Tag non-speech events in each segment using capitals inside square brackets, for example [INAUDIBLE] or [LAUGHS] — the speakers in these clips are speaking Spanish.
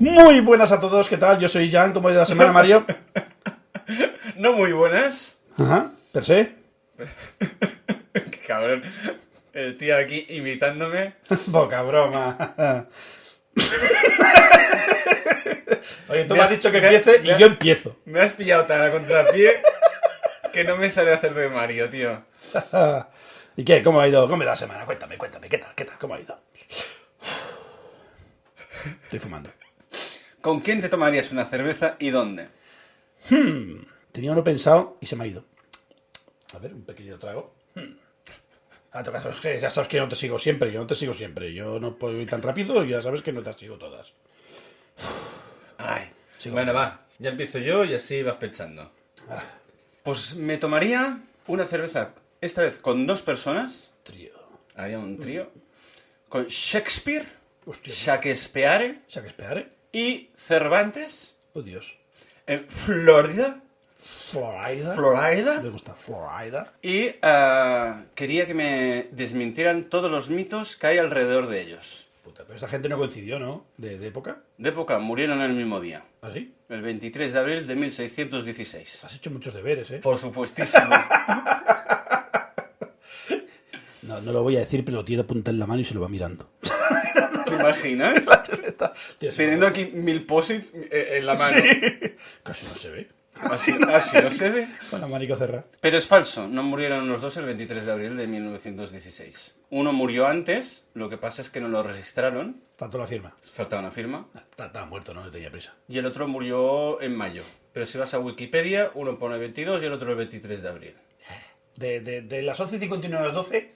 Muy buenas a todos, ¿qué tal? Yo soy Jan, como de la semana, Mario. No muy buenas. [LAUGHS] Ajá, per se. [LAUGHS] Qué cabrón. El tío aquí imitándome. Boca broma. Oye, tú me has dicho que Me has- empiece me y has- yo empiezo. Me has pillado tan a contrapié [LAUGHS] que no me sale hacer de Mario, tío. ¿Y qué? ¿Cómo ha ido? ¿Cómo ha ido la semana? Cuéntame, cuéntame, ¿qué tal? ¿Qué tal? ¿Cómo ha ido? Estoy fumando. ¿Con quién te tomarías una cerveza y dónde? Tenía uno pensado y se me ha ido. A ver, un pequeño trago. Hmm. Ah, toca hacer- es que ya sabes que no te sigo siempre, yo no te sigo siempre. Yo no puedo ir tan rápido y ya sabes que no te sigo todas. Ay. Sigo bueno, fumando. va. Ya empiezo yo y así vas pensando. Ah, Pues me tomaría una cerveza, esta vez con dos personas. trío. Haría un trío. Con Shakespeare, Hostia. Shakespeare O sea, que esperar, ¿eh? y Cervantes Oh, Dios. en Florida. Florida. Florida. Me gusta Florida. Y ah, quería que me desmintieran todos los mitos que hay alrededor de ellos. Puta, pero esta gente no coincidió, ¿no? De, de época. De época, murieron el mismo día, ¿Así? el 23 de abril de 1616. Has hecho muchos deberes, ¿eh? Por supuestísimo. No, no lo voy a decir, pero lo tiene apunta en la mano y se lo va [LAUGHS] mirando. ¿Te imaginas? Teniendo aquí mil posits eh, en la mano. Casi no se ve. Así, así no se ve. Con la manico cerrada. Pero es falso, no murieron los dos el 23 de abril de 1916. Uno murió antes, lo que pasa es que no lo registraron, Faltó la firma. faltaba una firma. Ah, está- Estaba muerto, no le tenía prisa. y el otro murió en mayo. Pero si vas a Wikipedia, uno pone 22 y el otro el 23 de abril. De, de, de las 11.59 a las 12,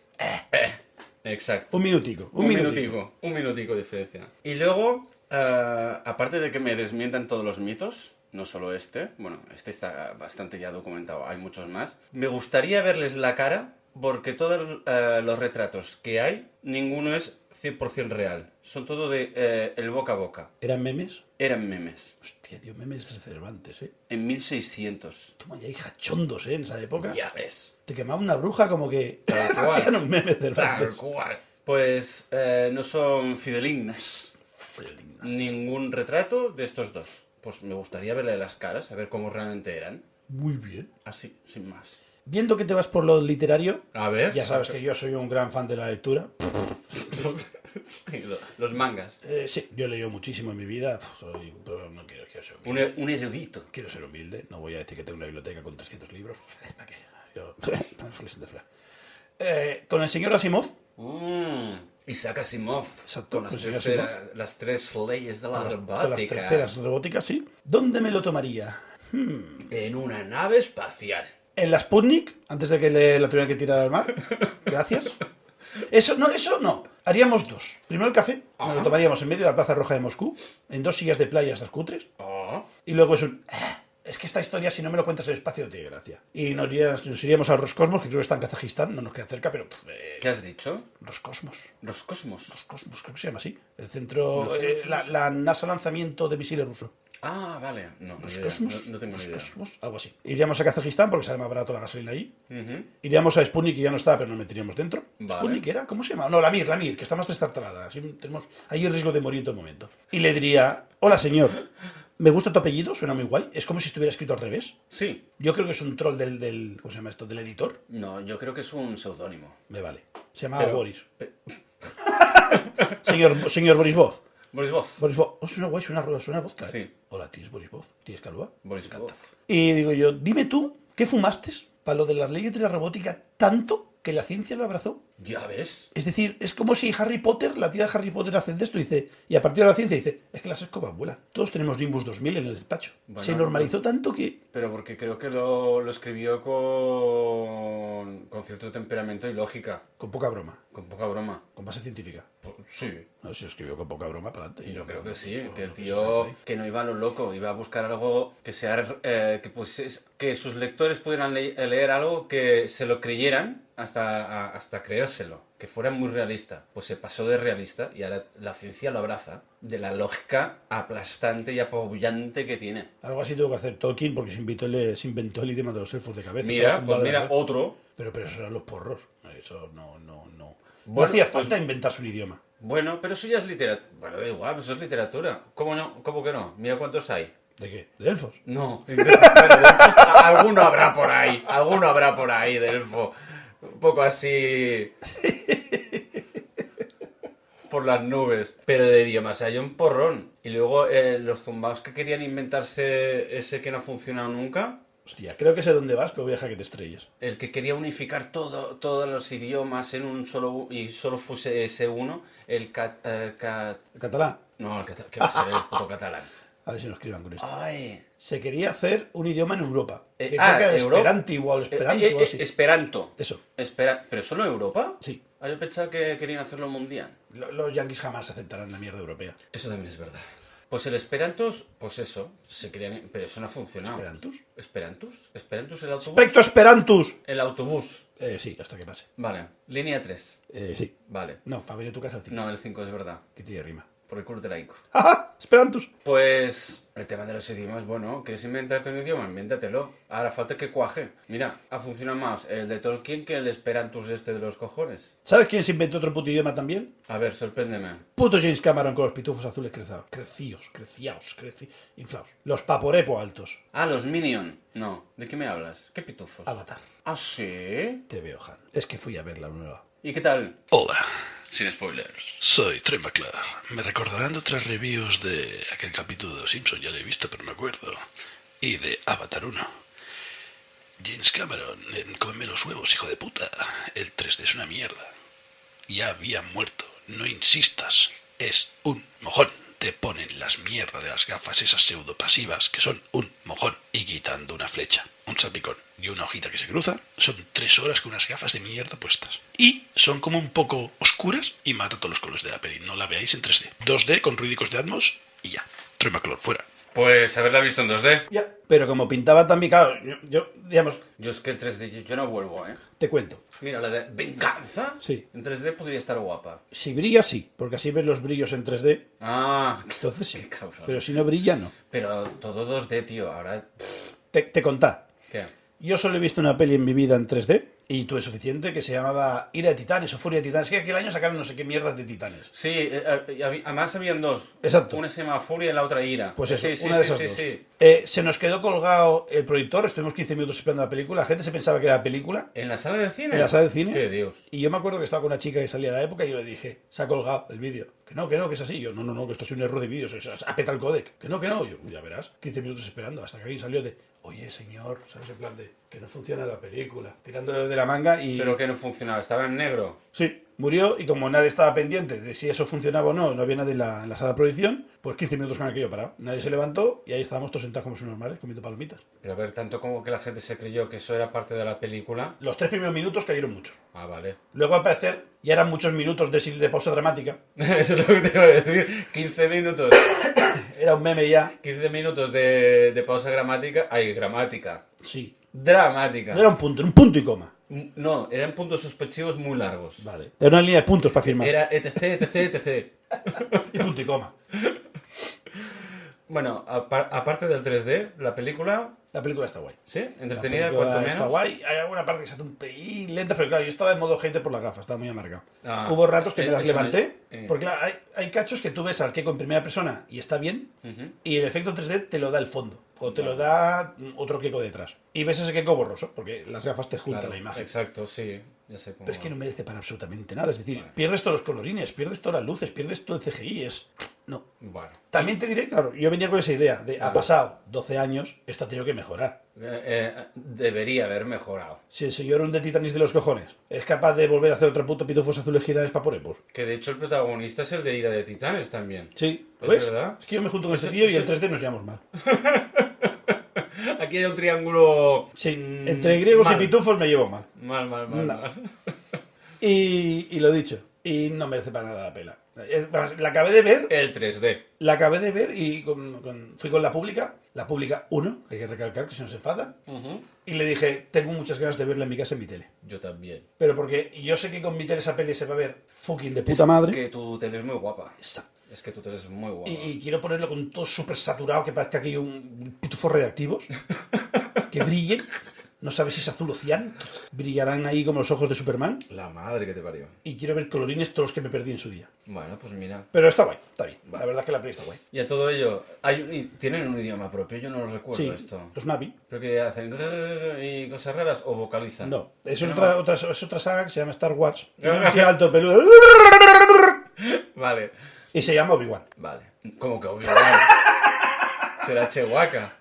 Exacto. un minutico. Un, Un, minutico. minutico, un minutico de diferencia. Y luego, eh, aparte de que me desmientan todos los mitos, no solo este, bueno, este está bastante ya documentado, hay muchos más, me gustaría verles la cara porque todos eh, los retratos que hay, ninguno es 100% real. Son todo de eh, el boca a boca. ¿Eran memes? Eran memes. Hostia, tío, memes de Cervantes, ¿eh? En 1600. Toma, ya hay hachondos, ¿eh? En esa época. Ya ves. Te quemaba una bruja como que... [LAUGHS] Tal cual. Hacían un meme de Tal Cervantes. cual. Pues eh, no son fidelignas. Felinas. Ningún retrato de estos dos. Pues me gustaría verle las caras, a ver cómo realmente eran. Muy bien. Así, sin más. Viendo que te vas por lo literario, A ver. ya sabes que yo soy un gran fan de la lectura. [LAUGHS] Sí, lo- los mangas. Eh, sí, yo he leído muchísimo en mi vida, Pf, soy- pero no quiero, quiero ser humilde. Un, he- un erudito. Quiero ser humilde, no voy a decir que tengo una biblioteca con 300 libros. [LAUGHS] ¿Para qué? Yo- [LAUGHS] Flex de Flash. Eh, con el señor Asimov, Mm. Isaac Asimov. Exacto, Con las, pues, señor tres, Asimov. eh, las tres leyes de la con las, con las robótica. terceras robóticas, sí. ¿Dónde me lo tomaría? En una nave espacial. ¿En la Sputnik? Antes de que le- la tuviera que tirar al [LAUGHS] mar. Gracias. Eso no, eso no. Haríamos dos. Primero el café, nos lo Ajá. tomaríamos en medio de la Plaza Roja de Moscú, en dos sillas de playa estas cutres. Oh. Y luego es un... "Ah, Es que esta historia, si no me lo cuentas en espacio, no tiene gracia. Y nos iríamos, nos iríamos a Roscosmos, que creo que está en Kazajistán, no nos queda cerca, pero... pff, eh, ¿Qué has dicho? Roscosmos. Los cosmos. Roscosmos, creo que se llama así. El centro... No sé, no eh, sé, no la, sé. la NASA lanzamiento de misiles ruso. Ah, vale. No, ni idea. Roscosmos. no, no tengo ni idea. Roscosmos, algo así. Iríamos a Kazajistán porque sale más barato la gasolina ahí. Ujú. Iríamos a Sputnik, que ya no está, pero nos meteríamos dentro. Vale. ¿Sputnik era? ¿Cómo se llama? No, la Mir, la Mir, que está más destartalada. Así tenemos ahí el riesgo de morir en todo momento. Y le diría, hola señor, me gusta tu apellido, suena muy guay. Es como si estuviera escrito al revés. Sí. Yo creo que es un troll del, del ¿cómo se llama esto? Del editor. No, yo creo que es un seudónimo. Me vale. Se llamaba Pero- Boris. Pe- [LAUGHS] Señor, señor Boris Bov. Boris Boff. Boris Bov. Oh, suena guay, suena rueda, suena vodka. Sí. Hola, ¿tienes Boris Bov? ¿Tienes calúa? Boris Me encanta. Bov. Y digo yo, dime tú, ¿qué fumaste para lo de las leyes de la robótica tanto que la ciencia lo abrazó? Ya ves. Es decir, es como si Harry Potter, la tía de Harry Potter hace de esto y dice, y a partir de la ciencia dice, es que las escobas vuelan. Todos tenemos Nimbus 2000 en el despacho. Bueno, Se normalizó tanto que... Pero porque creo que lo, lo escribió con, con cierto temperamento y lógica, Con poca broma, con poca broma. con base científica. Pues Sí. No sé si escribió con poca broma para adelante. Yo creo que sí, Eso, que el lo se hace tío ahí. que no iba a lo loco, iba a buscar algo que sea eh, que pues que sus lectores pudieran le- leer algo que se lo creyeran hasta a- hasta creérselo, que fuera muy realista. Pues se pasó de realista y ahora la ciencia lo abraza de la lógica aplastante y apabullante que tiene. Algo así tuvo que hacer Tolkien porque se inventó el, se inventó el idioma de los elfos de cabeza. Mira, Estaba pues zumbado de la mira cabeza. otro Pero, pero eso eran los porros. Eso no, no, no. no Bueno, hacía pues- falta inventarse un idioma. Bueno, pero eso ya es literatura. Bueno, da igual, eso es literatura. ¿Cómo no? ¿Cómo que no? Mira cuántos hay. ¿De qué? ¿De elfos? [LAUGHS] No. alguno habrá por ahí. Alguno habrá por ahí, Delfo. Un poco así. Por las nubes. Pero de idiomas hay un porrón. Y luego eh, los zumbaos que querían inventarse ese que no ha funcionado nunca. Hostia, creo que sé dónde vas, pero voy a dejar que te estrelles. El que quería unificar todo, todos los idiomas en un solo u- y solo fuese ese uno. El cat. eh, cat- ¿El catalán? no, el catalán. ¿Qué va a ser el puto catalán? A ver si nos escriban con esto. Ay. Se quería hacer un idioma en Europa. Eh, que creo ah, que era Europa. Esperanti o al Esperanto Eh, eh, o eh, así. Esperanto. Eso. Espera, ¿Pero solo en Europa? Sí. Ah, yo pensaba que querían hacerlo mundial. Lo- Los yanquis jamás aceptarán la mierda europea. Eso también es verdad. Pues el Esperantos, pues eso, se querían, pero eso no ha funcionado. ¿Esperantus? ¿Esperantus? ¿Esperantus el autobús? ¡Pecto Esperantus! El autobús. Eh, sí, hasta que pase. Vale. Línea 3. Eh, sí. Vale. No, para venir a tu casa al cinco, No, el 5 es verdad. Que tiene rima. [LAUGHS] Por el culo te la hinco. ¡Ja, ja! esperantus Pues el tema de los idiomas, bueno, ¿quieres inventarte un idioma? Invéntatelo. Ahora falta que cuaje. Mira, ha funcionado más el de Tolkien que el Esperantus este de los cojones. ¿Sabes quién se inventó otro puto idioma también? A ver, sorpréndeme. Puto James Cameron con los pitufos azules crezados. Crecíos, creciaos, creci... inflaos. Los paporepo altos. Ah, los Minion. No, ¿de qué me hablas? ¿Qué pitufos? Avatar. Ah, sí. Te veo, Han. Es que fui a ver la nueva. ¿Y qué tal? Hola, Sin spoilers. soy Trey McClure. Me recordarán de otras reviews de aquel capítulo de Simpson, ya lo he visto, pero me acuerdo. Y de Avatar 1. James Cameron, come los huevos, hijo de puta. El 3D es una mierda. Ya había muerto. No insistas. Es un mojón. Te ponen las mierdas de las gafas, esas pseudo pasivas, que son un mojón. Y quitando una flecha, un salpicón y una hojita que se cruza, son tres horas con unas gafas de mierda puestas. Y son como un poco oscuras y mata todos los colores de la peli. No la veáis en 3D. 2D con ruidicos de Atmos y ya. Troy McClure, fuera. Pues haberla visto en 2D. Ya, pero como pintaba tan picado, yo, yo, digamos, Yo es que el 3D yo- yo no vuelvo, ¿eh? te cuento. Mira, la de venganza. Sí. En 3D podría estar guapa. Si brilla, sí, porque así ves los brillos en 3D, Ah, entonces sí. [LAUGHS] Qué cabrón. Pero si no brilla, no. pero todo 2D, tío. Ahora... Te, te contá. ¿Qué? Yo solo he visto una peli en mi vida en 3D y tuve suficiente que se llamaba Ira de Titanes o Furia de Titanes. Que aquel año sacaron no sé qué mierdas de Titanes. Sí, eh, eh, hab- además habían dos. Exacto. Una se llama Furia y la otra Ira. Pues eso, sí, sí, una sí, de esas sí, dos. sí. Eh, se nos quedó colgado el proyector, estuvimos 15 minutos esperando la película, la gente se pensaba que era la película ¿En la sala de cine? en la sala de cine. ¡Qué dios! Y yo me acuerdo que estaba con una chica que salía de la época y yo le dije, se ha colgado el vídeo. Que no, que no, que es así. Y yo, no, no, no, que esto es un error de vídeo, se se apeta el codec. Que no, que no. Y Yo, ya verás, 15 minutos esperando hasta que alguien salió de, oye, señor, ¿sabes? En plan de, que no funciona la película. Tirándole de la manga y... Pero que no funcionaba. Estaba en negro. Sí, murió y como nadie estaba pendiente de si eso funcionaba o no, no había nadie en la, en la sala de proyección, pues 15 minutos con aquello parado. Nadie se levantó y ahí estábamos todos sentados como sus normales, comiendo palomitas. Pero a ver, tanto como que la gente se creyó que eso era parte de la película. Los tres primeros minutos cayeron muchos. Ah, vale. [LAUGHS] Luego, al parecer, ya eran muchos minutos de, sil- de pausa dramática. Eso es lo que te iba a decir. 15 minutos. Era un meme ya. 15 minutos de, de pausa gramática. Ay, gramática. Sí. Dramática. No era un punto, era un punto y coma. M- No, eran puntos suspensivos muy largos. Vale. Era una línea de puntos para firmar. Era E etc, etc, etc. Y punto y coma. Bueno, apar- aparte del 3D, la película, La película está guay. ¿sí? La Entretenida, película cuanto Está menos. guay. Hay alguna parte que se hace un pelín lenta, pero claro, yo estaba en modo hater por la gafa, estaba muy amargado. Ah, Hubo ratos que eh, me las eso me- levanté, eh. porque claro, hay, hay cachos que tú ves al Keiko en primera persona y está bien, Ujú. y el efecto 3D te lo da el fondo, o te lo da otro Keiko detrás. Y ves ese Keiko borroso, porque las gafas te juntan Claro, la imagen. Exacto, sí. Ya sé cómo. Pero es que no merece para absolutamente nada, es decir, pierdes todos los colorines, pierdes todas las luces, pierdes todo el CGI, es... No, Bueno. también te diré, claro, yo venía con esa idea de ha pasado 12 años, esto ha tenido que mejorar. Eh, eh, debería haber mejorado. Si el señor un de Titanis de los cojones es capaz de volver a hacer otro puto pitufos azules girares para Porepos. Que de hecho el protagonista es el de Ira de Titanes también. Sí, ¿lo Es ves? verdad. Es que yo me junto con este Eso- tío y eso- el 3D nos llevamos mal. [LAUGHS] Aquí hay un triángulo. Sí, mm, entre griegos mal. y pitufos me llevo mal. Mal, mal, mal. No. mal. Y, y lo dicho, y no merece para nada la pela. Es más, La acabé de ver, El 3D. la acabé de ver y con- con- fui con la pública, la pública 1, que hay que recalcar que se nos enfada, y le dije, tengo muchas ganas de verla en mi casa en mi tele. Yo también. Pero porque yo sé que con mi tele esa peli se va a ver fucking de puta madre. Que tu tele es muy guapa. Exacto. Es que tu tele es muy guapa. Y, y quiero ponerlo con todo súper saturado, que parezca que hay un pitufo reactivos que brillen. no sabes si es azul o cian, brillarán ahí como los ojos de Superman. La madre que te parió. Y quiero ver colorines todos los que me perdí en su día. Bueno, pues mira. Pero está guay, está bien. La verdad es que la peli está guay. Y a todo ello, hay un- y ¿tienen un idioma propio? Yo no lo recuerdo Sí, esto. los Navi. Creo que hacen grrr y cosas raras o vocalizan. No, eso es Pero otra, no. otra, es otra saga que se llama Star [LAUGHS] Wars. Tiene un tío alto peludo. Vale. Y se llama Obi-Wan. Vale. Como que obvio. [LAUGHS] Será Chewbacca.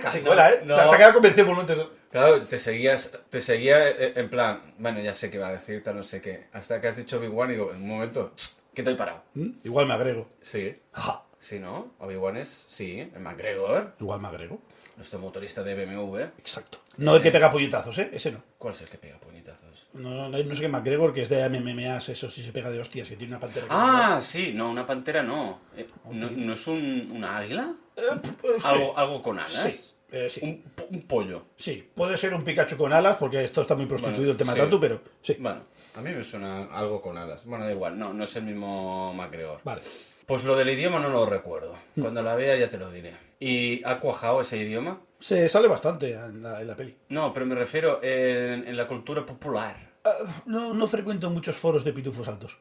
Casi No, cuela, ¿eh? no. Te, te ha quedado convencido por un momento. Claro, te seguías, te seguía eh, en plan, bueno, ya sé qué va a decir, tal, no sé qué. Hasta que has dicho Obi-Wan y digo, en un momento, que estoy parado. ¿Mm? Igual me agrego. Sí. Ajá. Sí, ¿no? Obi-Wan es, sí, el McGregor, Igual me agrego. nuestro motorista de BMW. Exacto. No el que pega puñetazos, ¿eh? Ese no. ¿Cuál es el que pega puñetazos? No, no, no sé qué McGregor, que es de MMAs, eso sí se pega de hostias, que tiene una pantera. que- Ah, sí, no, una pantera no. Eh, ¿No, no es un, una águila? Eh, pues, sí. ¿Algo, algo con alas? Sí, eh, sí. Un, po- un pollo. Sí, puede ser un Pikachu con alas, porque esto está muy prostituido Bueno, el tema sí. tatu, pero sí. Bueno, a mí me suena algo con alas. Bueno, da igual, no, no es el mismo MacGregor. Vale. Pues lo del idioma no lo recuerdo. Mm. Cuando la vea ya te lo diré. ¿Y ha cuajado ese idioma? Se sale bastante en la, en la peli. No, pero me refiero en, en la cultura popular. Ah, no, no frecuento muchos foros de pitufos [LAUGHS] altos.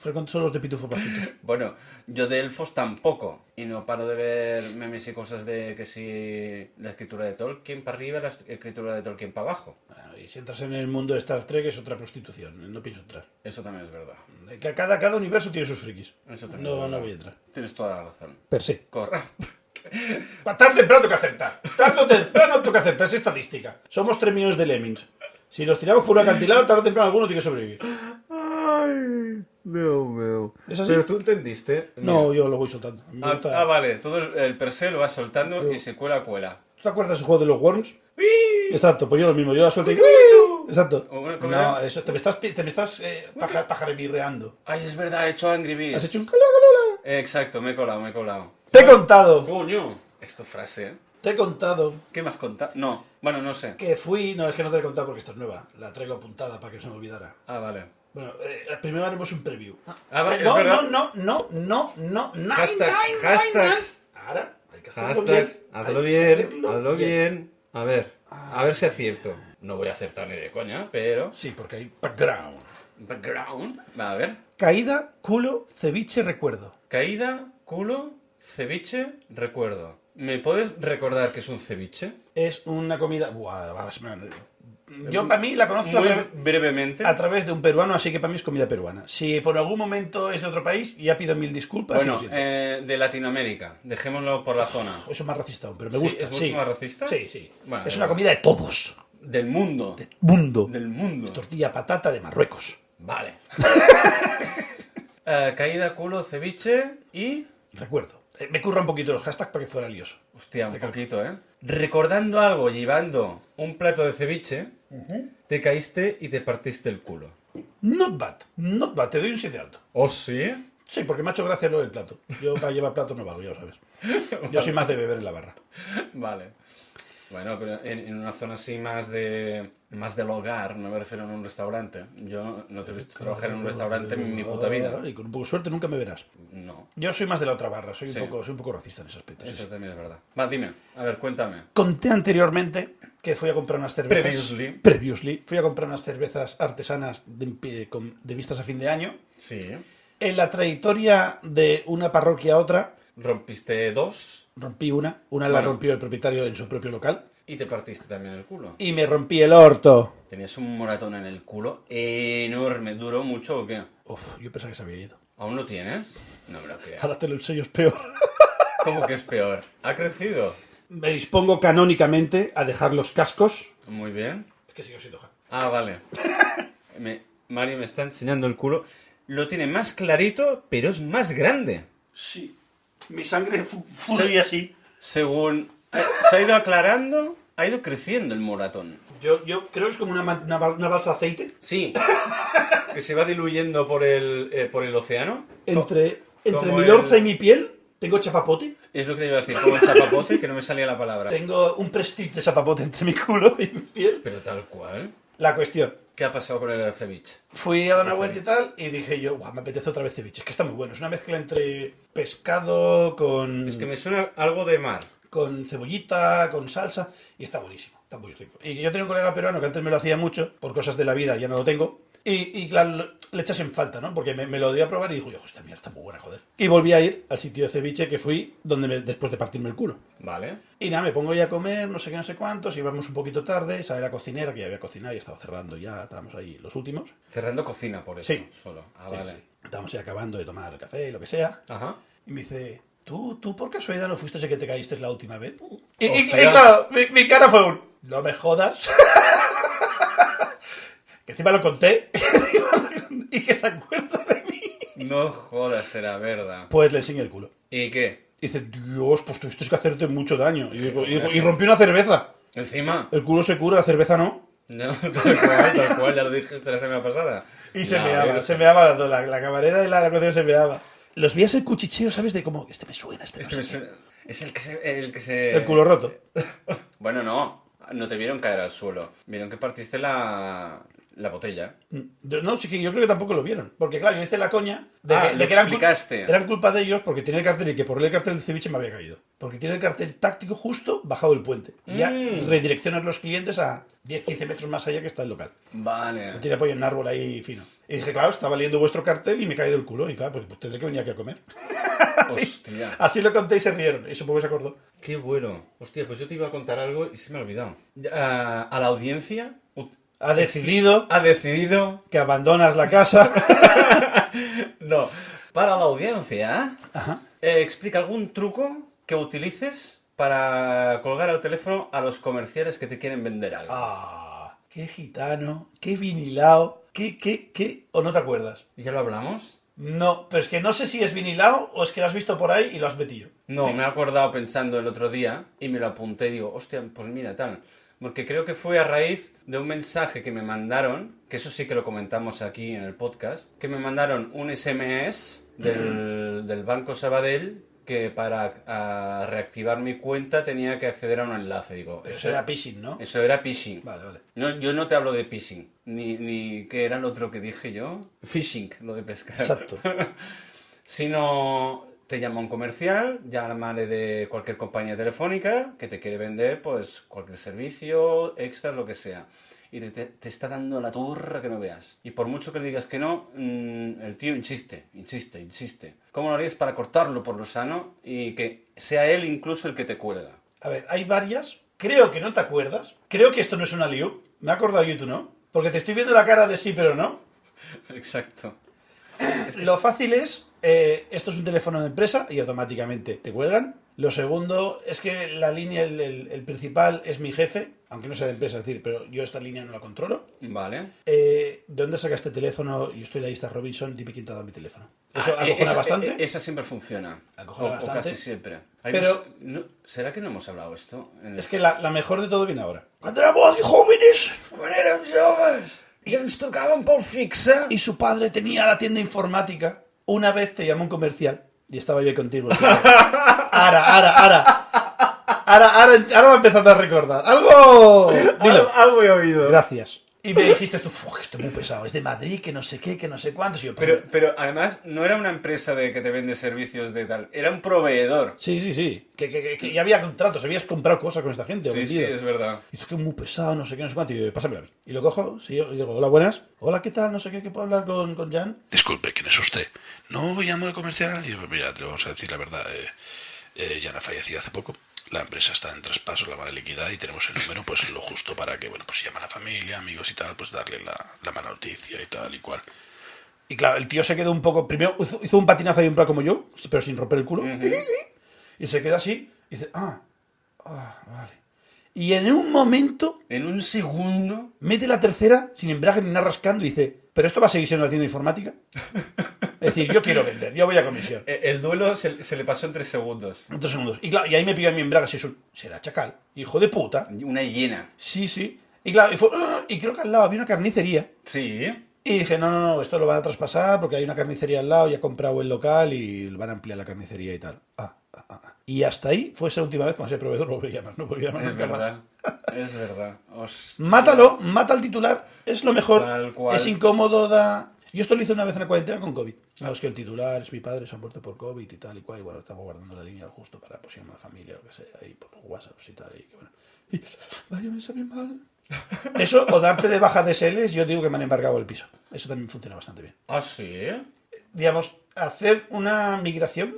frecuento solo los de pitufos bajitos. Bueno, yo de elfos tampoco. Y no paro de ver memes y cosas de que si la escritura de Tolkien para arriba, la est- escritura de Tolkien para abajo. Bueno, y si entras en el mundo de Star Trek es otra prostitución, no pienso entrar. Eso también es verdad. Ca- Cada, cada universo tiene sus frikis. Eso también es No, verdad. no voy a entrar. Tienes toda la razón. Per se. [LAUGHS] Corra. Tarde o temprano toca acertar. Tarde o temprano toca acertar. Es estadística. Somos 3 millones de lemmings. Si nos tiramos por un acantilado, tarde o temprano alguno tiene que sobrevivir. Ay, Dios mío. ¿Es así? Pero tú entendiste. No, yo lo voy soltando. A mí me Ah, gusta- ah, vale, todo el, el per se lo va soltando y se cuela, cuela. ¿Tú te acuerdas del juego de los worms? Exacto, pues yo lo mismo, yo la suelto y... Exacto. O bueno, ¿cómo No, era? eso, te me estás, pi- te me estás eh, paja- pajaremirreando. Ay, es verdad, he hecho Angry Birds. Has hecho un... calo, calo, calo. Exacto, me he colado, me he colado. Te he contado, Coño. Esto frase, ¿eh? te he contado ¿Qué más contar? No, bueno, no sé. que fui... No, es que no te la he contado porque esta es nueva. La traigo apuntada para que no se me olvidara. Ah, vale. Bueno, eh, primero haremos un preview. Ah, vale, no, es verdad. no, no, no, no, no, no. Hashtags, nine, nine, hashtags. nine. Ahora, hay que hacerlo Hashtags, bien. hazlo Hay que bien, hacerlo hazlo bien. A ver, a ver si acierto. No voy a acertar ni de coña, pero... Sí, porque hay background. Background. Va, a ver. Caída, culo, ceviche, recuerdo. Caída, culo, ceviche, recuerdo. ¿Me puedes recordar que es un ceviche? Es una comida. Buah, va, se me van a- Yo para mí la conozco a, Muy tra- brevemente. a través de un peruano, así que para mí es comida peruana. Si por algún momento es de otro país, ya pido mil disculpas. y lo Bueno, siento. eh, de Latinoamérica. Dejémoslo por la zona. Eso es más racista aún, pero me Sí, gusta. ¿es mucho sí. más racista? Sí, sí. Bueno, es da una igual. comida de todos. Del mundo. De mundo. Del mundo. Tortilla patata de Marruecos. Vale. [LAUGHS] Eh, caída, culo, ceviche y... Recuerdo. Eh, Me curra un poquito los hashtags para que fuera lioso. Hostia, un Recalco. poquito, ¿eh? Recordando algo, llevando un plato de ceviche, te caíste y te partiste el culo. Not bad. Not bad. Te doy un 7 alto. ¿Oh, sí? Sí, porque me ha hecho gracia lo del plato. Yo para llevar plato no valgo, ya lo [LAUGHS] sabes. Yo soy más de beber en la barra. [LAUGHS] Vale. Bueno, pero en, en una zona así más de más del hogar, no me refiero a un restaurante. Yo no te he visto trabajar en un restaurante en mi puta vida. Ah, Y con un poco de suerte nunca me verás. No, Yo soy más de la otra barra, soy un, Sí. poco, soy un poco racista en ese aspecto. sí, eso sí. también es verdad. Va, dime, a ver, cuéntame. Conté anteriormente que fui a comprar unas cervezas. Previously. Previously. Fui a comprar unas cervezas artesanas de, con- de vistas a fin de año. Sí. En la trayectoria de una parroquia a otra, Rompiste dos rompí una. Una la Bueno. rompió el propietario en su propio local. y te partiste también el culo. Y me rompí el orto. Tenías un moratón en el culo enorme. ¿Duró mucho o qué? Uf, yo pensaba que se había ido. ¿Aún lo tienes? No me lo creo. [LAUGHS] Ahora te lo enseño, es peor. ¿Cómo que es peor? ¿Ha crecido? Me dispongo canónicamente a dejar los cascos. Muy bien. Es que sigo siendo hack. [LAUGHS] Ah, vale. Me- Mario me está enseñando el culo. Lo tiene más clarito, pero es más grande. Sí. Mi sangre fu- Sí. fluye así. Según... eh, Se ha ido aclarando, ha ido creciendo el moratón. Yo, yo creo que es como una, man- una, bal- una balsa de aceite. [LAUGHS] Sí. Que se va diluyendo por el, eh, por el océano. Entre, entre como mi lorza y el- mi piel tengo chapapote. Es lo que te iba a decir, como el chapapote, que no me salía la palabra. Tengo un prestige de chapapote entre mi culo y mi piel. Pero tal cual. La cuestión. ¿Qué ha pasado con el ceviche? Fui a dar una vuelta y tal y dije yo, "Guau, me apetece otra vez ceviche. Es que está muy bueno. Es una mezcla entre pescado con... Es que me suena algo de mar. con cebollita, con salsa, y está buenísimo, está muy rico. Y yo tenía un colega peruano que antes me lo hacía mucho, por cosas de la vida ya no lo tengo, y, y claro, lo- le echas en falta, ¿no? Porque me, me lo dio a probar y dijo, "Hijo, esta mierda está muy buena, joder. Y volví a ir al sitio de ceviche que fui donde me- después de partirme el culo. Vale. Y nada, me pongo ya a comer, no sé qué, no sé cuántos, íbamos un poquito tarde, sale la cocinera que ya había cocinado y estaba cerrando ya, estábamos ahí los últimos. Cerrando cocina por eso. Sí. Solo. Ah, Sí, vale. sí. Estábamos ya acabando de tomar el café y lo que sea. Ajá. Y me dice, ¿tú, tú por casualidad no fuiste ese que te caíste la última vez? Y, y- y Hostia. claro, mi, mi cara fue un, no me [LAUGHS] jodas. que encima lo conté [LAUGHS] y que se acuerda de mí. No jodas, será verdad. Pues le enseñé el culo. ¿Y qué? Y dice, Dios, pues tuviste que hacerte mucho daño. Y, digo- y digo- y rompí una cerveza. [LAUGHS] Encima. El culo se cura, la cerveza no. No, tal cual, tal cual, ya lo dijiste la semana pasada. Y se La meaba, Virgen. se meaba la, la, la camarera y la, la cocina se meaba. Los vías el cuchicheo, ¿sabes? De como, este me suena, este, no Este sé me qué". suena- Es el que se. El que se... El culo roto. Bueno, no. No te vieron caer al suelo. Vieron que partiste la. la botella. Yo- No, sí que yo creo que tampoco lo vieron. Porque, claro, yo hice la coña de Ah, que, lo de que eran, cul- explicaste. eran culpa de ellos porque tenía el cartel y que por leer el cartel del ceviche me había caído. Porque tiene el cartel táctico justo bajado el puente. Y ya Mm. redireccionas los clientes a 10-15 metros más allá que está el local. Vale. Tiene apoyo en un árbol ahí fino. Y dije, claro, estaba leyendo vuestro cartel y me he caído el culo. Y claro, pues, pues tendré que venir aquí a comer. [LAUGHS] Hostia. Así lo conté y se rieron. Y supongo que se acordó. Qué bueno. Hostia, pues yo te iba a contar algo y se me ha olvidado. Ah, a la audiencia ut- Ha decidido ha decidido. [LAUGHS] que abandonas la casa. [LAUGHS] No. Para la audiencia, Ajá. eh, explica algún truco que utilices para colgar al teléfono a los comerciales que te quieren vender algo. Ah, qué gitano, qué vinilao, qué, qué, qué... ¿O no te acuerdas? ¿Ya lo hablamos? No, pero es que no sé si es vinilado o es que lo has visto por ahí y lo has metido. No, me he acordado pensando el otro día y me lo apunté y digo, hostia, pues mira, tal. Porque creo que fue a raíz de un mensaje que me mandaron, que eso sí que lo comentamos aquí en el podcast, que me mandaron un SMS del, del Banco Sabadell que para ah, reactivar mi cuenta tenía que acceder a un enlace. Digo, Pero eso era phishing, ¿no? eso era phishing. Vale, vale. No, yo no te hablo de phishing, ni, ni que era el otro que dije yo. Phishing, lo de pescar. Exacto. Si no, te llama un comercial, llámale de cualquier compañía telefónica que te quiere vender pues cualquier servicio, extras, lo que sea. Y te, te- te está dando la turra que no veas. Y por mucho que le digas que no, mm, el tío insiste, insiste, insiste. ¿Cómo lo harías para cortarlo por lo sano y que sea él incluso el que te cuelga? A ver, hay varias. Creo que no te acuerdas. Creo que esto no es una liu. Me he acordado yo y tú no. Porque te estoy viendo la cara de sí, pero no. Exacto. Lo fácil es, eh, esto es un teléfono de empresa y automáticamente te cuelgan. Lo segundo es que la línea, el, el- el principal es mi jefe, aunque no sea de empresa, es decir, pero yo esta línea no la controlo. Vale. Eh, ¿De dónde sacaste el teléfono? Yo estoy en la lista Robinson, dime quién te ha dado mi teléfono. Eso Ah, eh, acojona esa- bastante. eh, Esa siempre funciona. Acojona o, o bastante. casi siempre. Ay, Pero- no sé- no- ¿Será que no hemos hablado esto? en el- Es que la, la mejor de todo viene ahora. Cuando éramos jóvenes Quan érem joves i ens tocaven pel fixe... y su padre tenía la tienda informática, una vez te llamó un comercial y estaba yo ahí contigo. [LAUGHS] tío. Ara, ara, ara. Ahora, ahora, ahora va empezando a recordar. ¡Algo! Dilo. Algo he oído. Gracias. Y me dijiste tú, "Fu, que esto es muy pesado, es de Madrid, que no sé qué, que no sé cuántos. Y yo, Pero, pero además no era una empresa de que te vende servicios de tal, era un proveedor. Sí, sí, sí. Que, que- que- que ya había contratos, habías comprado cosas con esta gente. o Sí, sí, vendido. es verdad. Y dice que es muy pesado, no sé qué, no sé cuánto. Y yo, pásamelo a mí. Y lo cojo, sí, y digo, hola, buenas. Hola, ¿qué tal? No sé qué, ¿qué puedo hablar con, con Jan? Disculpe, ¿quién es usted? No llamo de comercial. Y yo, "Pues mira, le vamos a decir la verdad. Eh, eh, Jan ha fallecido hace poco. La empresa está en traspaso, la van a liquidar y tenemos el número, pues lo justo para que, bueno, pues si llama a la familia, amigos y tal, pues darle la, la mala noticia y tal y cual. Y claro, el tío se quedó un poco. Primero hizo, hizo un patinazo y un plan como yo, pero sin romper el culo. Y se quedó así. Y dice, ah, ah, vale. Y en un momento En un segundo... mete la tercera sin embrague ni nada rascando y dice, pero esto va a seguir siendo la tienda informática. es decir, yo quiero vender, yo voy a comisión. eh, El duelo se, se le pasó en tres segundos. En tres segundos. Y claro, y ahí me pilló mi embrague si es un- será chacal, hijo de puta. Una hiena. Sí, sí. Y claro, y, fue, "Ah", y creo que al lado había una carnicería. Sí. Y dije, no, no, no, esto lo van a traspasar porque hay una carnicería al lado y ha comprado el local y van a ampliar la carnicería y tal. Ah, ah, ah, ah. Y hasta ahí fue esa última vez cuando ese proveedor [LAUGHS] lo volví a llamar, no volví a llamar Es nunca más. verdad. Es verdad. Hostia. Mátalo, mata al titular, es lo mejor. Tal cual. Es incómodo, da. Yo esto lo hice una vez en la cuarentena con COVID. Claro, es que el titular es mi padre, se ha muerto por COVID y tal y cual. Y bueno, estamos guardando la línea al justo para pues, llamar a la familia o que sea, ahí por los WhatsApps y tal. Y que bueno. Y, vaya mensaje [LAUGHS] mal. Eso, o darte de baja de SLs, yo digo que me han embargado el piso. Eso también funciona bastante bien. Ah, sí. Digamos, hacer una migración,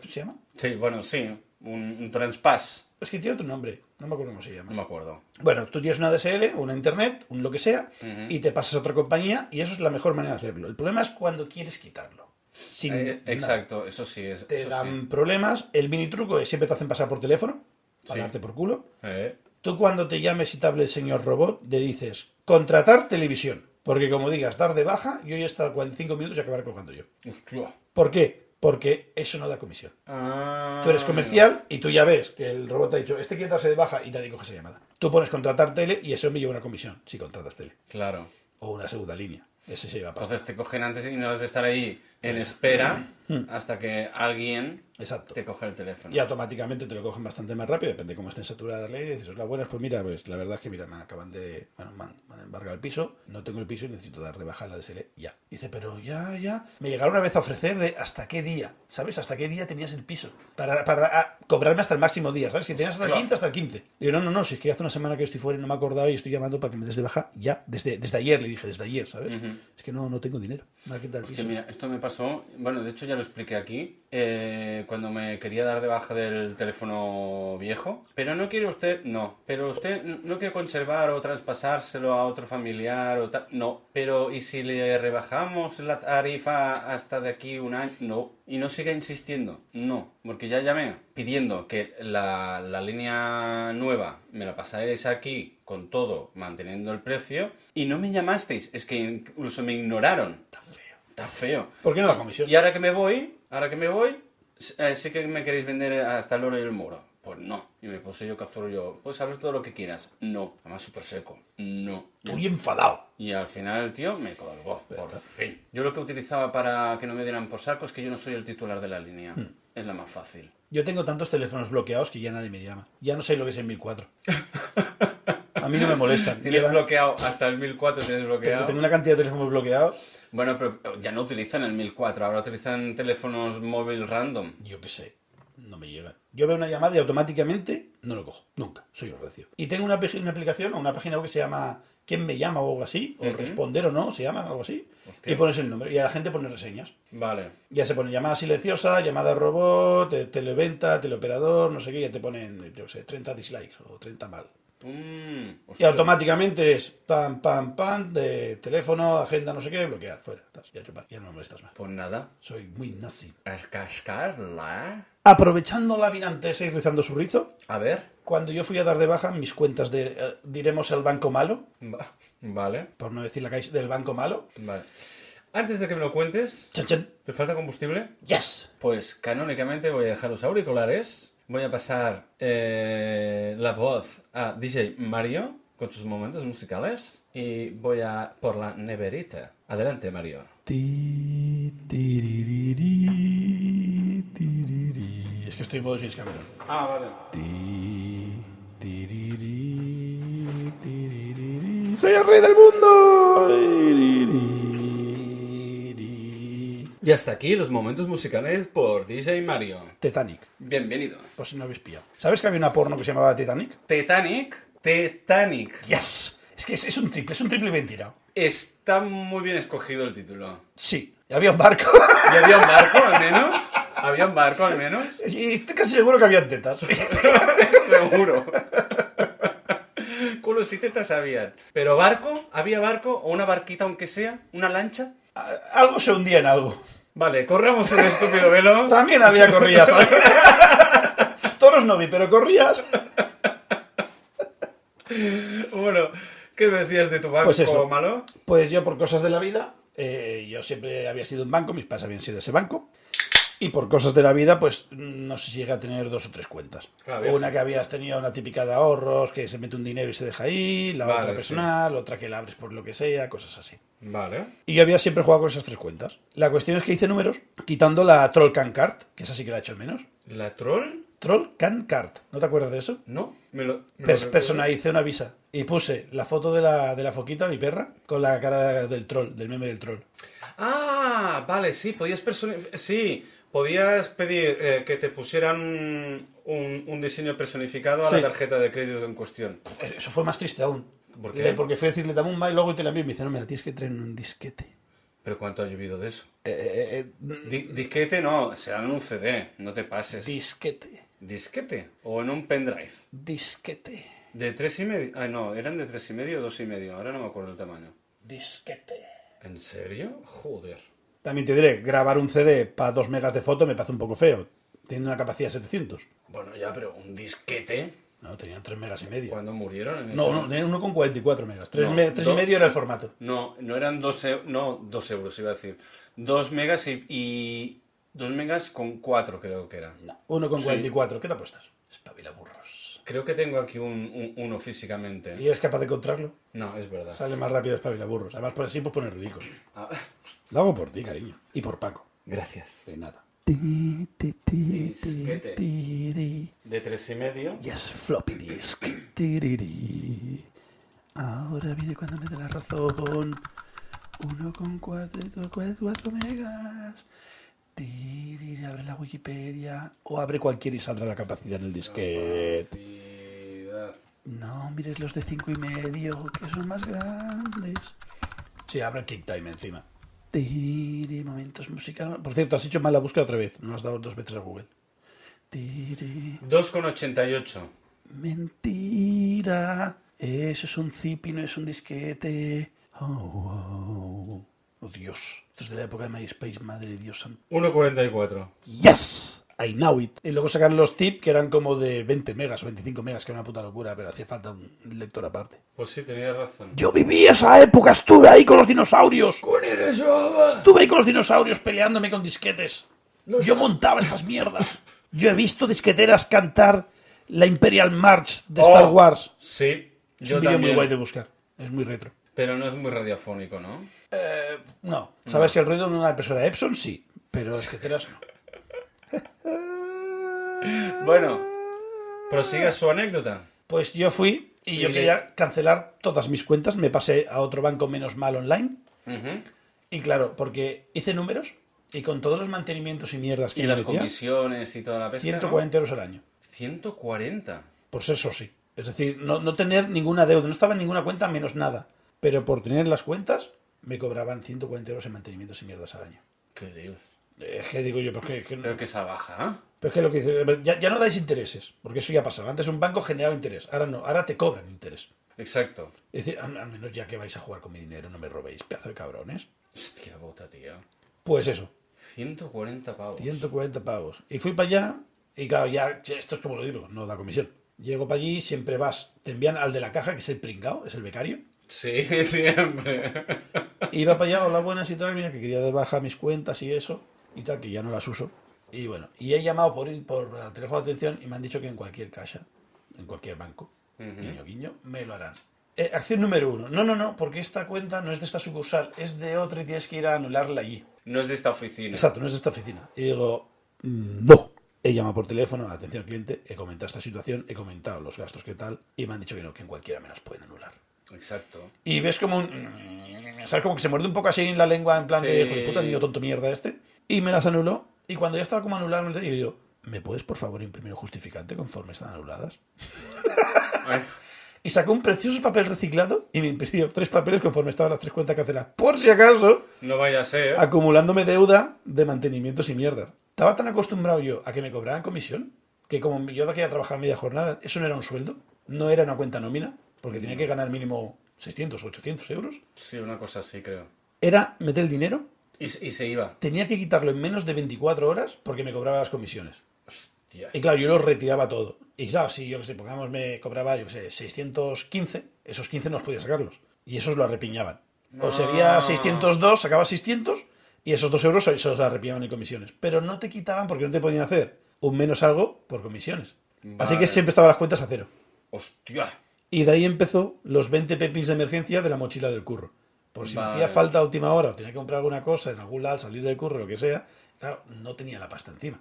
¿se llama? Sí, bueno, sí. Un, un transpass. Es que tiene otro nombre, no me acuerdo cómo se llama. No me acuerdo. Bueno, tú tienes una DSL, una internet, un lo que sea, y te pasas a otra compañía, y eso es la mejor manera de hacerlo. El problema es cuando quieres quitarlo. Sin Eh, nada. exacto, eso sí. Es, Te eso dan sí. problemas. El mini truco es siempre te hacen pasar por teléfono, para Sí. darte por culo. Eh, Tú cuando te llames y te hable el señor robot, le dices contratar televisión. Porque como digas, dar de baja, yo ya estar 45 minutos y acabaré colgando yo. hostia. ¿Por qué? Porque eso no da comisión. Ah, Tú eres comercial y tú ya ves que el robot te ha dicho, este quiere darse de baja y nadie coge esa llamada. Tú pones contratar tele y ese hombre lleva una comisión si contratas tele. Ah, Claro. O una segunda línea. Ese se lleva pasta. Entonces te este cogen antes y no has de estar ahí en espera hasta que alguien Mm. Exacto. te coge el teléfono. Y automáticamente te lo cogen bastante más rápido, depende de cómo estén saturadas las leyes. Y dices, la buena, pues mira, pues la verdad es que mira, me acaban de. Bueno, me han, me han embargado el piso, no tengo el piso y necesito dar de baja la DSL ya. Y dice, pero ya, ya. Me llegaron una vez a ofrecer de hasta qué día, ¿sabes? Hasta qué día tenías el piso. Para, para ah, cobrarme hasta el máximo día, ¿sabes? Si tenías hasta el Claro. 15, hasta el 15. Digo, no, no, no, si es que hace una semana que estoy fuera y no me he acordado y estoy llamando para que me des de baja ya. Desde, desde ayer, le dije, desde ayer, ¿sabes? Es que no, no tengo dinero. Me han quitado el Hostia, piso. mira, esto me pasó, bueno, de hecho ya lo expliqué aquí, eh, cuando me quería dar de baja del teléfono viejo, pero no quiere usted, no, pero usted n- no quiere conservar o traspasárselo a otro familiar o tal, no, pero ¿y si le rebajamos la tarifa hasta de aquí un año? No, y no siga insistiendo, no, porque ya llamé pidiendo que la, la línea nueva me la pasaréis aquí con todo, manteniendo el precio, y no me llamasteis, es que incluso me ignoraron. Está feo. ¿Por qué no da comisión? Y ahora que me voy, ahora que me voy, s- eh, sí que me queréis vender hasta el oro y el muro. Pues no. Y me puse yo cazurro yo, pues hablar todo lo que quieras. No. Además súper seco. No. Estoy enfadado. Y al final el tío me colgó. Por fin. Yo lo que utilizaba para que no me dieran por saco es que yo no soy el titular de la línea. Hmm. Es la más fácil. Yo tengo tantos teléfonos bloqueados que ya nadie me llama. Ya no sé lo que es el [LAUGHS] 1004. A mí no me molestan. Tienes Llevan- bloqueado hasta el 1004, tienes tengo, bloqueado. tengo una cantidad de teléfonos bloqueados. Bueno, pero eh, ya no utilizan el 1004, ahora utilizan teléfonos móvil random. Yo qué sé. No me llegan. Yo veo una llamada y automáticamente no lo cojo. Nunca. Soy un recio. Y tengo una, pag- una aplicación o una página web que se llama ¿Quién me llama? o algo así. O responder o no, se llama algo así. Hostia. Y pones el número. Y a la gente pone reseñas. Vale. Ya se pone llamada silenciosa, llamada robot, te- televenta, teleoperador, no sé qué. Ya te ponen, yo qué sé, 30 dislikes o 30 mal. Mm, Y hostia. automáticamente es pam, pam, pam, de teléfono, agenda, no sé qué, bloquear, fuera. estás, ya chupar, ya no me molestas más. Pues nada, Soy muy nazi. es cascarla. Aprovechando la vinantesa y rizando su rizo, A ver. cuando yo fui a dar de baja mis cuentas de, eh, diremos, el banco malo, Va- Vale, por no decir la caixa del banco malo, vale. Antes de que me lo cuentes, chan, chan, ¿te falta combustible? yes, Pues canónicamente voy a dejar los auriculares. Voy a pasar eh, la voz a DJ Mario con sus momentos musicales. Y voy a por la neverita. Adelante, Mario. Ti, tiririri, tiriri. Es que estoy en modo James Cameron. Ah, vale. Ti, tiriri, tiriri. ¡Soy el rey del mundo! Tiriri. Y hasta aquí los momentos musicales por DJ Mario. Titanic. Bienvenido. Pues si no habéis pillado. ¿Sabes que había una porno que se llamaba Titanic? Titanic. Titanic. ¡Yes! Es que es, es un triple, es un triple mentira. Está muy bien escogido el título. Sí. Había un barco. [LAUGHS] ¿Y había un barco al menos? ¿Había un barco al [LAUGHS] menos? y estoy casi seguro que había tetas. [LAUGHS] Seguro. Culos y tetas habían. ¿Pero barco? ¿Había barco? ¿O una barquita aunque sea? ¿Una lancha? A- algo se hundía en algo. Vale, corramos un estúpido velo. También había corridas. [LAUGHS] Toros no vi, pero corrías. Bueno, ¿qué me decías de tu barco Pues eso. malo? Pues yo por cosas de la vida, eh, yo siempre había sido un banco, mis padres habían sido ese banco. Y por cosas de la vida, pues no sé si llega a tener dos o tres cuentas. Ah, bien. una que habías tenido una típica de ahorros, que se mete un dinero y se deja ahí, la Vale, otra personal, otra que la abres por lo que sea, cosas así. Vale. Y yo había siempre jugado con esas tres cuentas. La cuestión es que hice números, quitando la Troll Can Card, que esa sí que la he hecho menos. ¿La troll? Troll Can Card, ¿no te acuerdas de eso? No. Me lo, me lo Pers- recuerdo. personalicé una visa y puse la foto de la, de la foquita, mi perra, con la cara del troll, del meme del troll. Ah, vale, sí, podías personi- Sí, podías pedir eh, que te pusieran un, un diseño personificado a Sí. la tarjeta de crédito en cuestión. Eso fue más triste aún. ¿Por qué? Eh, Porque fui a decirle, dame un mail, luego y te la envío. Y me dice, no, me la tienes que traer en un disquete. Pero ¿cuánto ha llovido de eso? Eh, eh, eh, Di- disquete no, será en un CD, no te pases. disquete. disquete o en un pendrive. Disquete. De tres y medio. Ah, no, eran de tres y medio o dos y medio. Ahora no me acuerdo el tamaño. Disquete. ¿En serio? Joder. También te diré, grabar un CD para 2 megas de foto me parece un poco feo. Tiene una capacidad de 700. Bueno, ya, pero un disquete. No, tenían 3 megas y medio. ¿Cuándo murieron? En No, ese- no, tenían uno con 44 megas. 3, No, y dos- medio era el formato. No, no eran dos, eu- no, dos euros, iba a decir. Dos megas y, y dos megas con cuatro creo que era. Uno con Sí. 44. ¿Qué te apuestas? Espabila burros. Creo que tengo aquí un, un- uno físicamente. ¿Y eres capaz de encontrarlo? No, es verdad. Sale más rápido espabila burros. Además, por así, pues poner ridículos. Ah, [LAUGHS] Lo hago por ti, cariño. Y por Paco. Gracias. De nada. Disquete. De tres y medio. Yes, floppy disk. Tiriri. Ahora viene cuando me da la razón. 1,4 megas. Tiriri, abre la Wikipedia. O abre cualquiera y saldrá la capacidad en el disquete. Capacidad. No, mires los de 5 y medio, que son más grandes. Sí, abre Kick Time encima. Tiri, momentos musicales. Por cierto, has hecho mal la búsqueda otra vez. No has dado dos veces a Google. Tiri. 2,88. Mentira. Eso es un zipi, no es un disquete. Oh, oh, oh. Oh, Dios. Esto es de la época de MySpace, madre de Dios santo. 1,44. ¡Yes! I know it. Y luego sacaron los tips que eran como de 20 megas o 25 megas, que era una puta locura, pero hacía falta un lector aparte. Pues sí, tenías razón. Yo viví esa época, estuve ahí con los dinosaurios. Estuve ahí con los dinosaurios peleándome con disquetes. Yo montaba estas mierdas. Yo he visto disqueteras cantar la Imperial March de Star Oh. Wars. Sí, Es yo un vídeo muy también. guay de buscar. Es muy retro. Pero no es muy radiofónico, ¿no? Eh, no. ¿Sabes que el ruido de una impresora Epson? Sí. Pero disqueteras no. Bueno, prosiga su anécdota. Pues yo fui y yo Y le- quería cancelar todas mis cuentas. Me pasé a otro banco menos mal online. Ujú. Y claro, porque hice números y con todos los mantenimientos y mierdas que Y me las metía, comisiones y toda la pesca. ¿no? 140 euros al año. 140. Por ser soci. Es decir, no, no tener ninguna deuda. No estaba en ninguna cuenta menos nada. Pero por tener las cuentas, me cobraban 140 euros en mantenimientos y mierdas al año. Qué Dios. Es que digo yo, pero es que, que no- Creo que esa baja. ¿eh? pero es que lo que dice, ya, ya no dais intereses, porque eso ya pasaba. Antes un banco generaba interés, ahora no, ahora te cobran interés. Exacto. Es decir, al al menos ya que vais a jugar con mi dinero, no me robéis, pedazo de cabrones. Hostia bota, tío. Pues eso, 140 pavos. 140 pavos. Y fui para allá, y claro, ya, che, esto es como lo digo, no da comisión. Llego para allí, siempre vas, te envían al de la caja, que es el pringao, es el becario. Sí, [LAUGHS] siempre. Iba para allá, hola, buenas y tal, mira, que quería dar baja mis cuentas y eso, y tal, que ya no las uso. Y bueno, y he llamado por, por teléfono de atención y me han dicho que en cualquier casa, en cualquier banco, guiño, guiño, me lo harán. Eh, acción número uno. No, no, no, porque esta cuenta no es de esta sucursal, es de otra y tienes que ir a anularla allí. No es de esta oficina. Exacto, no es de esta oficina. Y digo, mm, no. He llamado por teléfono a la atención al cliente, he comentado esta situación, he comentado los gastos que tal, y me han dicho que no, que en cualquiera me las pueden anular. Exacto. Y ves como un. ¿Sabes? Como que se muerde un poco así en la lengua, en plan de Sí. hijo de puta, niño tonto mierda este. Y me las anuló. Y cuando ya estaba como anulada, me digo yo, ¿me puedes por favor imprimir un justificante conforme están anuladas? Ay, Y sacó un precioso papel reciclado y me imprimió [LAUGHS] tres papeles conforme estaban las tres cuentas canceladas. Por si acaso, no vaya a ser. Ah. acumulándome deuda de mantenimientos y mierda. Estaba tan acostumbrado yo a que me cobraran comisión que como yo de aquí a trabajar media jornada, eso no era un sueldo, no era una cuenta nómina, porque tenía que ganar mínimo 600 o 800 euros. Sí, una cosa así, creo. Era meter el dinero, Y, se- y se iba. tenía que quitarlo en menos de 24 horas porque me cobraba las comisiones. Hostia. Y claro, yo lo retiraba todo. Y claro, si yo que sé, pongamos, me cobraba, yo que sé, 615, esos 15 no los podía sacarlos. Y esos lo arrepiñaban. O sería Ah. 602, sacaba 600 y esos dos euros se se los arrepiñaban en comisiones. Pero no te quitaban porque no te podían hacer un menos algo por comisiones. Así Vale. que siempre estaban las cuentas a cero. Hostia. Y de ahí empezó los 20 pepins de emergencia de la mochila del curro. Por si me Vale. hacía falta a última hora o tenía que comprar alguna cosa en algún lado, al salir del curro, lo que sea, claro, no tenía la pasta encima.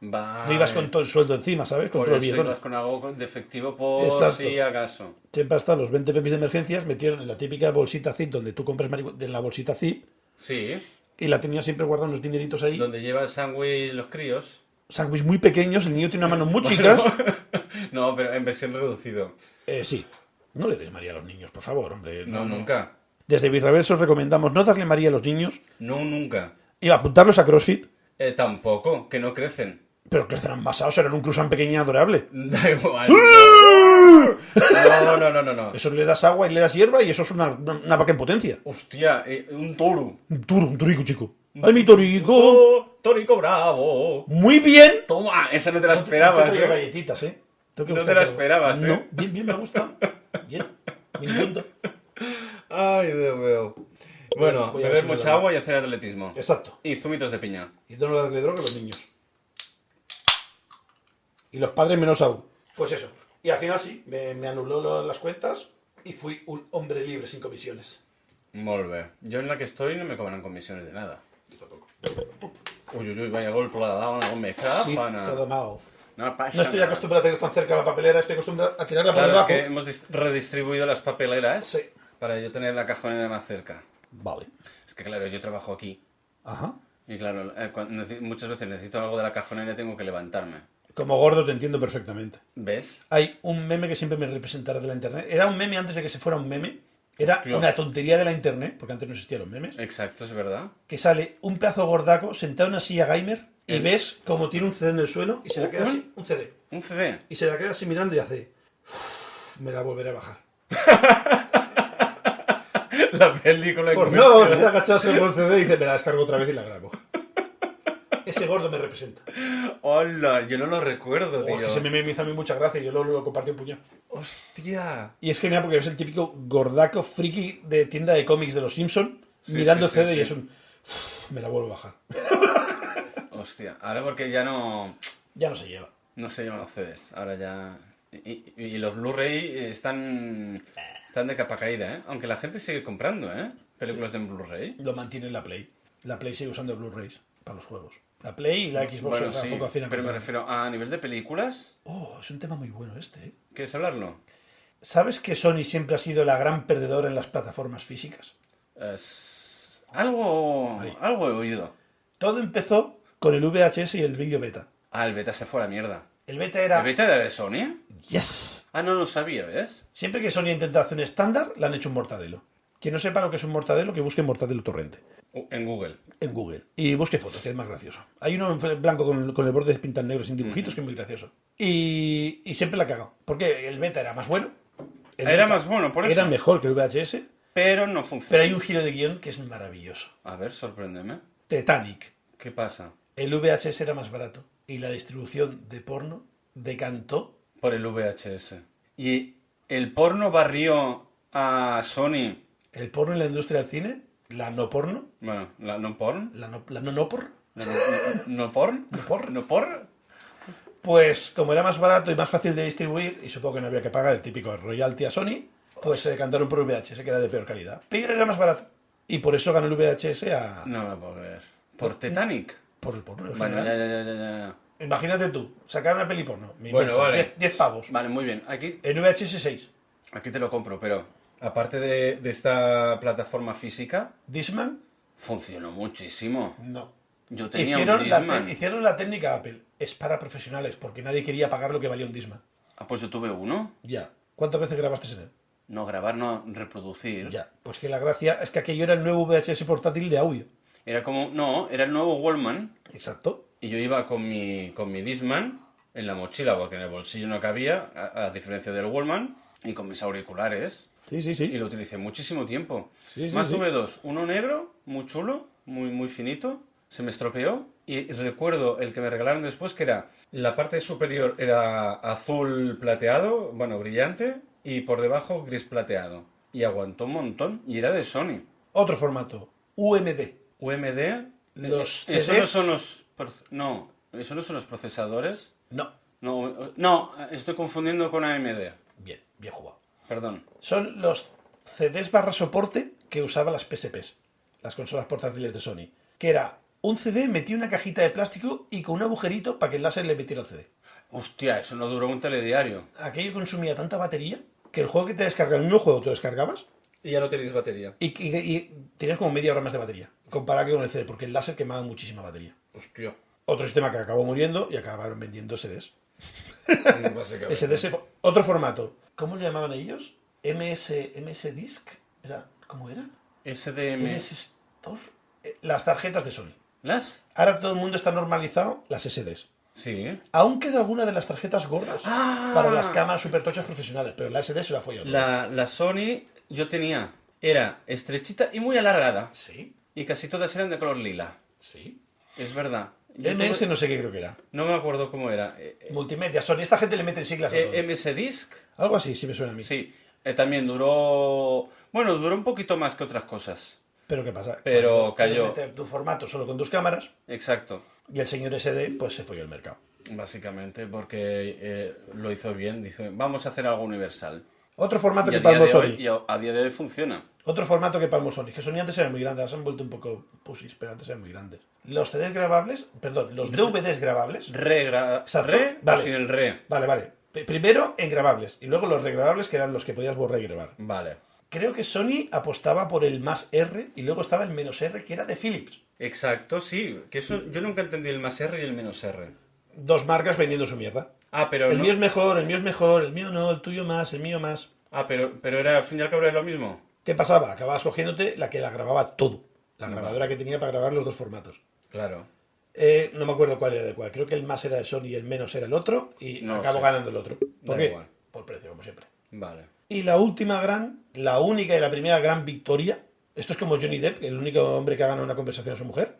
Vale. No ibas con todo el sueldo encima, ¿sabes? Con Por todo el eso billete. ibas con algo de efectivo por Exacto. si acaso. Siempre hasta los 20 pepis de emergencias metieron en la típica bolsita zip donde tú compras marihuana, en la bolsita zip, Sí. y la tenía siempre guardada unos dineritos ahí. Donde llevan sándwich los críos. Sándwiches muy pequeños, el niño tiene una mano muy chicas. [LAUGHS] no, pero en versión reducido. Eh, sí. No le des María a los niños, por favor, hombre. No, nunca. Desde Bizarverso os recomendamos no darle María a los niños No, nunca. y apuntarlos a CrossFit, Eh, tampoco, que no crecen. [LAUGHS] pero crecerán basados, serán un cruzán pequeño y adorable. Da igual. No, no, no, no. no. Eso le das agua y le das hierba y eso es una, una- una vaca en potencia. Hostia, eh, un toro. Un toro, un torico, chico. ¡Ay, mi torico! Oh, torico bravo. ¡Muy bien! Toma, esa no te la esperabas, Un poco de eh. galletitas, ¿eh? Tengo que No te buscar la algo. esperabas, ¿eh? No, bien, bien, me gusta. Bien, me encanta. Ay, Dios mío. Bueno, Voy a ver beber si me mucha da. agua y hacer atletismo. Exacto. Y zumitos de piña. Y no darle droga a los niños. Y los padres menos aún. Pues eso. Y al final sí, me, me anuló lo- las cuentas y fui un hombre libre sin comisiones. Molt bé. Jo en la que estoy no me cobran comisiones de nada. Yo tampoco. Uy, uy, uy, vaya golpe la daba, una me Sí, cáfana. todo mal. no, pasa No estoy nada. acostumbrado a tener tan cerca la papelera, estoy acostumbrado a tirarla por Claro, es debajo. que hemos dis- redistribuido las papeleras Sí. para yo tener la cajonera más cerca. Vale. Es que claro, yo trabajo aquí. Ajá. Y claro, eh, cuan- neci- muchas veces necesito algo de la cajonera y tengo que levantarme. Como gordo te entiendo perfectamente. ¿Ves? Hay un meme que siempre me representará de la internet. Era un meme antes de que se fuera un meme. Era Claro. una tontería de la internet, porque antes no existían los memes. Exacto, es verdad. que sale un pedazo gordaco sentado en una silla gamer y El- ves como tiene un CD en el suelo y se la queda ¿Un? así, un CD, Un CD. y se la queda así mirando y hace, "Uf, me la volveré a bajar. [LAUGHS] la película en Por no cuestión. volver a [LAUGHS] agacharse por el CD y dice, me la descargo otra vez y la [LAUGHS] grabo. Ese gordo me representa. Hola, yo no lo recuerdo, Porque tío. Oh, ese meme me hizo a mí mucha gracia y yo lo, lo compartí un puñado. Hostia. Y es genial porque ves el típico gordaco friki de tienda de cómics de los Simpson Sí, mirando sí, sí, CD sí. y es un, "Uf, me la vuelvo a bajar. Hostia. Ahora porque ya no, Ya no se lleva. no se llevan los CDs. Ahora ya... Y, y- y los Blu-ray están, están de capa caída, ¿eh? Aunque la gente sigue comprando, ¿eh? Películas en Blu-ray. Lo mantiene la Play. La Play sigue usando Blu-rays para los juegos. La Play y la Xbox Mm, Bueno, se sí, focalizan en pero me comprar. refiero a nivel de películas. Oh, es un tema muy bueno este. ¿eh? ¿Quieres hablarlo? ¿Sabes que Sony siempre ha sido la gran perdedora en las plataformas físicas? Es- Algo, algo he oído. Todo empezó con el VHS y el vídeo beta. Ah, el beta se fue a la mierda. El beta era... ¿El beta era de Sony? ¡Yes! Ah, no lo sabía, ¿ves? Siempre que Sony ha intentado hacer un estándar, le han hecho un mortadelo. Quien no sepa lo que es un mortadelo, que busque mortadelo torrente U- En Google. en Google. Y busque fotos, que es más gracioso. Hay uno en blanco con, con el borde de pintas negro sin dibujitos, que es muy gracioso. Y, y siempre la ha cagado. Porque el beta era más bueno. El Era beta más bueno, por eso. Era mejor que el VHS. Pero no Pero funciona. hay un giro de guión que es maravilloso. A ver, sorpréndeme. Titanic. ¿Qué pasa? el VHS era más barato y la distribución de porno decantó. Por el VHS. ¿Y el porno barrió a Sony? El porno en la industria del cine, la no porno, Bueno, la no porn. la no la no, no porno, La no, no- [LAUGHS] no porn. No porn. No porn. pues como era más barato y más fácil de distribuir, y supongo que no había que pagar el típico royalty a Sony, pues se decantaron por VHS, que era de peor calidad. Pero era más barato. Y por eso ganó el VHS a- No me lo puedo creer. Por Titanic. por el porno. en Bueno, Pues ya, general. ya, ya, ya, ya. Imagínate tú, sacar una peli porno, me Bueno, invento, vale. 10 10 pavos. Vale, muy bien. Aquí En VHS 6. Aquí te lo compro, pero aparte de, de esta plataforma física, Disman, funcionó muchísimo. no. Yo tenía un Hicieron la, Discman. te- hicieron la técnica Apple. Es para profesionales, porque nadie quería pagar lo que valía un Disman. Ah, pues yo tuve uno. Ya. ¿Cuántas veces grabaste en él? No grabar, no reproducir. Ya. Pues que la gracia es que aquello era el nuevo VHS portátil de audio. Era como, no, era el nuevo Wallman Exacto. y yo iba con mi, con mi Disman en la mochila porque en el bolsillo no cabía, a, a diferencia del Wallman, y con mis auriculares. Sí, sí, Y lo utilicé muchísimo tiempo. Sí, sí, Más sí. tuve dos. Uno negro, muy chulo, muy, muy finito. Se me estropeó. Y recuerdo el que me regalaron después, que era la parte superior era azul plateado, bueno, brillante, y por debajo gris plateado. Y aguantó un montón. Y era de Sony. Otro formato. UMD. UMD. Los eh, eso no CDs. son los. proce- No, eso no son los procesadores. No. No, eh, no, estoy confundiendo con AMD. Bien, bien jugado. Perdón. Son los CDs barra soporte que usaban las PSPs, las consolas portátiles de Sony. Que era un CD metido en una cajita de plástico y con un agujerito para que el láser le metiera el CD. Hostia, eso no duró un telediario. aquello consumía tanta batería que el juego que te descargaba, el mismo juego que te descargabas, Y ya no tenéis batería. Y, y- y tenías como media hora más de batería, comparado que con el CD, porque el láser quemaba muchísima batería. Hostia. Otro sistema que acabó muriendo y acabaron vendiendo CDs. [LAUGHS] Básicamente. SD se fo- otro formato. ¿Cómo le llamaban ellos? MS, MS Disc. Era, ¿Cómo era? SDM. MS Store. Eh, Las tarjetas de Sony. ¿Las? Ahora todo el mundo está normalizado las SDs. Sí. ¿eh? Aún queda alguna de las tarjetas gordas Ah. para las cámaras supertochas profesionales, pero la SD se la fue yo. La, la Sony yo tenía. Era estrechita y muy alargada. Sí, Y casi todas eran de color lila. sí. Es verdad. Yo MS tuve- no sé qué creo que era. no me acuerdo cómo era. Eh, eh, Multimedia, Sony. Esta gente le mete siglas a todo. eh, MS Disc. Algo así, sí me suena a mí. Sí. Eh, también duró. Bueno, duró un poquito más que otras cosas. Pero ¿qué pasa? Pero Cuando quieres cayó. meter tu formato solo con tus cámaras Exacto. y el señor SD pues se fue al mercado. Básicamente, porque eh, lo hizo bien. Dice, vamos a hacer algo universal. Otro formato Y a, que día palmó de Sony. hoy, y a- a día de hoy funciona. Otro formato que palmó Sony, que Sony antes eran muy grandes, ahora se han vuelto un poco pusis, pero antes eran muy grandes. Los CDs grabables, perdón, los DVDs grabables. Re, gra- Exacto. re Vale. o sin el re. Vale, vale. P- Primero en grabables y luego los regrabables, que eran los que podías borrar y grabar. Vale. Creo que Sony apostaba por el más R y luego estaba el menos R, que era de Philips. Exacto, sí. Que eso, yo nunca entendí el más R y el menos R. Dos marcas vendiendo su mierda. Ah, pero, El no- mío es mejor, el mío es mejor, el mío no, el tuyo más, el mío más. ah, pero, pero era al fin y al cabo era lo mismo. ¿Qué pasaba? Acababas cogiéndote la que la grababa todo. La grabadora que tenía para grabar los dos formatos. Claro. Eh, no me acuerdo cuál era de cuál. Creo que el más era de Sony y el menos era el otro. Y No acabo sé. ganando el otro. ¿Por Da qué? igual. Por precio, como siempre. Vale. Y la última gran, la única y la primera gran victoria. Esto es como Johnny Depp, el único hombre que ha ganado una conversación a su [LAUGHS] mujer.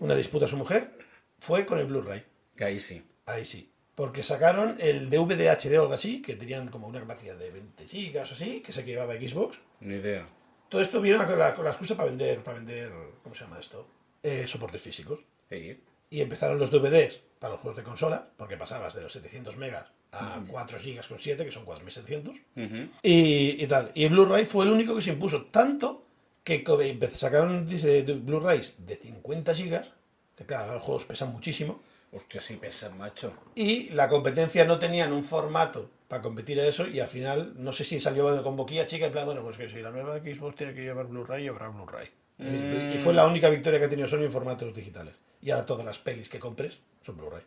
Una disputa a su mujer. Fue con el Blu-ray. Que ahí sí. Ahí sí. Porque sacaron el DVD HD o algo así, que tenían como una capacidad de 20 gigas o así, que se llevaba Xbox. Ni idea. Todo esto vieron con la, con la excusa para vender, para vender, ¿cómo se llama esto? Eh, soportes físicos. Sí. Y empezaron los DVDs para los juegos de consola, porque pasabas de los 700 megas a 4 gigas con 7, que son 4700, Ujú. y, y tal. Y Blu-ray fue el único que se impuso, tanto que co- eh, empe- sacaron dice, de Blu-rays de 50 gigas, que claro, ahora los juegos pesan muchísimo, Hostia, sí pesa, macho. y la competencia no tenían un formato para competir a eso, y al final, no sé si salió con boquilla chica, en plan, bueno, pues que si la nueva Xbox tiene que llevar Blu-ray, habrá Blu-ray. Y- Y fue Mm. la única victoria que ha tenido Sony en formatos digitales. Y ahora todas las pelis que compres son Blu-ray.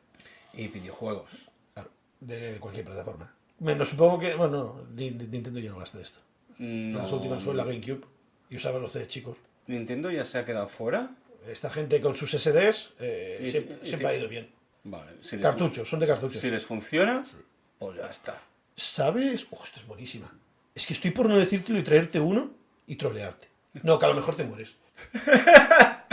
Y videojuegos. Claro, de cualquier plataforma. Menos supongo que. Bueno, no, ni- ni- Nintendo ya no gasta de esto. Mm, Las no. últimas fue la GameCube y usaba los CDs chicos. Nintendo ya se ha quedado fuera. Esta gente con sus SDs eh, Y- siempre, y- siempre ha ido bien. Vale. Si les- Cartuchos, son de cartuchos. Si les funciona, pues ya está. ¿Sabes? Oh, esto es buenísima. Es que estoy por no decírtelo y traerte uno y trolearte. No, que a lo mejor te mueres.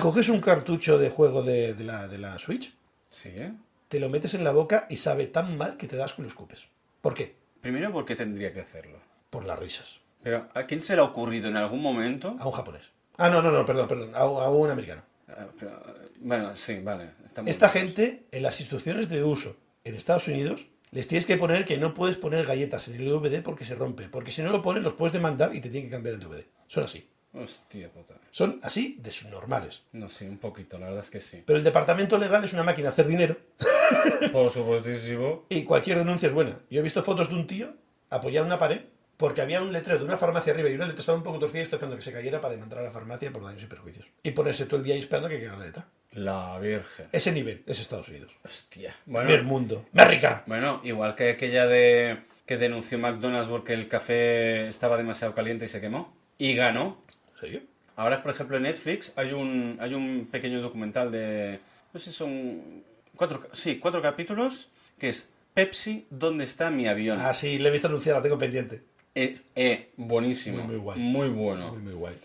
Coges un cartucho de juego de, de la, de la Switch, Sí, ¿eh? te lo metes en la boca y sabe tan mal que te das que lo escupes. ¿Por qué? Primero, porque tendría que hacerlo? Por las risas. Pero, ¿a quién se le ha ocurrido en algún momento? A un japonés. Ah, no, no, no, perdón, perdón. A, un- a un americano. Ah, pero, eh, bueno, sí, vale. estamos Esta lejos. gente, en las instrucciones de uso en Estados Unidos, les tienes que poner que no puedes poner galletas en el DVD porque se rompe. Porque si no lo pones, los puedes demandar y te tienen que cambiar el DVD. Son así. Hostia puta. Son así de subnormales. No, sí, un poquito, la verdad es que sí. Pero el departamento legal es una máquina a hacer dinero Por supuestísimo. y cualquier denuncia es buena. Yo he visto fotos de un tío apoyado en una pared porque había un letrero de una farmacia arriba y una letra estaba un poco torcida y estaba esperando que se cayera para demandar a la farmacia por daños y perjuicios. Y ponerse todo el día ahí esperando que caiga la letra. La Virgen. Ese nivel es Estados Unidos. Hostia. Primer Bueno, mundo. América. bueno, igual que aquella de que denunció McDonald's porque el café estaba demasiado caliente y se quemó. Y ganó. ¿En serio? Ahora, por ejemplo, en Netflix hay un, hay un pequeño documental de... No sé, son... Cuatro, ca- sí, cuatro capítulos, que es Pepsi, ¿dónde está mi avión? Ah, sí, le he visto anunciada, la tengo pendiente. Eh, eh, buenísimo. Muy, muy guay. bueno. Muy, muy guay.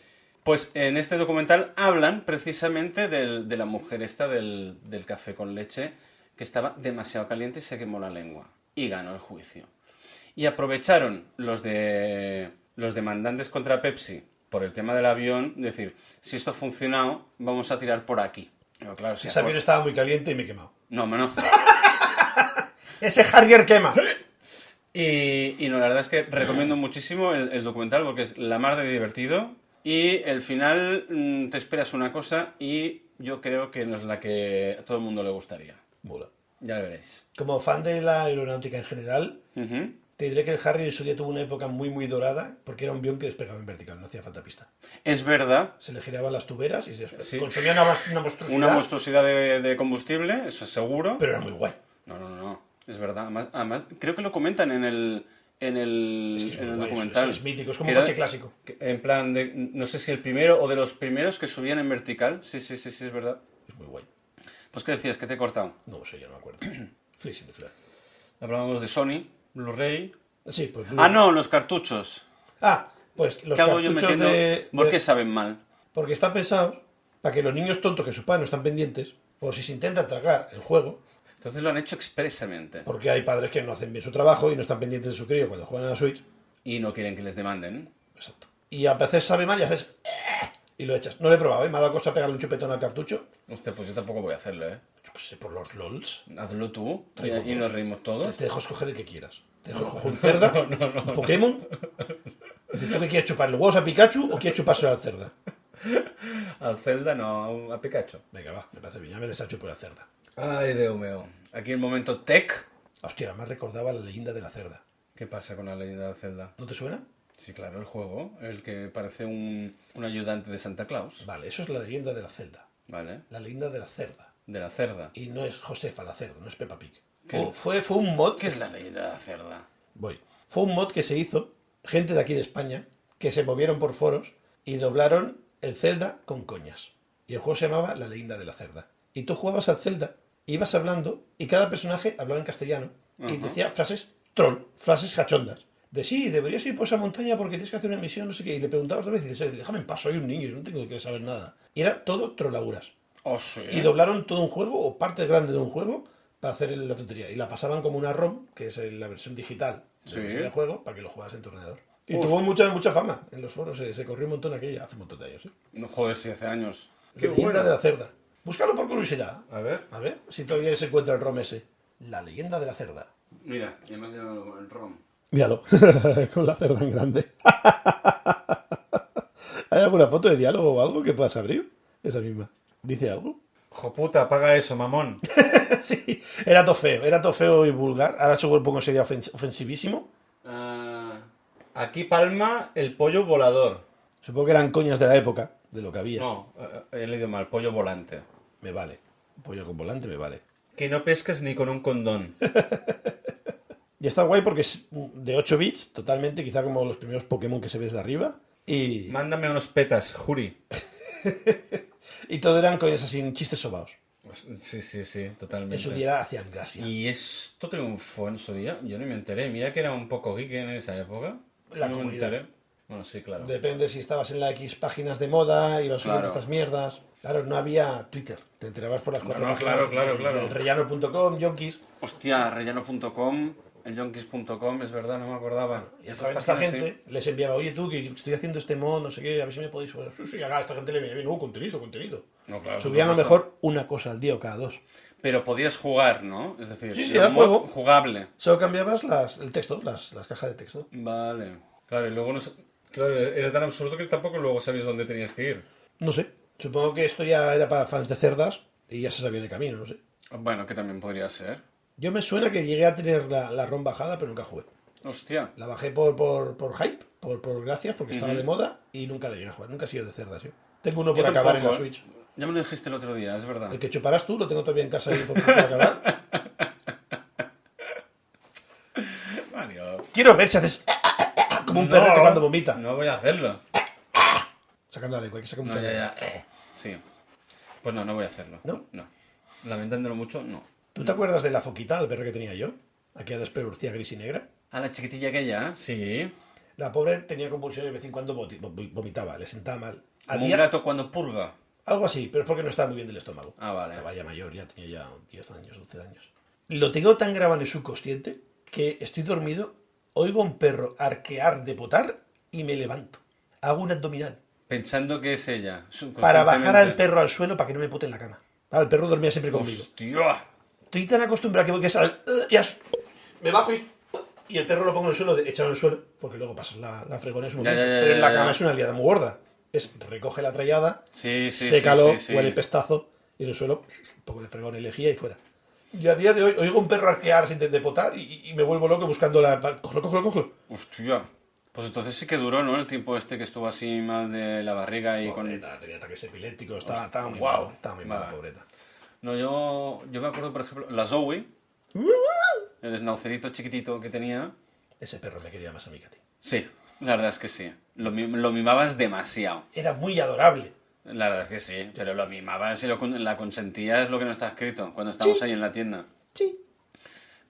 Pues en este documental hablan precisamente del- de la mujer esta del, del café con leche que estaba demasiado caliente y se quemó la lengua y ganó el juicio. Y aprovecharon los de los demandantes contra Pepsi por el tema del avión, decir, si esto ha funcionado, vamos a tirar por aquí. Pero claro, si Ese avión acuer- estaba muy caliente y me he quemado. No, hombre, no. ¡Ese Harrier [LAUGHS] quema! Y, y no, la verdad es que recomiendo muchísimo el, el documental porque es la mar de divertido. Y el final mm, te esperas una cosa y yo creo que no es la que a todo el mundo le gustaría. Mola. Ya lo veréis. Como fan de la aeronáutica en general, Ujú. Te diré que el Harry en su día tuvo una época muy, muy dorada porque era un bión que despegaba en vertical, no hacía falta pista. Es verdad. Se le giraban las tuberas y se Sí. consumía una, mos- una monstruosidad. Una monstruosidad de, de combustible, eso es seguro. Pero era muy guay. No, no, no, no. Es verdad. Además, además, creo que lo comentan en el, en el, Es que es en muy el guay, documental. es- es mítico, es como Que un era- coche clásico. que- En plan, de, no sé si el primero o de los primeros que subían en vertical. Sí, sí, sí, sí, es verdad. Es muy guay. Pues, ¿qué decías? Que te he cortado. No lo sé, ya no me [CLEARS THROAT] acuerdo. Flex in the Flash. Hablábamos de Sony, Blu-ray. Sí, pues. Ah, no, los cartuchos. Ah, pues los ¿Qué hago yo cartuchos metiendo? de- ¿Por de- qué saben mal? Porque están pensados para que los niños tontos que sus padres no están pendientes, o si se intentan tragar el juego, Entonces lo han hecho expresamente. porque hay padres que no hacen bien su trabajo y no están pendientes de su crío cuando juegan a la Switch. Y no quieren que les demanden. Exacto. Y a veces sabe mal y haces. "Eh", Y lo echas. No lo he probado, ¿eh? me ha dado cosa pegarle un chupetón al cartucho. Usted, pues yo tampoco voy a hacerlo, ¿eh? Yo qué sé, por los LOLs. Hazlo tú y, Traigo y dos. nos reímos Te, todos. te dejo escoger el que quieras. Te dejo escoger un cerda, un Pokémon. Dices, ¿Tú qué quieres chupar? ¿Los huevos a Pikachu o quieres chupárselo al cerda? Al Zelda no, a un- a Pikachu. Venga, va, me parece bien. Ya me deshacho por la cerda. Ay, Dios mío. Aquí el momento tech. Hostia, además recordaba la leyenda de la cerda. ¿Qué pasa con la leyenda de Zelda? ¿No te suena? Sí, claro, el juego, el que parece un, un ayudante de Santa Claus, Vale, eso es la leyenda de la celda. ¿vale? La leyenda de la cerda. De la cerda. Y no es Josefa la cerda, no es Peppa Pig. Fu- fue, fue un mod ¿Qué que... es la leyenda de la cerda? Voy. Fue un mod que se hizo, gente de aquí de España, que se movieron por foros y doblaron el Zelda con coñas. Y el juego se llamaba La leyenda de la cerda. Y tú jugabas al Zelda, ibas hablando y cada personaje hablaba en castellano y decía frases troll, frases cachondas. De sí, deberías ir por esa montaña porque tienes que hacer una misión, no sé qué. Y le preguntabas otra vez y dices, déjame en paz, soy un niño, yo no tengo que saber nada. Y era todo trolaguras. Oh, sí. Y doblaron todo un juego o parte grande de un juego para hacer la tontería. Y la pasaban como una ROM, que es la versión digital Sí. del juego, para que lo jugaras en tu ordenador. Y Hostia. tuvo mucha, mucha fama en los foros, se, se corrió un montón aquella, hace un montón de años. ¿eh? No joder, sí, hace años. Qué la leyenda bueno. de la cerda. Búscalo por curiosidad. ¿eh? A ver. A ver si todavía se encuentra el ROM ese. La leyenda de la cerda. Mira, ya me ha llegado el ROM. Míralo, [LAUGHS] con la cerda en grande. [LAUGHS] ¿Hay alguna foto de diálogo o algo que puedas abrir? Esa misma. ¿Dice algo? Joputa, apaga eso, mamón. [LAUGHS] Sí, era todo feo, era todo feo y vulgar. Ahora seguro pongo sería ofens- ofensivísimo. Ah. Aquí palma el pollo volador. Supongo que eran coñas de la época, de lo que había. No. Eh, He leído mal, pollo volante. Me vale. Pollo con volante me vale. Que no pescas ni con un condón. Y está guay porque es de 8 bits, totalmente, quizá como los primeros Pokémon que se ve desde arriba. Y, Mándame unos petas, Juri. y todo eran coñas así, chistes sobaos. Pues, Sí, sí, sí, totalmente. En su día era- hacían gracia. ¿Y esto triunfó en su día? Yo ni me enteré. Mira que era un poco geek en esa época. La no me comunidad. enteré. Bueno, sí, claro. Depende si estabas en la X páginas de moda, ibas subiendo Claro. estas mierdas. Claro, no había Twitter. Te enterabas por las cuatro no, páginas claro, claro, del- claro. del rellano.com, Yonkis. Hostia, rellano.com, el yonkis.com, es verdad, no me acordaba. Y a Esas través de esta páginas, gente les enviaba, oye tú, que estoy haciendo este mod, no sé qué, a ver si me podéis... Sí, sí, a esta gente le viene bien, no, contenido, contenido. No, claro, Subían a lo por mejor una cosa al día o cada dos. sí. Pero podías jugar, ¿no? Es decir, Sí, sí, era era un juego. mod jugable. Solo cambiabas las, el texto, las, las cajas de texto. Vale. Claro, y luego no sé- Claro, era tan absurdo que tampoco luego sabías dónde tenías que ir. No sé, supongo que esto ya era para fans de cerdas y ya se sabía en el camino, no sé. Bueno, que también podría ser. Yo me suena que llegué a tener la, la ROM bajada, pero nunca jugué. Hostia. La bajé por, por, por hype, por, por gracias, porque estaba de moda y nunca la llegué a jugar. Nunca he sido de cerdas, yo. Tengo uno por Yo acabar en tampoco, la ¿eh? Switch. Ya me lo dijiste el otro día, es verdad. El que chuparás tú lo tengo todavía en casa ahí por, por [LAUGHS] acabar. Mario. Quiero ver si haces eh, como un perrete cuando vomita. No voy a hacerlo. Sacando la lengua, que saca No, mucha ya, lengua. ya. eh. Sí. Pues no, no voy a hacerlo. ¿No? No. Lamentándolo mucho, no. ¿Tú te acuerdas de la foquita, el perro que tenía yo? Aquella desperurcía gris y negra. A la chiquitilla aquella. Sí. La pobre tenía convulsiones y de vez en cuando voti- vo- vomitaba, le sentaba mal. Como un Había- gato cuando purga. Algo así, pero es porque no estaba muy bien del estómago. Ah, vale. Estaba ya mayor, ya tenía ya 10 años, 12 años. Lo tengo tan grabado en el subconsciente que estoy dormido, oigo a un perro arquear de potar y me levanto. Hago un abdominal Pensando que es ella. para bajar al subconscientemente. perro al suelo para que no me pote en la cama. Ah, el perro dormía siempre conmigo. ¡Hostia! Estoy tan acostumbrado que voy que es al- y as- Me bajo y... Y el perro lo pongo en el suelo, de- echado en el suelo, porque luego pasas la, la fregona es un Ya, momento. ya, ya, pero en la ya, ya. cama es una liada muy gorda. Es recoge la trallada, Sí, sí, sí, sécalo, sí, sí. huele pestazo, y en el suelo, un poco de fregón y lejía y fuera. Y a día de hoy oigo un perro arquear sin depotar y, y me vuelvo loco buscando la. la- Cógelo, cógelo, cógelo. Hostia. Pues entonces sí que duró, ¿no? El tiempo este que estuvo así mal de la barriga y con... Pobreta, tenía ataques epilépticos, estaba, estaba muy guau. mal, estaba muy mal, Vale. pobreta. No, yo, yo me acuerdo, por ejemplo, la Zoe, el snaucerito chiquitito que tenía. Ese perro me quería más a mí que a ti. Sí, la verdad es que sí. Lo, mi- lo mimabas demasiado. Era muy adorable. La verdad es que sí, pero lo mimabas y lo con- la consentías, lo que no está escrito, cuando estábamos ahí en la tienda. Sí.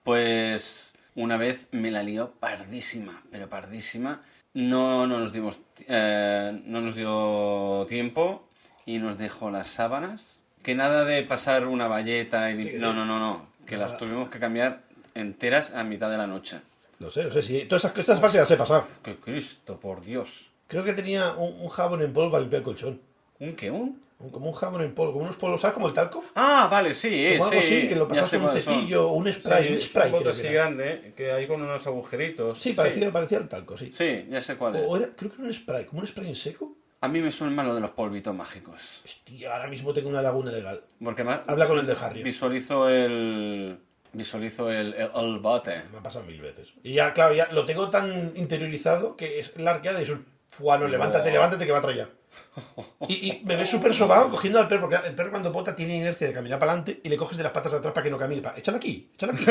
Pues una vez me la lió pardísima, pero pardísima. No, no nos dimos, eh, no nos dio tiempo y nos dejó las sábanas. Que nada de pasar una valleta y... lim- Sí, no, sí. no, no, no. Que las tuvimos que cambiar enteras a mitad de la noche. Lo sé, lo sé, sí. Todas esas cosas fáciles las he pasado. ¡Qué Cristo, por Dios! Creo que tenía un, un jabón en polvo para limpiar el colchón. ¿Un qué? ¿Un? Un- Como un jabón en polvo, como unos polvos, ¿sabes? Como el talco. Ah, vale, sí, Como sí. algo así, que lo ya pasas sé con un cuáles son. cepillo o un spray. un es spray, un bote creo así que era. ¿eh? grande que hay con unos agujeritos. Sí, parecía, parecía el talco, sí. Sí, ya sé cuál O- o es. era- creo que era un spray, como un spray en seco. A mí me suena mal lo de los polvitos mágicos. Hostia, ahora mismo tengo una laguna legal. Porque más... Habla con el de Harry. Visualizo el. Visualizo el, el, el bote. Me ha pasado mil veces. Y ya, claro, ya lo tengo tan interiorizado que es la arqueada y es un fuano, levántate, Buah. levántate que va a traer. Y, y me ves súper sobado cogiendo al perro, porque el perro cuando bota tiene inercia de caminar para adelante y le coges de las patas de atrás para que no camine. Pa, échalo aquí, échalo aquí.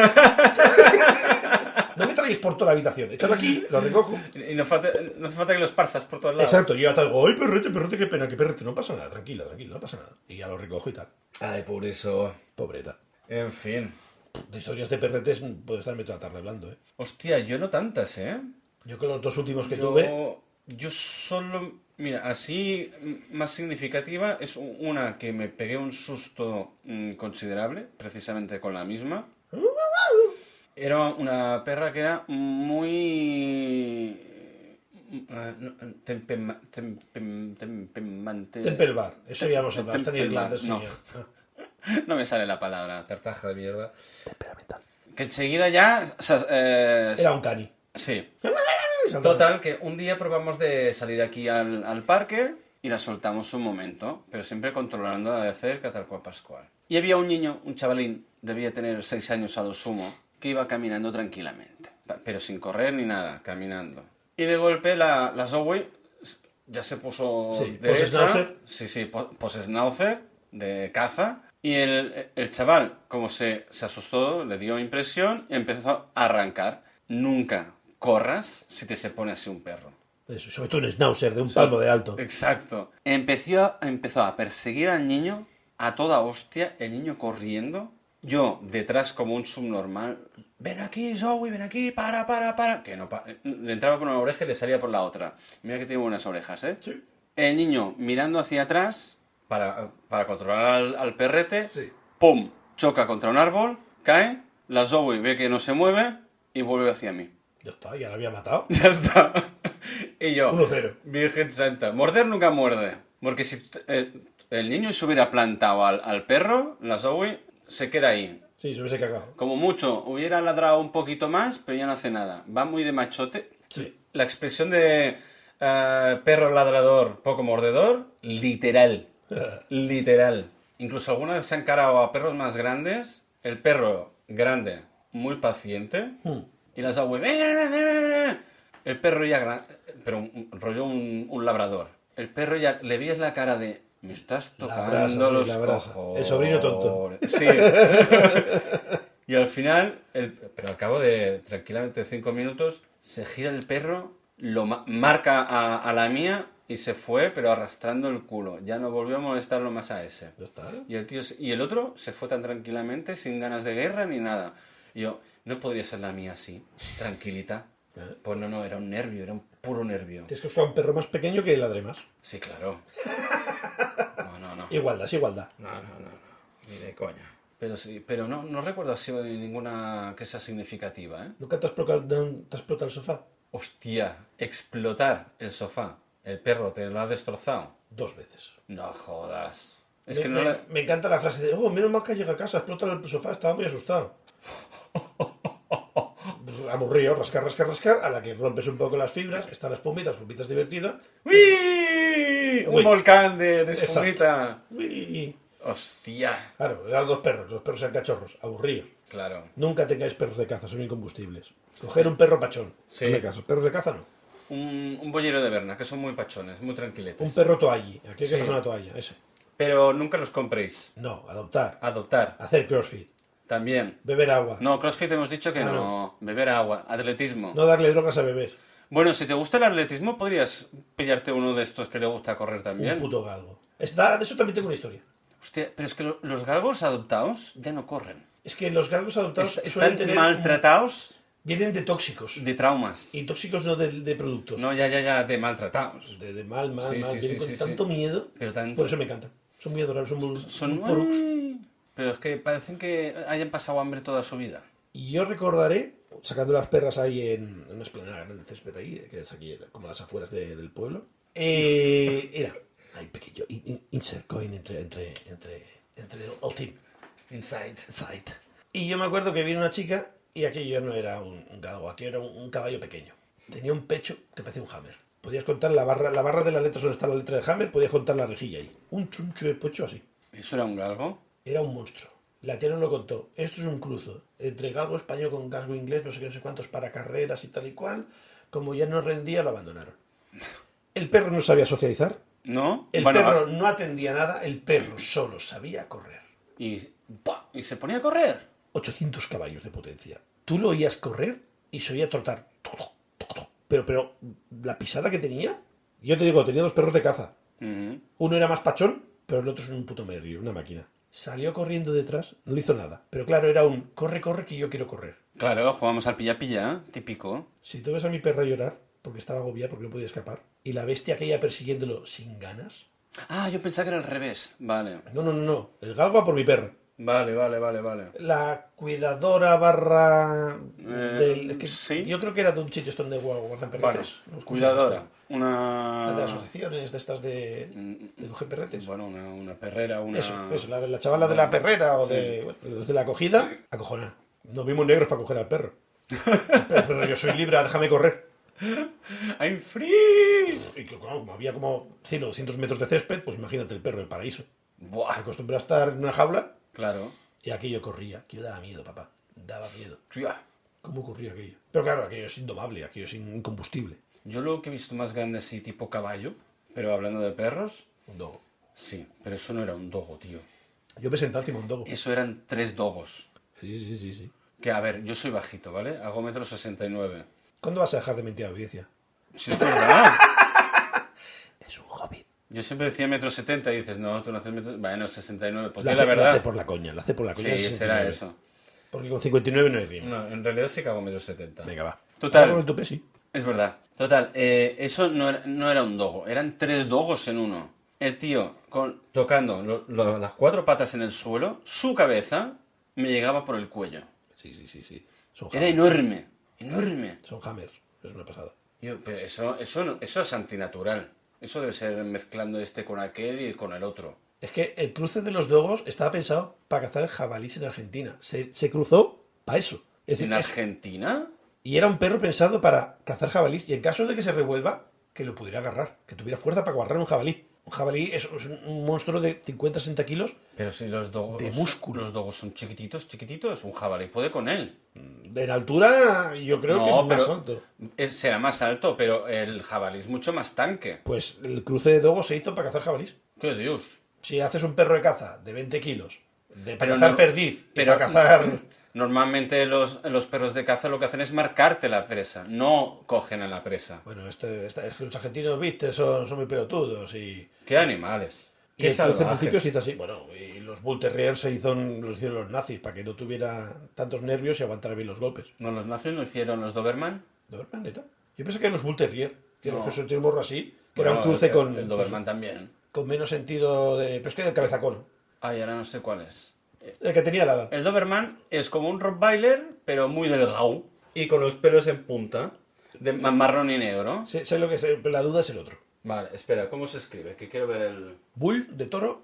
no me traéis por toda la habitación, échalo aquí, lo recojo. Y no, falta, no hace falta que lo esparzas por todos lados. Exacto, yo ya te digo, ay perrete, perrete, qué pena, qué perrete, no pasa nada, tranquilo, tranquilo, no pasa nada. Y ya lo recojo y tal. Ay, por eso. Pobreta. En fin. De historias de perretes mm, puedo estarme toda la tarde hablando, ¿eh? Hostia, yo no tantas, ¿eh? Yo con los dos últimos que yo, tuve, yo solo. Mira, así m- más significativa es u- una que me pegué un susto mm, considerable, precisamente con la misma. Era una perra que era muy. eh, no, tempema- tempem- temperamente- Temperbar, eso ya hemos hablado, está en Temperbar, Irlanda, es no. genial. Ah. No me sale la palabra. Tartaja de mierda. Que enseguida ya. o sea, eh, Era un cani. Sí. Saltaba. Total, que un día probamos de salir aquí al, al parque y la soltamos un momento, pero siempre controlando la de cerca, tal cual Pascual. Y había un niño, un chavalín, debía tener seis años a lo sumo, que iba caminando tranquilamente, pa- pero sin correr ni nada, caminando. Y de golpe la, la Zoe s- ya se puso Sí, pose derecha. schnauzer. Sí, sí, po- pose schnauzer, de caza. Y el, el chaval, como se, se asustó, le dio impresión, empezó a arrancar. Nunca corras si te se pone así un perro. Eso, sobre todo un schnauzer de un palmo de alto. Exacto. Empezó a, empezó a perseguir al niño a toda hostia, el niño corriendo. Yo detrás como un subnormal. Ven aquí, Zoe, ven aquí, para, para, para. Que no pa- Le entraba por una oreja y le salía por la otra. Mira que tiene buenas orejas, ¿eh? Sí. El niño mirando hacia atrás para, para controlar al, al perrete. ¡Pum! Choca contra un árbol, cae. La Zoe ve que no se mueve y vuelve hacia mí. [LAUGHS] Ya está, ya lo había matado. Ya está. Y yo. 1-0. Virgen Santa. Morder nunca muerde. Porque si t- eh, el niño se hubiera plantado al, al perro, la Zoe se queda ahí. Sí, se hubiese cagado. Como mucho, hubiera ladrado un poquito más, pero ya no hace nada. Va muy de machote. Sí. La expresión de eh, perro ladrador, poco mordedor, literal. Eh, Literal. Incluso algunas se han encarado a perros más grandes. El perro grande, muy paciente. Hmm. Y las abue, "Ven, ven, ven, ven, ven". El perro ya, gra- pero un, un- rollo un, un labrador. El perro ya, le veías la cara de, me estás La tocando brasa, sí, los la brasa. cojones". El sobrino tonto. [LAUGHS] Sí. y al final, el- pero al cabo de tranquilamente cinco minutos, se gira el perro, lo ma- marca a, a la mía y se fue, pero arrastrando el culo. Ya no volvió a molestarlo más a ese. Ya está. Y el, tío, se- y el otro se fue tan tranquilamente, sin ganas de guerra ni nada. Y yo, no podría ser la mía así, tranquilita. ¿Eh? Pues no, no, era un nervio, era un puro nervio. Tienes que fue un perro más pequeño que ladre más. Sí, claro. No, no, no. Igualdad, es igualdad. No, no, no, no. Ni de coña. Pero sí, pero no, no recuerdo así de ninguna que sea significativa, ¿eh? ¿Nunca te has explotado, te has explotado el sofá? Hostia, explotar el sofá. El perro te lo ha destrozado. Dos veces. No jodas. Es me, que no me- la- me encanta la frase de, oh, menos mal que llega a casa, explota el sofá, estaba muy [LAUGHS] asustado. Aburrido, rascar, rascar, rascar, a la que rompes un poco las fibras, están las pumitas, pumitas divertidas. ¡Uy! Un Uy. volcán de, de Exacto. espumita. Uy. Hostia. Claro, eran dos perros, los perros eran cachorros, aburridos. Claro. Nunca tengáis perros de caza, son incombustibles. Coger un perro pachón. Sí. No me caso, perros de caza no. Un, un bollero de Berna, que son muy pachones, muy tranquiletes. Un perro toalli. Aquí hay que Sí. coger una toalla, ese. Pero nunca los compréis. No, adoptar. Adoptar. Hacer crossfit. También. Beber agua. No, CrossFit hemos dicho que Ah, no. no. Beber agua, atletismo. No darle drogas a bebés. Bueno, si te gusta el atletismo, podrías pillarte uno de estos que le gusta correr también. Un puto galgo. Está, de eso también tengo una historia. Hostia, pero es que lo- los galgos adoptados ya no corren. Es que los galgos adoptados Es- suelen están tener. maltratados Vienen de tóxicos. de traumas. Y tóxicos no de, de productos. No, ya, ya, ya, de maltratados. De, de mal, mal, Sí, mal. sí, Vienen sí, con sí, tanto sí. miedo. Pero tanto. Por eso me encantan. Son muy adorables, son muy, Son muy porucos. muy... Pero es que parecen que hayan pasado hambre toda su vida. Y yo recordaré, sacando las perras ahí en, en una esplanada grande de césped ahí, que es aquí como las afueras de- del pueblo, eh, era ahí pequeño, in- in- insert coin entre, entre, entre, entre el, el team. Inside. Inside. Y yo me acuerdo que vino una chica y aquello no era un, un galgo, aquello era un, un caballo pequeño. Tenía un pecho que parecía un hammer. Podías contar la barra, la barra de las letras donde está la letra de hammer, podías contar la rejilla ahí. Un chuncho de pecho así. ¿Eso era un galgo? Era un monstruo. La tía no lo contó. Esto es un cruzo entre galgo español con galgo inglés, no sé qué, no sé cuántos, para carreras y tal y cual. Como ya no rendía, lo abandonaron. El perro no sabía socializar. ¿No? El Bueno, ah. perro no atendía nada. El perro solo sabía correr. Y, ¡buah! y se ponía a correr. 800 caballos de potencia. Tú lo oías correr y se oía trotar. Toc, toc, toc, toc. Pero, pero, la pisada que tenía. Yo te digo, tenía dos perros de caza. Ujú. Uno era más pachón, pero el otro es un puto merrio, una máquina. Salió corriendo detrás, no le hizo nada. Pero claro, era un corre, corre, que yo quiero correr. Claro, jugamos al pilla-pilla, típico. Si tú ves a mi perra llorar, porque estaba agobiada, porque no podía escapar, y la bestia aquella persiguiéndolo sin ganas. Ah, yo pensaba que era al revés. Vale. No, no, no, no. El galgo a por mi perra. Vale, vale, vale, vale. La cuidadora barra. del- es que Eh, sí. Yo creo que era de un Chichestón de guau, guardan perretes. No sé cómo se llama cuidadora. esta. Una... La de asociaciones, de estas de. Mm, de coger perretes. Bueno, una, una perrera, una... Eso, eso, la de la chavala de la perrera o de, bueno, de la acogida, acojonar. Nos vimos negros para coger al perro. Pero, pero yo soy libra, déjame correr. ¡I'm free! Y que, claro, como había como 100 o 200 metros de césped, pues imagínate el perro del paraíso. Buah, Acostumbrado a estar en una jaula claro. y aquello corría. Aquello daba miedo, papá. Daba miedo. Tía, ¿Cómo corría aquello? Pero claro, aquello es indomable, aquello es incombustible. Yo lo que he visto más grande así tipo caballo, pero hablando de perros, Un dogo. sí, pero eso no era un dogo, tío. Yo me senté encima de un dogo. Eso eran tres dogos. Sí, sí, sí, sí. Que a ver, yo soy bajito, ¿vale? Hago metro 69. ¿Cuándo vas a dejar de mentir a la audiencia? Si es verdad. [LAUGHS] Es un hobbit. Yo siempre decía metro 70 y dices, no, tú no haces metro... Bueno, 69. Pues Lo di hace, la lo hace verdad. por la coña, lo hace por la coña. Sí, el será 69. eso. Porque con 59 no hay rima. No, en realidad sí que hago metro setenta. Venga, va. Total. Ahora con el tupé, sí. Es verdad. Total, eh, eso no era, no era un dogo, eran tres dogos en uno. El tío con, tocando lo- lo- las cuatro patas en el suelo, su cabeza me llegaba por el cuello. Sí, sí, sí, sí. Son Era hammers. enorme, enorme. Son hammers. Es una pasada. Yo, pero eso, eso, no- eso es antinatural. Eso debe ser mezclando este con aquel y con el otro. Es que el cruce de los dogos estaba pensado para cazar jabalís en Argentina. Se, se cruzó para eso. Es decir, ¿En es- Argentina? y era un perro pensado para cazar jabalís y en caso de que se revuelva, que lo pudiera agarrar, que tuviera fuerza para agarrar un jabalí. Un jabalí es, es un un monstruo de 50-60 kilos. Pero si los dogos... De músculo. Los dogos son chiquititos, chiquititos. Un jabalí puede con él. En altura yo creo que es No, más pero- alto. Eh, Será más alto, pero el jabalí es mucho más tanque. Pues el cruce de dogos se hizo para cazar jabalís. ¡Qué Dios! Si haces un perro de caza de 20 kilos, de para Pero cazar no- perdiz, y [LAUGHS] pero- para cazar... Normalmente los, los perros de caza lo que hacen es marcarte la presa, no cogen a la presa. Bueno, este, esta- es que los argentinos, viste, son, son muy pelotudos y... ¡Qué animales! Y ¡Qué entonces al salvajes! principio se hizo así. Bueno, y los Bull Terriers se hizo, los hicieron los nazis para que no tuviera tantos nervios y aguantara bien los golpes. ¿No los nazis no hicieron los Doberman? ¿De otra manera? Yo pensé que eran los Bull Terrier, que No. los que sortían el morro así, que era un No, cruce el- con, pues, El Doberman también. con menos sentido de... Pero es que de cabeza cono. Ay, ahora no sé cuál es. El que tenía la... El Doberman es como un Rottweiler, pero muy delgado. Y con los pelos en punta. De ma- marrón y negro. Sé, sé lo que es, pero la duda es el otro. Vale, espera, ¿cómo se escribe? Que quiero ver el... Bull de toro,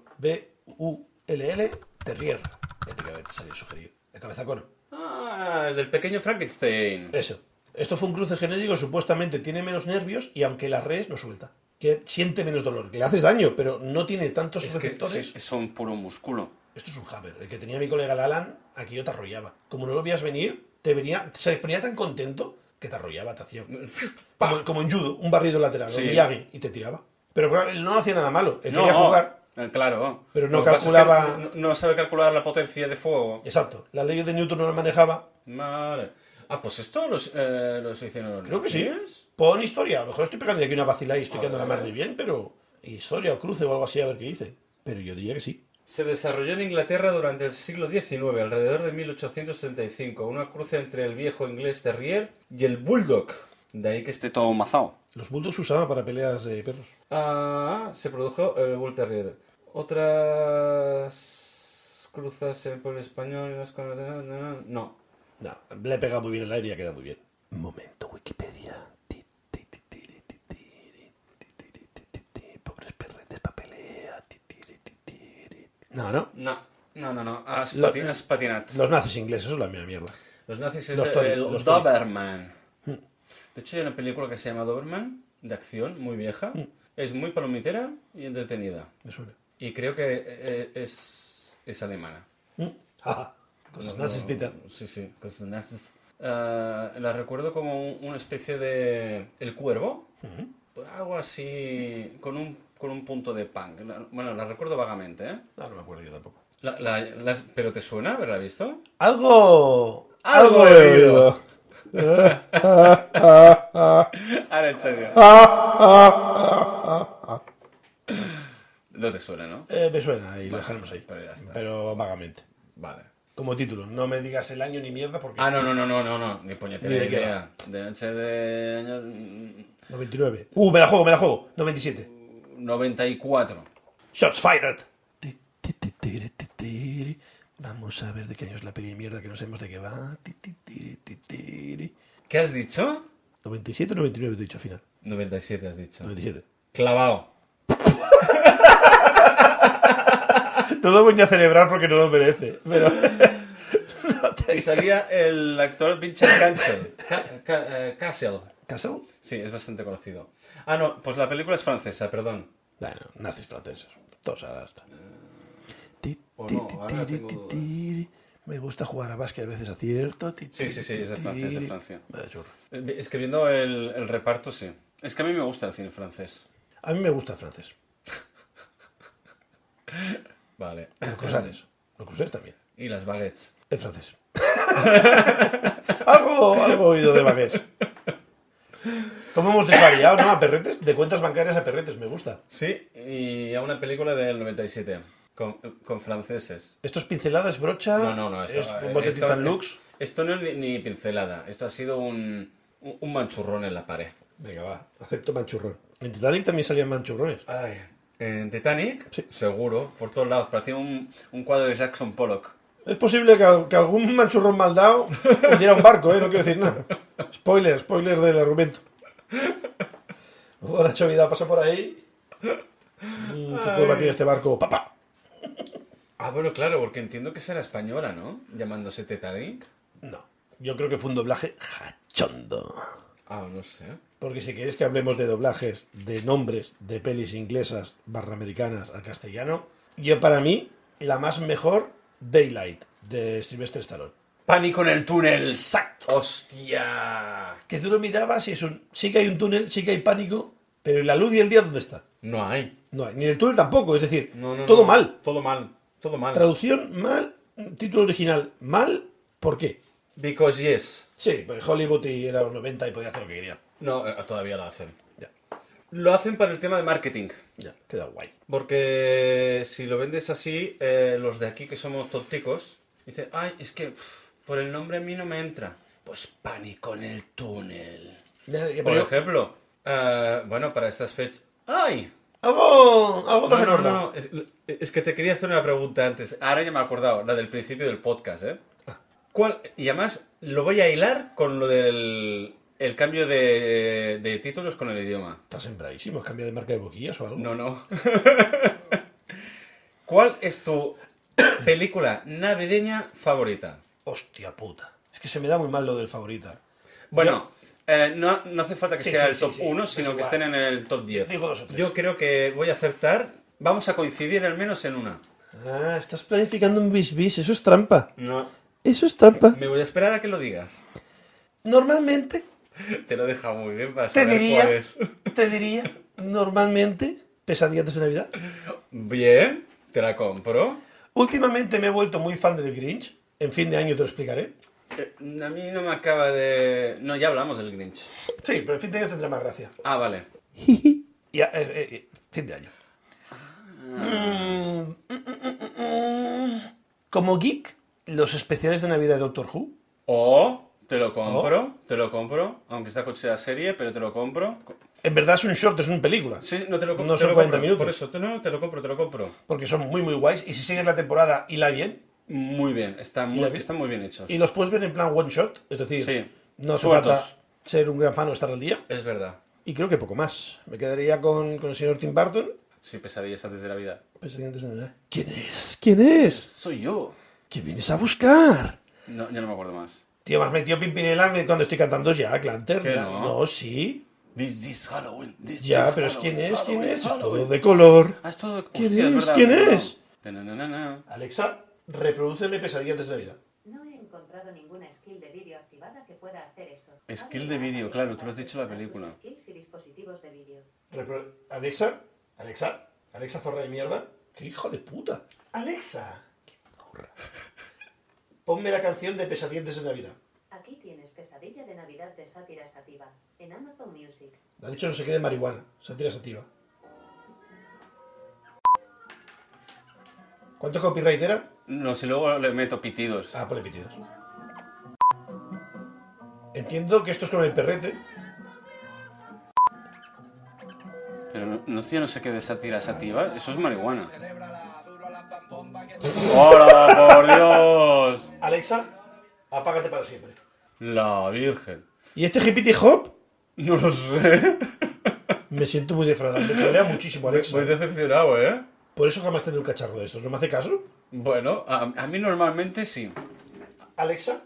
B-U-L-L, Terrier. Ya tenía que haber salido sugerido. De cabeza cono. Ah, el del pequeño Frankenstein. Eso. Esto fue un cruce genético, supuestamente tiene menos nervios y aunque las redes no suelta. que siente menos dolor, que le haces daño, pero no tiene tantos Es que receptores. Sí, son puro músculo. Esto es un hammer. El que tenía mi colega Lalan, aquí yo te arrollaba. Como no lo veías venir, te venía, se ponía tan contento que te arrollaba, te hacía. [LAUGHS] Como, como en judo, un barrido lateral, Sí. un Miyagi, y te tiraba. Pero claro, él no hacía nada malo. Él No, quería jugar. eh, claro. Pero no Lo que pasa es que calculaba- no- no sabe calcular la potencia de fuego. Exacto. Las leyes de Newton no las manejaba. Vale. Ah, pues esto los, eh, los hicieron los Creo que sí. ¿eh? nazis. Pon historia. A lo mejor estoy pegando aquí una vacila y estoy A quedando la ver. mar de bien, pero. Historia o cruce o algo así, a ver qué dice. Pero yo diría que sí. Se desarrolló en Inglaterra durante el siglo XIX, alrededor de 1835, una cruce entre el viejo inglés terrier y el bulldog. De ahí que Que esté Este todo mazao. Los bulldogs se usaban para peleas de perros. Ah, se produjo el Bull Terrier. Otras cruzas en pueblo español y las con- No. No, le he pegado muy bien el aire y ha quedado muy bien. Momento Wikipedia. Ti, ti, ti, tiri, ti, tiri, ti, tiri, ti, ti, ti. Pobres perretes pa' pelea. Ti, tiri, ti, tiri. No, no. No. No, no, no. Has, Lo- pati- has patinat. Los nazis ingleses son la misma mierda. Los nazis es Los el- Tory, el- los Mm. Tory. Doberman. De hecho, hay una película que se llama Doberman, de acción, muy vieja. Mm. Es muy palomitera y entretenida. Me suena. Y creo que eh, es, es alemana. Mm. Ajá. Cosas nazis, Pues Peter. Sí, sí, cosas nazis. Eh, la recuerdo como un- una especie de El Cuervo. pues Algo así, con un, con un punto de punk. La- Bueno, la recuerdo vagamente, ¿eh? No, no me acuerdo yo tampoco. La- la- las- ¿Pero te suena haberla visto? Algo. Algo he oído. [LAUGHS] Ahora, en serio. No te [LAUGHS] suena, ¿no? Eh, me suena y lo dejaremos ahí. pero ya está. Pero vagamente. Vale. Como título. No me digas el año ni mierda porque. Ah, no, no, no, no, no, no. Ni puñetera Ni de qué idea. De noche de año 99. Uh, me la juego, me la juego. 97. 94. Shots fired. Ti, ti, ti, tiri, ti, tiri. Vamos a ver de qué año es la peli de mierda que no sabemos de qué va. Ti, ti, tiri, ti, tiri. ¿Qué has dicho? 97 o 99 te he dicho al final. 97 has dicho. 97. Clavado. No lo voy ni a celebrar porque no lo merece. Pero [LAUGHS] Y salía el actor Vincent Cancel. Ca- ca- eh, Castle. ¿Castle? Sí, es bastante conocido. Ah, no, pues la película es francesa, perdón. Bueno, nazis franceses. Todos ahora hasta. Ti, o ti, no, ti, ahora tiri, tengo ti, dudas. tiri. Me gusta jugar a básquet, a veces acierto. Ti, Sí, tiri, sí, sí, ti, es de Francia, es de tiri. Francia. Vaya churro. Eh, Es que viendo el, el reparto, sí. Es que a mí me gusta el cine francés. A mí me gusta el francés. Vale. Los cruzanes. Los cruzanes también. Y las baguettes. En francés. [LAUGHS] algo, algo oído de baguettes. ¿Cómo hemos desvariado, no? A perretes. De cuentas bancarias a perretes, me gusta. Sí, y a una película del 97. Con, con franceses. Estos pinceladas, brocha. No, no, no, esto- Ah, es un bote esto- Titan Lux. Esto no es ni, ni pincelada. Esto ha sido un, un manchurrón en la pared. Venga, va. Acepto manchurrón. En Titanic también salían manchurrones. En Titanic, Sí. seguro, por todos lados. Parecía un, un cuadro de Jackson Pollock. Es posible que, al- que algún manchurrón mal dado hundiera un barco, ¿eh? No quiero decir nada. Spoiler, spoiler del argumento. Hola, Chavidad, pasa por ahí. Mm, ¿Qué curva tiene este barco? ¡Papá! Ah, bueno, claro, porque entiendo que será española, ¿no? Llamándose Titanic. No. Yo creo que fue un doblaje jachondo. Ah, no sé. Porque si queréis que hablemos de doblajes, de nombres, de pelis inglesas barra americanas al castellano, yo para mí, la más mejor, Daylight, de Sylvester Stallone. ¡Pánico en el túnel! Exacto. ¡Hostia! Que tú lo mirabas y es un... Sí que hay un túnel, sí que hay pánico, pero ¿y la luz y el día dónde está? No hay. No hay. Ni el túnel tampoco, es decir, No, no, todo no. mal. Todo mal. Todo mal. Traducción mal, título original mal, ¿por qué? Because yes. Sí, pues Hollywood y era los 90 y podía hacer lo que quería. No, eh, todavía lo hacen. Ya, Lo hacen para el tema de marketing. ya, queda guay. Porque si lo vendes así, eh, los de aquí que somos tópticos, dicen, ay, es que uf, por el nombre a mí no me entra. Pues pánico en el túnel. Ya, ya, Por pero- ejemplo, eh, bueno, para estas fechas... ¡Ay! Algo, algo No, se no, acorda. no, es, es que te quería hacer una pregunta antes. Ahora ya me he acordado, la del principio del podcast, ¿eh? Ah. ¿Cuál? Y además lo voy a hilar con lo del el cambio de, de títulos con el idioma. Estás sembradísimo, has cambiado de marca de boquillas o algo. No, no. [LAUGHS] ¿Cuál es tu película navideña favorita? Hostia puta. Es que se me da muy mal lo del favorita. Bueno, Eh, no, no hace falta que Sí, sea sí, el sí, top sí, 1, es sino que igual. estén en el top 10. Digo dos o tres. Yo creo que voy a acertar. Vamos a coincidir al menos en una. Ah, estás planificando un bis bis, eso es trampa. No. Eso es trampa. Me voy a esperar a que lo digas. Normalmente, Te lo he dejado muy bien para te saber cuál diría, es. te diría, normalmente, Pesadillas de Navidad. Bien, te la compro. Últimamente me he vuelto muy fan del Grinch. En fin de año te lo explicaré. Eh, a mí no me acaba de... No, ya hablamos del Grinch. Sí, pero en fin de año tendrá más gracia. Ah, vale. Ya, eh, eh, eh, fin de año. Mm, mm, mm, mm. Como geek, los especiales de Navidad de Doctor Who. O te lo compro, te lo compro. Aunque esta coche sea serie, pero te lo compro. En verdad es un short, es una película. Sí, no te lo No compro. te son lo 40 compro. minutos. Por eso, te- no, te lo compro, te lo compro. Porque son muy, muy guays. Y si sigues la temporada, hila bien. Muy bien, están la muy, vi- están muy bien hechos. Y los puedes ver en plan one shot. Es decir, Sí. no hace Sueltos. falta ser un gran fan o estar al día. Es verdad. Y creo que poco más. Me quedaría con, con el señor Tim Burton. Pues, Sí, pesadillas antes de la vida. Presidente de Navidad. ¿Quién es? ¿Quién es? Soy yo. ¿Qué vienes a buscar? No, ya no me acuerdo más. Tío, me has metido Pimpinela cuando estoy cantando ya, Clanter. Que Ya. no. no, sí. This is Halloween. This Ya, is pero es Halloween, quién es, quién Halloween, es. Es todo Halloween. de color. Ah, es todo- ¿Quién hostia, es? verdad, ¿Quién perdón. es? Ta-na-na-na-na. Alexa, reprodúceme pesadillas de Navidad. No he encontrado ninguna skill de vídeo activada que pueda hacer eso. Skill Abre de vídeo, la aplicación claro, tú lo has para dicho en la seleccionar película. tus skills y dispositivos de vídeo. Repro- Alexa, Alexa, Alexa zorra de mierda. ¡Qué hijo de puta! Alexa, qué zorra. Ponme la canción de Pesadillas de Navidad. Aquí tienes Pesadilla de Navidad de Sátira Sativa en Amazon Music. Ha dicho no se quede marihuana, sátira sativa. ¿Cuánto copyright era? No, si luego le meto pitidos. Ah, ponle pitidos. Entiendo que esto es con el perrete. Pero no, no sé, no sé qué de sátira sativa. Eso es marihuana. ¡Hola, por Dios! Alexa, apágate para siempre. La Virgen. ¿Y este hippity hop? No lo sé. Me siento muy defraudado. Me trolea muchísimo, Alexa. Voy decepcionado, ¿eh? Por eso jamás tendré un cacharro de estos. ¿No me hace caso? Bueno, a, a mí normalmente sí. Alexa,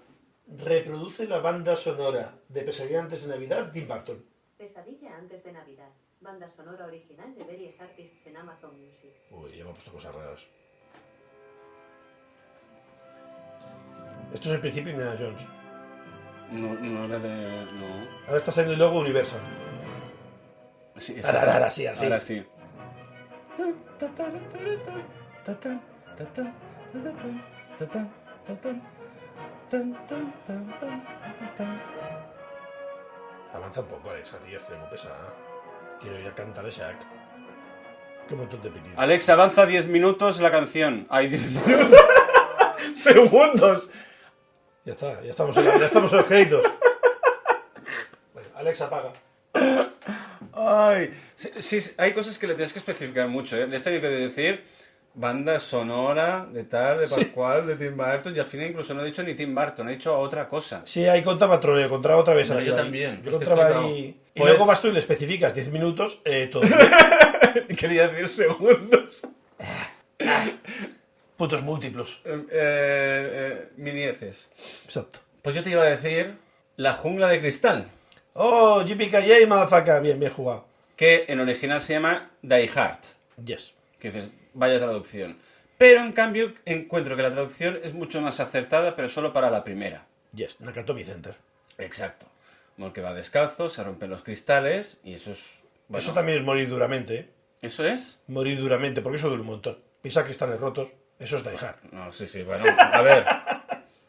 reproduce la banda sonora de Pesadilla antes de Navidad, Tim Burton. Pesadilla antes de Navidad. Banda sonora original de various artists en Amazon Music. Uy, ya me ha puesto cosas raras. Esto es el principio de Indiana Jones. No, no era de... No. Ahora está saliendo el logo Universal. Sí, es Ahora, esa. ahora sí, ahora sí. Ahora sí. Avanza un poco, Alexa, tío, es que no pesada. ¿eh? Quiero ir a cantar ese act. Qué montón de pitidos. Alex, avanza 10 minutos la canción. Ay, 10 minutos. Segundos. Ya está, ya estamos en, la- ya estamos en los créditos. Bueno, Alexa, apaga. Ay. Sí, sí, sí, hay cosas que le tienes que especificar mucho, ¿eh? Le has tenido que decir banda sonora de tal, de Pascual, de Tim Burton, y al final incluso no he dicho ni Tim Burton, he dicho otra cosa. Sí, ahí contaba troleo, contaba otra vez. No, arriba yo ahí. también, Yo que esté contaba flipado. ahí. Y Pues- luego vas tú y le especificas 10 minutos eh, todo. [LAUGHS] [LAUGHS] Quería decir segundos. Puntos múltiplos. Eh, eh, minieces. Exacto. Pues yo te iba a decir La jungla de cristal, Oh, JPKJ, motherfucker. Bien, bien jugado. que en original se llama Die Hard, Yes. que dices, vaya traducción. Pero en cambio encuentro que la traducción es mucho más acertada, pero solo para la primera. Yes. Nakatomi Center. Exacto. Porque va descalzo, se rompen los cristales y eso es... bueno, Eso también es morir duramente. ¿eh? ¿Eso es? Morir duramente, porque eso duele un montón. Pisa cristales rotos. Eso es Die Hard. No, sí, sí, bueno, [LAUGHS] a ver.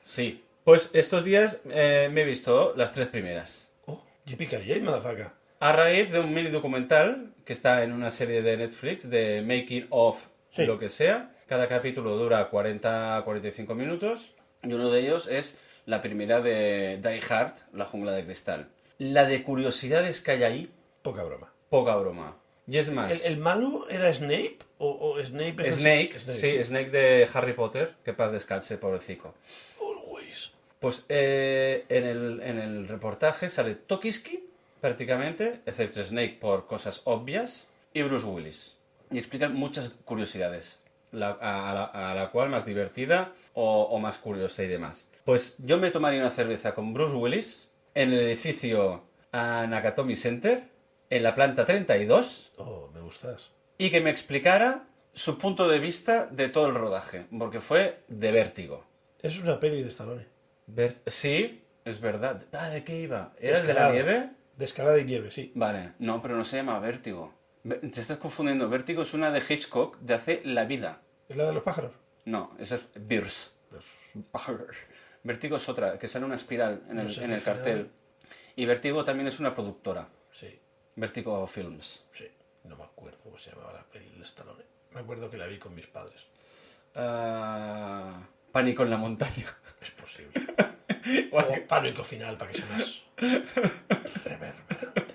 Sí. Pues estos días eh, me he visto las tres primeras. Oh, JPKJ, motherfucker. A raíz de un mini documental que está en una serie de Netflix de Making of Sí. lo que sea. Cada capítulo dura 40-45 minutos y uno de ellos es la primera de Die Hard, La jungla de cristal. La de curiosidades que hay ahí, Poca broma. poca broma. Y es ¿El, más, el malo era Snape? ¿O, o Snape es el- Snake, sí, sí. Snake de Harry Potter, que paz descanse, pobrecito. Always. Pues eh, en, el, en el reportaje sale Tokiski, prácticamente, excepto Snake por cosas obvias, y Bruce Willis. Y explican muchas curiosidades, la- a, a la, a la cual más divertida o, o más curiosa y demás. Pues yo me tomaría una cerveza con Bruce Willis en el edificio a Nakatomi Center, en la planta 32, Oh, me gustas. y que me explicara su punto de vista de todo el rodaje, porque fue de vértigo. Es una peli de Stallone. Ver- Sí, es verdad. Ah, ¿de qué iba? ¿Era el de Escalada. la nieve? De escalada y nieve, sí. Vale, no, pero no se llama Vértigo. Ve- Te estás confundiendo. Vértigo es una de Hitchcock de hace la vida. ¿Es la de los pájaros? No, esa es Beers. Vértigo es otra, que sale una espiral en el, sé en qué el final. cartel. Y Vértigo también es una productora. Sí, Vértigo Films. sí. No me acuerdo cómo se llamaba la peli de Stallone. Me acuerdo que la vi con mis padres. Ah, Pánico en la montaña. [LAUGHS] Es posible. Oh. O pánico final, para que sea [LAUGHS] más reverberante.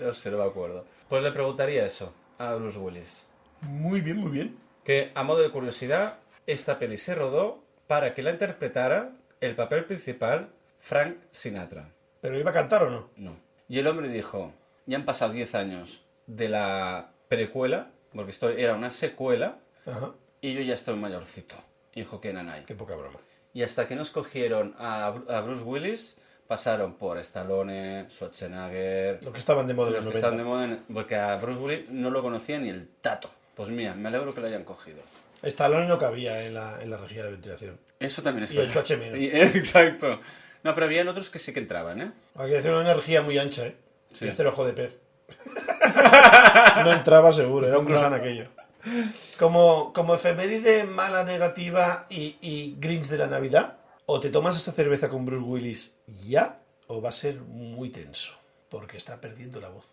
No sé, no me acuerdo. Pues le preguntaría eso a Bruce Willis. Muy bien, muy bien. Que, a modo de curiosidad, esta peli se rodó para que la interpretara el papel principal Frank Sinatra. ¿Pero iba a cantar o no? No. Y el hombre dijo, ya han pasado 10 años de la precuela, porque esto era una secuela, Ajá. y yo ya estoy mayorcito. Y Dijo que nanay. Qué poca broma. Y hasta que nos cogieron a, Bru- a Bruce Willis, pasaron por Stallone, Schwarzenegger, Lo que estaban de moda en los los que 90. están de moda, en- porque a Bruce Willis no lo conocía ni el tato. Pues mira, me alegro que lo hayan cogido. Stallone no cabía en la, en la rejilla de ventilación. Eso también es Y el verdad. choche menos. Y- eh, [LAUGHS] Exacto. No, pero habían otros que sí que entraban, ¿eh? Hay que hacer una energía muy ancha, ¿eh? Sí. Y hacer ojo de pez. [LAUGHS] no entraba seguro, era un gusano aquello. Como, como efeméride mala negativa y, y Grinch de la Navidad, O te tomas esta cerveza con Bruce Willis ya, o va a ser muy tenso. Porque está perdiendo la voz.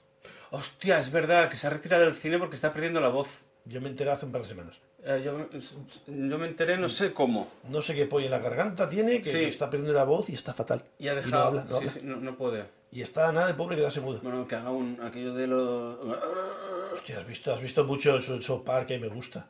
Hostia, es verdad que se ha retirado del cine porque está perdiendo la voz. Yo me enteré hace un par de semanas. Eh, yo, yo me enteré, no sé cómo. No sé qué pollo en la garganta tiene, que Sí. que está perdiendo la voz y está fatal. Y ha no dejado. habla, no sí, habla. sí, no, no puede. Y está a nada de pobre quedarse mudo. Bueno, que haga un, aquello de [LAUGHS] lo. Hostia, has visto, has visto mucho South South Park que me gusta.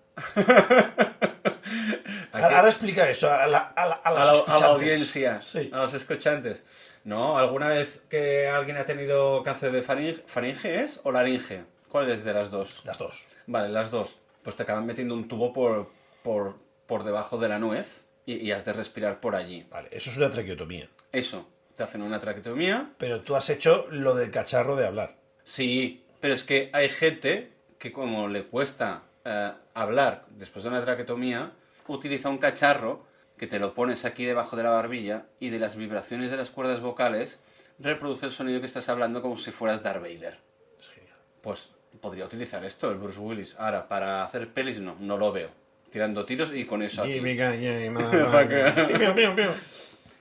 Aquel- Ahora explica eso a la, a la- a a los la, a escuchantes. la audiencia, Sí. a los escuchantes. No, ¿alguna vez que alguien ha tenido cáncer de faringe, faringe es o laringe? ¿Cuál es de las dos? Las dos. Vale, las dos. Pues te acaban metiendo un tubo por, por, por debajo de la nuez y, y has de respirar por allí. Vale, eso es una traqueotomía. Eso, te hacen una traqueotomía Pero tú has hecho lo del cacharro de hablar. Sí, pero es que hay gente que como le cuesta eh, hablar después de una traquetomía, utiliza un cacharro que te lo pones aquí debajo de la barbilla y de las vibraciones de las cuerdas vocales reproduce el sonido que estás hablando como si fueras Darth Vader. Es genial. Pues podría utilizar esto, el Bruce Willis. Ahora, para hacer pelis no, no lo veo. Tirando tiros y con eso aquí. [LAUGHS] Piu, piu, piu.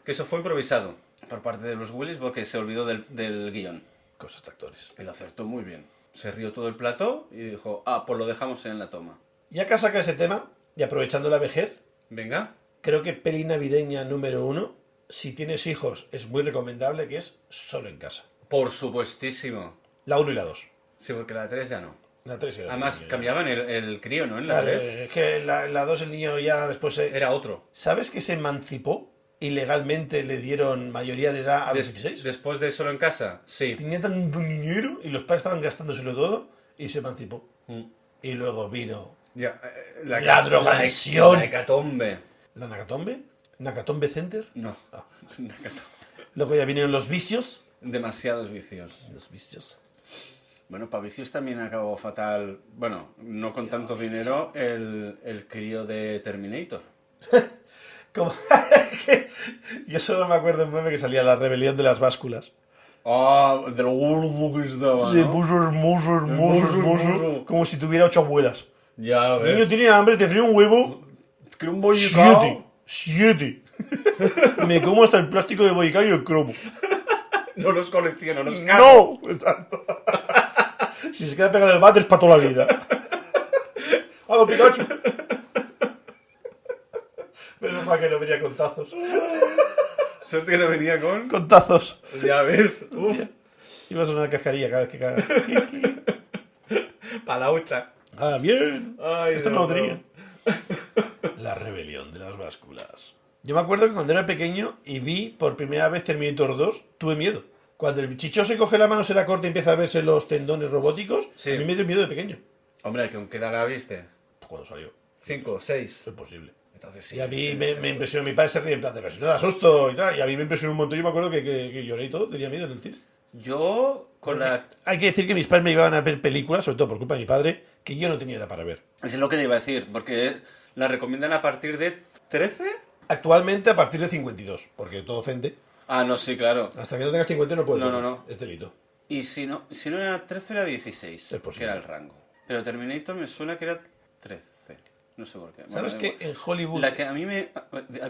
Que eso fue improvisado por parte de Bruce Willis porque se olvidó del, del guión. Cosas de actores. Y lo acertó muy bien. Se rió todo el plato y dijo, ah, pues lo dejamos en la toma. Ya que has sacado ese tema, y aprovechando la vejez, Venga. creo que peli navideña número uno, si tienes hijos, es muy recomendable que es Solo en Casa. Por supuestísimo. La 1 y la 2. Sí, porque la 3 ya no. La 3 y la Además, niño ya. cambiaban el, el crío, ¿no? En la Claro, 3. es que en la, en la 2 el niño ya después se... Era otro. ¿Sabes que se emancipó y legalmente le dieron mayoría de edad a los Des- 16? después de Solo en Casa, sí. Tenía tanto dinero y los padres estaban gastándoselo todo y se emancipó. Mm. Y luego vino Ya, eh, la, La ca- drogadicción. La hecatombe. la Nakatombe, Nakatombe Center. No. Ah. [LAUGHS] La hecatombe. Luego ya vinieron los vicios. Demasiados vicios. Los vicios. Bueno, para vicios también acabó fatal. Bueno, no con tanto dinero, el, el crío de Terminator. [LAUGHS] Como- que- Yo solo me acuerdo en meme que salía la rebelión de las básculas. Ah, del gordo que estaba. Se ¿no? puso hermoso, hermoso, Hermoso, hermoso. hermoso. Como si tuviera ocho abuelas. Ya El niño ves. tiene hambre, te frío un huevo. Quiero un Siete. bollicao. Siete. [LAUGHS] Me como hasta el plástico de boicao y el cromo. No los colecciono, los cago. ¡No! Exacto. [LAUGHS] Si se queda pegado en el bate es para toda la vida. ¡Hago Pikachu! Menos mal que no venía con tazos. Suerte que no venía con. Con tazos. Ya ves. Uf, Iba a sonar cascarilla cada vez que caga. [LAUGHS] palaucha. Ahora bien. Ay, Esto no Dios lo mío. tenía. La rebelión de las básculas. Yo me acuerdo que cuando era pequeño y vi por primera vez Terminator 2, tuve miedo. Cuando el bichicho se coge la mano, se la corta y empieza a verse los tendones robóticos, Sí. a mí me dio miedo de pequeño. Hombre, que aunque la viste. Pues Cuando salió, 5, 6. es posible. Entonces sí. Y a mí es- me, me impresionó, mi padre se ríe en plan de, pero si no da susto y tal, y a mí me impresionó un montón, yo me acuerdo que, que- que lloré y todo, tenía miedo en el cine. Yo, con la. Hay que decir que mis padres me llevaban a ver películas, sobre todo por culpa de mi padre, que yo no tenía edad para ver. Es lo que te iba a decir, porque la recomiendan a partir de 13. Actualmente a partir de 52, porque todo ofende. Ah, no, sí, claro. Hasta que no tengas 50 no puedes No, verlo. no, no. Es delito. Y si no, si no era 13, era 16, Es posible. que era el rango. Pero Terminator me suena que era 13. No sé por qué. Bueno, ¿Sabes da que igual. en Hollywood La que a mí me. ah,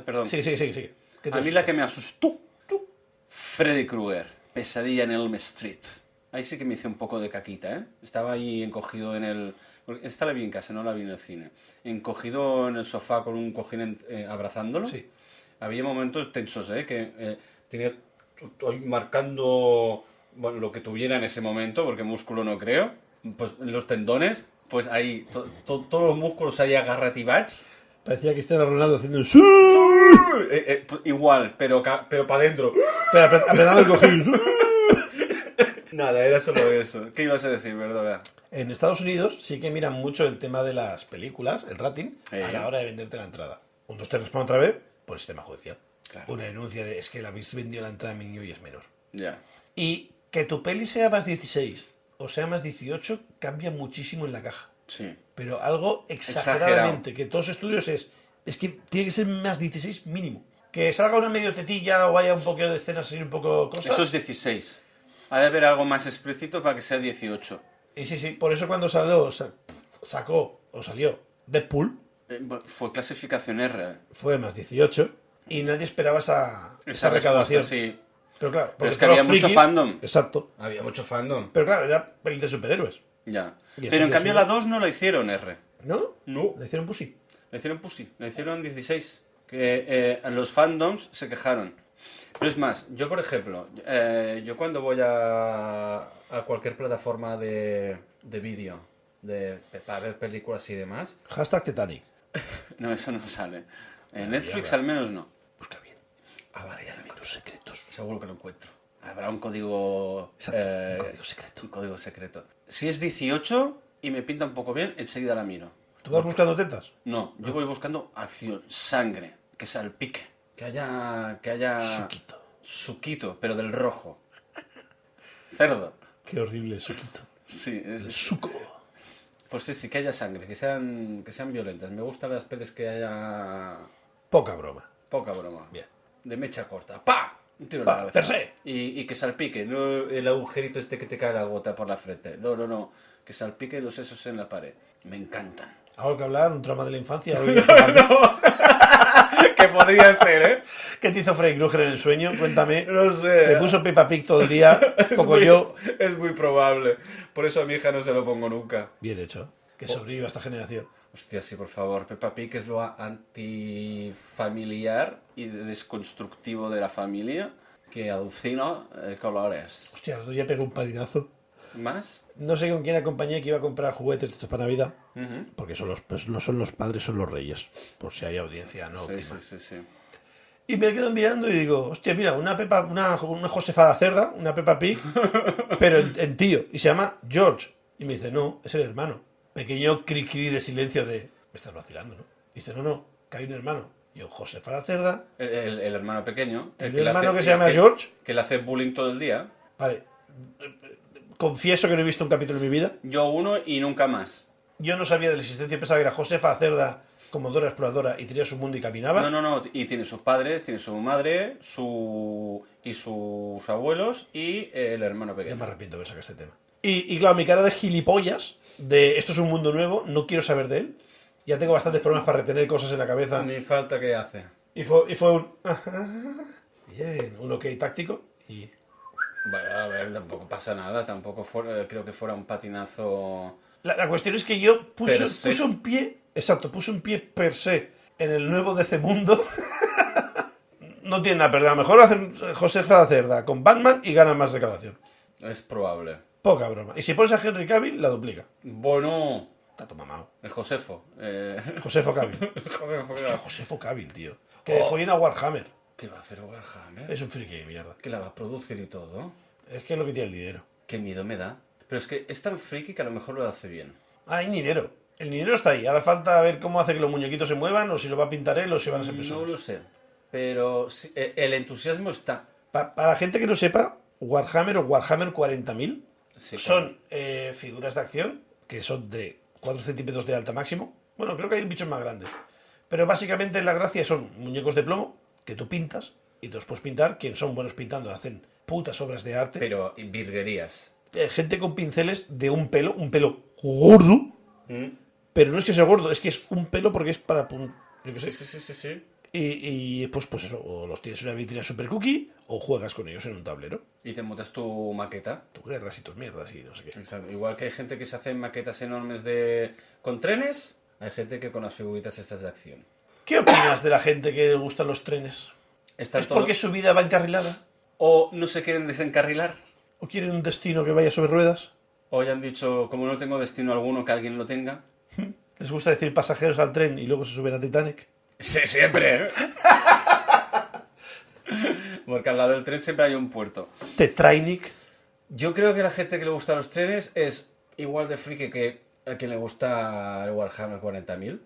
Perdón. Eh, Sí, sí, sí. sí. ¿Qué te A mí asusta? la que me asustó, tú, Freddy Krueger, Pesadilla en Elm Street. Ahí sí que me hice un poco de caquita, ¿eh? Estaba ahí encogido en el... porque Esta la vi en casa, no la vi en el cine. Encogido en el sofá con un cojín en- eh, abrazándolo. Sí. Había momentos tensos, ¿eh? Que eh, tenía... Hoy marcando bueno, lo que tuviera en ese momento, porque músculo no creo. Pues los tendones, pues ahí... to- to- todos los músculos ahí agarrativats. Parecía Cristiano Ronaldo haciendo un... ¡Suu! Eh, eh, pues igual, pero, ca- pero para adentro. Pero apre- apretando el cojín. ¡Suu! Nada, era solo eso. ¿Qué ibas a decir, verdad? En Estados Unidos sí que miran mucho el tema de las películas, el rating, a Eh. la hora de venderte la entrada. Un dos te responde otra vez por el sistema judicial. Claro. Una denuncia de es que la habéis vendido la entrada a mi niño y es menor. Ya. Y que tu peli sea más 16 o sea más 18 cambia muchísimo en la caja. Sí. Pero algo exageradamente, que todos los estudios es, es que tiene que ser más 16 mínimo. que salga una medio tetilla o haya un poquito de escenas así un poco cosas. Eso es 16. Ha de haber algo más explícito para que sea 18. Y sí, sí, por eso cuando salió, sa- sacó o salió Deadpool, Eh, bu- fue clasificación R. fue más 18 y nadie esperaba esa, esa, Esa recaudación. respuesta, sí. Pero claro, porque Pero es que todos había los mucho frikis- fandom. Exacto. Había mucho fandom. Pero claro, era peli de superhéroes, Ya. Y Pero en está cambio la 2 no la hicieron R. ¿no? No. Le hicieron pussy. La hicieron Pussy. La hicieron 16. Que eh, los fandoms se quejaron. Pero es más, yo por ejemplo, eh, yo cuando voy a, a cualquier plataforma de, de vídeo, de, para ver películas y demás, Hashtag Titanic. No, eso no sale. En Netflix al menos no. Busca bien. Ah, vale, ya lo encuentro. Secretos. Seguro que lo encuentro. Habrá un código... Exacto, eh, un código secreto. un código secreto. Si es 18 y me pinta un poco bien, enseguida la miro. ¿Tú vas buscando tetas? No, yo voy buscando acción, sangre, que salpique, que haya... Que haya... Suquito. Suquito, pero del rojo. Cerdo. Qué horrible, Suquito. Sí, es- Suco. pues sí, sí, que haya sangre, que sean, que sean violentas. Me gustan las pelis que haya... Poca broma. Poca broma. Bien. De mecha corta. ¡Pa! Un tiro en Pa, la cabeza. per se. Y, y que salpique, no el agujerito este que te cae la gota por la frente. No, no, no. Que salpique los sesos en la pared. Me [LAUGHS] encantan. Algo que hablar, un trauma de la infancia. [LAUGHS] que podría ser, ¿eh? ¿Qué te hizo Freddy Krueger en el sueño? Cuéntame. [LAUGHS] No sé. Te puso Peppa Pig todo el [LAUGHS] día, poco muy, yo. Es muy probable. Por eso a mi hija no se lo pongo nunca. Bien hecho. Oh. Que sobreviva esta generación. Hostia, sí, por favor. Peppa Pig es lo a- antifamiliar y desconstructivo de la familia que alucina eh, colores. Hostia, el otro día pegué un padinazo. ¿Más? No sé con quién acompañé que iba a comprar juguetes de estos para Navidad. Ujú. Porque son los, pues no son los padres, son los reyes. Por si hay audiencia no Sí, óptima. sí, sí, sí. Y me quedo mirando y digo, hostia, mira, una Pepa, una, una Josefa la Cerda, una Pepa Pig, pero en, en tío. Y se llama George. Y me dice, no, es el hermano. Pequeño cri cri de silencio de, me estás vacilando, ¿no? Y dice, no, no, que hay un hermano. Y yo, Josefa la Cerda, El, el- el hermano pequeño. ¿El le hermano que se llama George? Que le hace bullying todo el día. vale, confieso que no he visto un capítulo en mi vida. Yo uno y nunca más. Yo no sabía de la existencia, pensaba que era Josefa la Cerda, comodora exploradora, y tenía su mundo y caminaba. No, no, no. Y tiene sus padres, tiene su madre, su y sus abuelos y el hermano Ya me pequeño. arrepiento de haber sacado este tema. Y, y claro, mi cara de gilipollas, de esto es un mundo nuevo, no quiero saber de él. Ya tengo bastantes problemas para retener cosas en la cabeza. Ni falta que hace. Y fue, y fue un... [LAUGHS] Bien, un ok táctico. Y Bueno, a ver, tampoco pasa nada. Tampoco fuera- eh, creo que fuera un patinazo. la, la cuestión es que yo puse, Per se. puse un pie, exacto, puse un pie per se en el nuevo de ese mundo. [LAUGHS] no tiene nada, perder. A lo mejor hacen José Cerda con Batman y ganan más recaudación. Es probable. Poca broma. Y si pones a Henry Cavill, la duplica. Bueno, Está todo mamado. el Josefo. eh. [LAUGHS] Josefo Cavill. Josefo, Hostia, Josefo Cavill, tío. Que Oh. le follen a Warhammer. ¿Qué va a hacer Warhammer? Es un friki de mierda. Que la va a producir y todo. Es que es lo que tiene el dinero. Qué miedo me da. Pero es que es tan friki que a lo mejor lo hace bien. Ah, hay dinero. El dinero está ahí. Ahora falta ver cómo hace que los muñequitos se muevan, o si lo va a pintar él, o si van a ser No personas. lo sé. Pero sí, eh, el entusiasmo está. Pa- para la gente que no sepa, Warhammer o Warhammer 40.000. Sí, son eh, figuras de acción que son de 4 centímetros de alta máximo. Bueno, creo que hay bichos más grandes. Pero básicamente la gracia son muñecos de plomo que tú pintas y te los puedes pintar. Quien son buenos pintando hacen putas obras de arte. Pero y virguerías. Eh, gente con pinceles de un pelo, un pelo gordo. Mm. Pero no es que sea gordo, es que es un pelo porque es para... pun- yo qué sé. Sí, sí, sí, sí, sí. Y, y, pues, pues eso, o los tienes en una vitrina super cookie o juegas con ellos en un tablero. Y te montas tu maqueta. Tú guerras y tus mierdas y no sé qué. Exacto. Igual que hay gente que se hace maquetas enormes de con trenes, hay gente que con las figuritas estas de acción. ¿Qué opinas de la gente que le gustan los trenes? Está ¿Es todo- porque su vida va encarrilada? O no se quieren desencarrilar. ¿O quieren un destino que vaya sobre ruedas? O ya han dicho, como no tengo destino alguno, que alguien lo tenga. ¿Les gusta decir pasajeros al tren y luego se suben a Titanic? Sí, siempre. ¿eh? [LAUGHS] Porque al lado del tren siempre hay un puerto. Tetrainic. Yo creo que la gente que le gusta los trenes es igual de friki que a quien le gusta el Warhammer 40.000.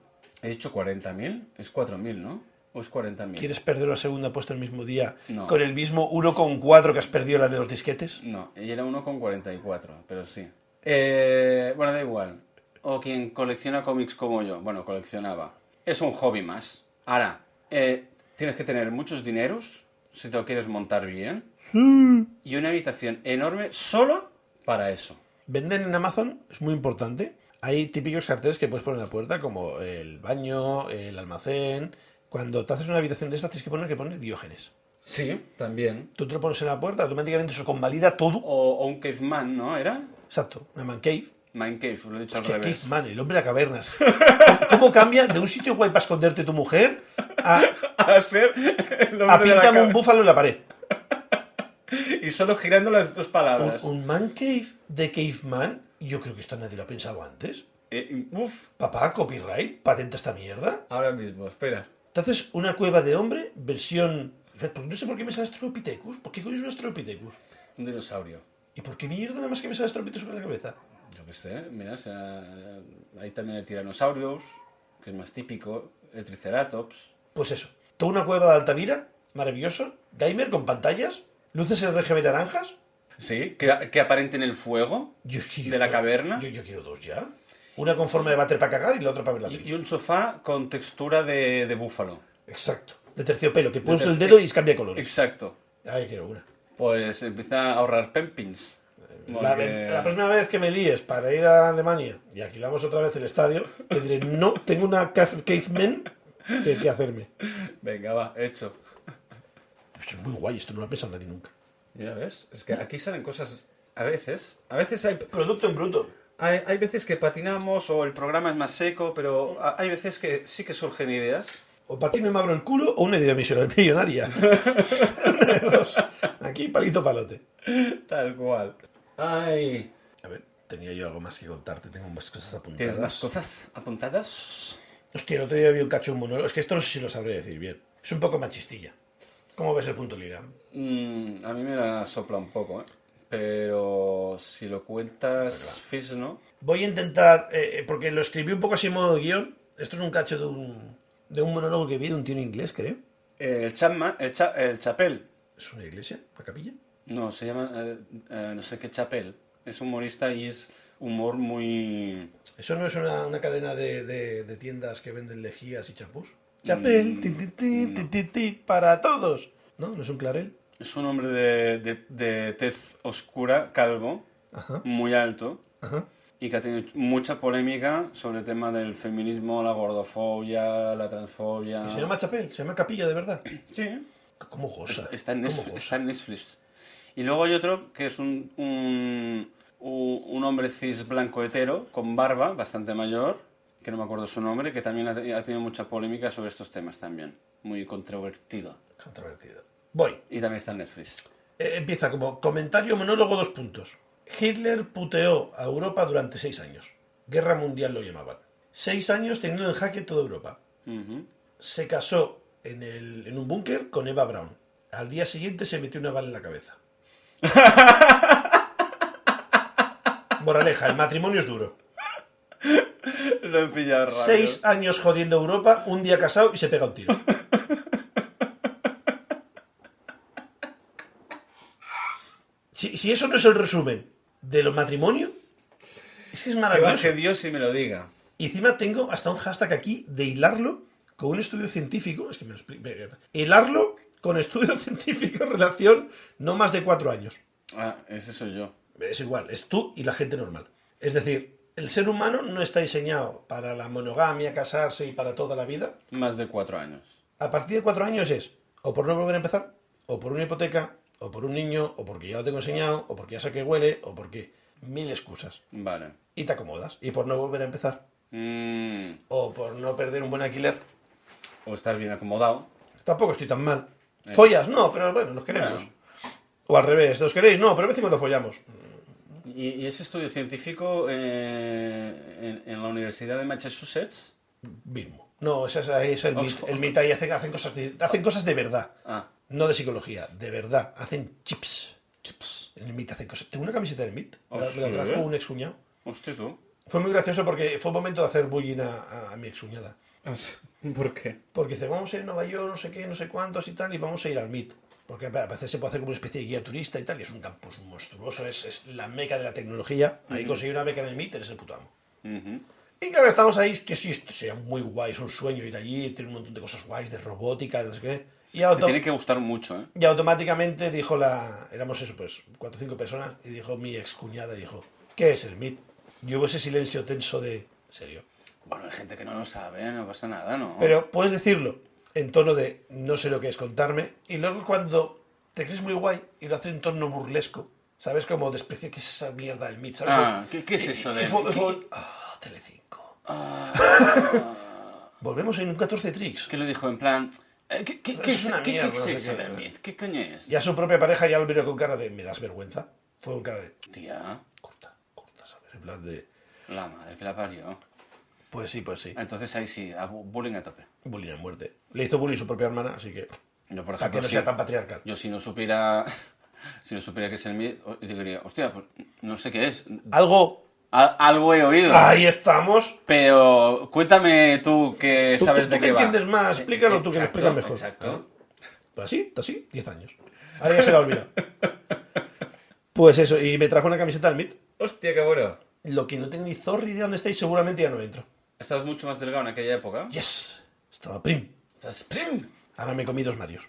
He dicho 40.000, es 4.000, ¿no? ¿O es 40.000? ¿Quieres perder una segunda puesta el mismo día No. con el mismo 1,4 que has perdido la de los disquetes? No, y era uno con 44, pero sí. Eh, bueno, da igual. O quien colecciona cómics como yo. Bueno, coleccionaba. Es un hobby más. Ahora, eh, tienes que tener muchos dineros si te lo quieres montar bien. Y una habitación enorme solo para eso. Venden en Amazon, es muy importante. Hay típicos carteles que puedes poner en la puerta, como el baño, el almacén. Cuando te haces una habitación de estas, tienes que poner que poner diógenes. Sí, también. Tú te lo pones en la puerta, automáticamente eso convalida todo. O, o un caveman, ¿no? ¿Era? Exacto, una man cave. Mind Cave, lo he dicho Es al que revés. [LAUGHS] Caveman, el hombre de las cavernas. ¿Cómo, cómo cambia de un sitio guay para esconderte tu mujer [LAUGHS] a, A ser el a nombre de la píntame un cabeza. búfalo en la pared? Y solo girando las dos ¿Un, palabras. un man cave de caveman? Yo creo que esto nadie lo ha pensado antes. Eh, uf, Papá, copyright, patenta esta mierda. ahora mismo, espera. Entonces, una cueva de hombre, versión... porque No sé por qué me sale Australopithecus. ¿Por qué coño es un Australopithecus? Un dinosaurio. ¿Y por qué mierda nada más que me sale Australopithecus con la cabeza? Yo qué sé, mira, o sea, hay también el Tiranosaurus, que es más típico, el Triceratops. Pues eso. Toda una cueva de Altavira, maravilloso. Gamer con pantallas, luces RGB naranjas. Sí, que, que aparenten el fuego Yo quiero de la dos. caverna. Yo, yo quiero dos ya. Una con forma de váter para cagar y la otra para ver la Y, tele. y un sofá con textura de, de búfalo. Exacto. De terciopelo, que pones terci- el dedo y cambia de colores. Exacto. Ay, quiero una. Pues empieza a ahorrar penpins. La, Porque- la próxima vez que me líes para ir a Alemania y alquilamos otra vez el estadio, te diré, no, tengo una cave- caveman que, que hacerme. Venga, va, hecho. Pues es muy guay, esto no lo ha pensado nadie nunca. Ya ves, es que aquí salen cosas a veces. A veces hay, Producto en bruto. hay, hay veces que patinamos o el programa es más seco, pero a- hay veces que sí que surgen ideas. O patino y me abro el culo o una idea misionera- [LAUGHS] millonaria. Una de dos. Aquí palito palote. Tal cual. Ay. A ver, tenía yo algo más que contarte, tengo más cosas apuntadas. ¿Tienes más cosas apuntadas? Hostia, el otro día vi un cacho de un monólogo. Es que esto no sé si lo sabré decir bien. Es un poco machistilla. ¿Cómo ves el punto lira? Mm, a mí me la sopla un poco, ¿eh? Pero si lo cuentas Fizz, ¿no? Voy a intentar, eh, eh, porque lo escribí un poco así en modo guión. Esto es un cacho de un, de un monólogo que vi de un tío en inglés, creo. Eh, El Chapman, el, cha- el Chapel. ¿Es una iglesia? ¿Una capilla? No, se llama eh, eh, no sé qué Chapel. Es humorista y es humor muy... ¿Eso no es una, una cadena de, de- de tiendas que venden lejías y champús? Mm, Chapel, ti, ti, ti, ti, ti, ti, para todos. ¿No? ¿No es un clarel? Es un hombre de, de- de tez oscura, calvo, Ajá, muy alto ajá. y que ha tenido mucha polémica sobre el tema del feminismo, la gordofobia, la transfobia... Y se llama Chapel, se llama capilla de verdad. [CLEARS THROAT] Sí, ¿Cómo goza? Está- Está en, ¿Cómo Netflix, goza? está en Netflix. Y luego hay otro que es un, un, un- un hombre cis blanco hetero con barba, bastante mayor, que no me acuerdo su nombre, que también ha, ha tenido mucha polémica sobre estos temas también. Muy controvertido. Controvertido. Voy. Y también está en Netflix. Eh, empieza como comentario monólogo dos puntos. Hitler puteó a Europa durante seis años. Guerra mundial lo llamaban. Seis años teniendo en jaque toda Europa. Ujú. [LAUGHS] Se casó en, el- en un búnker con Eva Braun. Al día siguiente se metió una bala en la cabeza. Moraleja, el matrimonio es duro. Lo he pillado rápido. Seis años jodiendo a Europa, un día casado y se pega un tiro. Si, si eso no es el resumen de los matrimonios, es que es Que maravilloso. baje Dios y me lo diga. Y encima tengo hasta un hashtag aquí de hilarlo con un estudio científico. Es que me lo explico. Hilarlo con estudio [LAUGHS] científico en relación no más de cuatro años. Ah, ese soy yo. Es igual, es tú y la gente normal. Es decir, el ser humano no está diseñado para la monogamia, casarse y para toda la vida. Más de cuatro años. A partir de cuatro años es o por no volver a empezar, o por una hipoteca, o por un niño, o porque ya lo tengo enseñado, o porque ya sé que huele, o porque mil excusas. Vale. Y te acomodas. Y por no volver a empezar, Mm, o por no perder un buen alquiler. o estar bien acomodado. Tampoco estoy tan mal. Follas, no, pero bueno, nos queremos. Bueno. O al revés, ¿os queréis? No, pero de vez en cuando follamos. Y, y ese estudio científico eh, en, en la Universidad de Massachusetts. Mismo. No, ese es, ahí es el, mit, Oxford. el mitad y hacen, hacen cosas de, hacen cosas de verdad. Ah, No de psicología, de verdad. Hacen chips. Chips. En el MIT hacen cosas. Tengo una camiseta del MIT. Ah, Me la- me la sí, trajo ¿eh? un excuñado. hostia tú. Fue muy gracioso porque fue un momento de hacer bullying a, a- a mi excuñada. ¿Por qué? Porque dice, vamos a ir a Nueva York, no sé qué, no sé cuántos y tal, y vamos a ir al MIT. Porque a veces se puede hacer como una especie de guía turista y tal, y es un campus monstruoso, es, es la meca de la tecnología. Ahí conseguir una beca en el MIT eres el puto amo. Ujú. Y claro, estamos ahí, que sí, esto sería muy guay, es un sueño ir allí, tiene un montón de cosas guays, de robótica, de no sé qué. Y, Te auto- tiene que gustar mucho, ¿eh? y automáticamente dijo la... Éramos eso, pues, cuatro o cinco personas, y dijo mi excuñada, dijo, ¿qué es el MIT? Y hubo ese silencio tenso de... ¿en serio? Bueno, hay gente que no lo sabe, ¿eh? no pasa nada, ¿no? Pero puedes decirlo en tono de no sé lo que es contarme. Y luego cuando te crees muy guay y lo haces en tono burlesco, ¿sabes? Como despreciar que es esa mierda del MIT, ¿sabes? Ah, ¿qué- qué es eso Y- del- y fue- fue- Ah, Telecinco. Ah. [LAUGHS] Volvemos en un 14 tricks. Que lo dijo en plan. eh, ¿Qué, qué- qué Es es, una qué- qué mierda, es no sé eso qué. del MIT? ¿Qué coño es? Y a su propia pareja ya lo miró con cara de me das vergüenza. Fue un cara de Tía, corta, corta, ¿sabes? En plan de... la madre que la parió. Pues sí, pues sí. Entonces ahí sí, a bu- bullying a tope. Bullying a muerte. Le hizo bullying su propia hermana, así que... Yo, Para por que ejemplo, no si, sea tan patriarcal. yo si no supiera. [LAUGHS] Si no supiera que es el MIT, o- diría, hostia, pues no sé qué es. Algo... Al- algo he oído. Ahí estamos. Pero cuéntame tú que Tú- sabes tú- de tú que qué va. Eh, entiendes más, explícalo tú, que lo Exacto, explicas mejor. Exacto. Pues así, así, 10 años. Ahora ya se la ha [LAUGHS] olvidado. Pues eso, y me trajo una camiseta al MIT. Hostia, qué bueno. Lo que no tengo ni zorri de dónde estáis, seguramente ya no entro. Estabas mucho más delgado en aquella época. Yes, estaba prim. Estás prim. Ahora me comí dos Marios.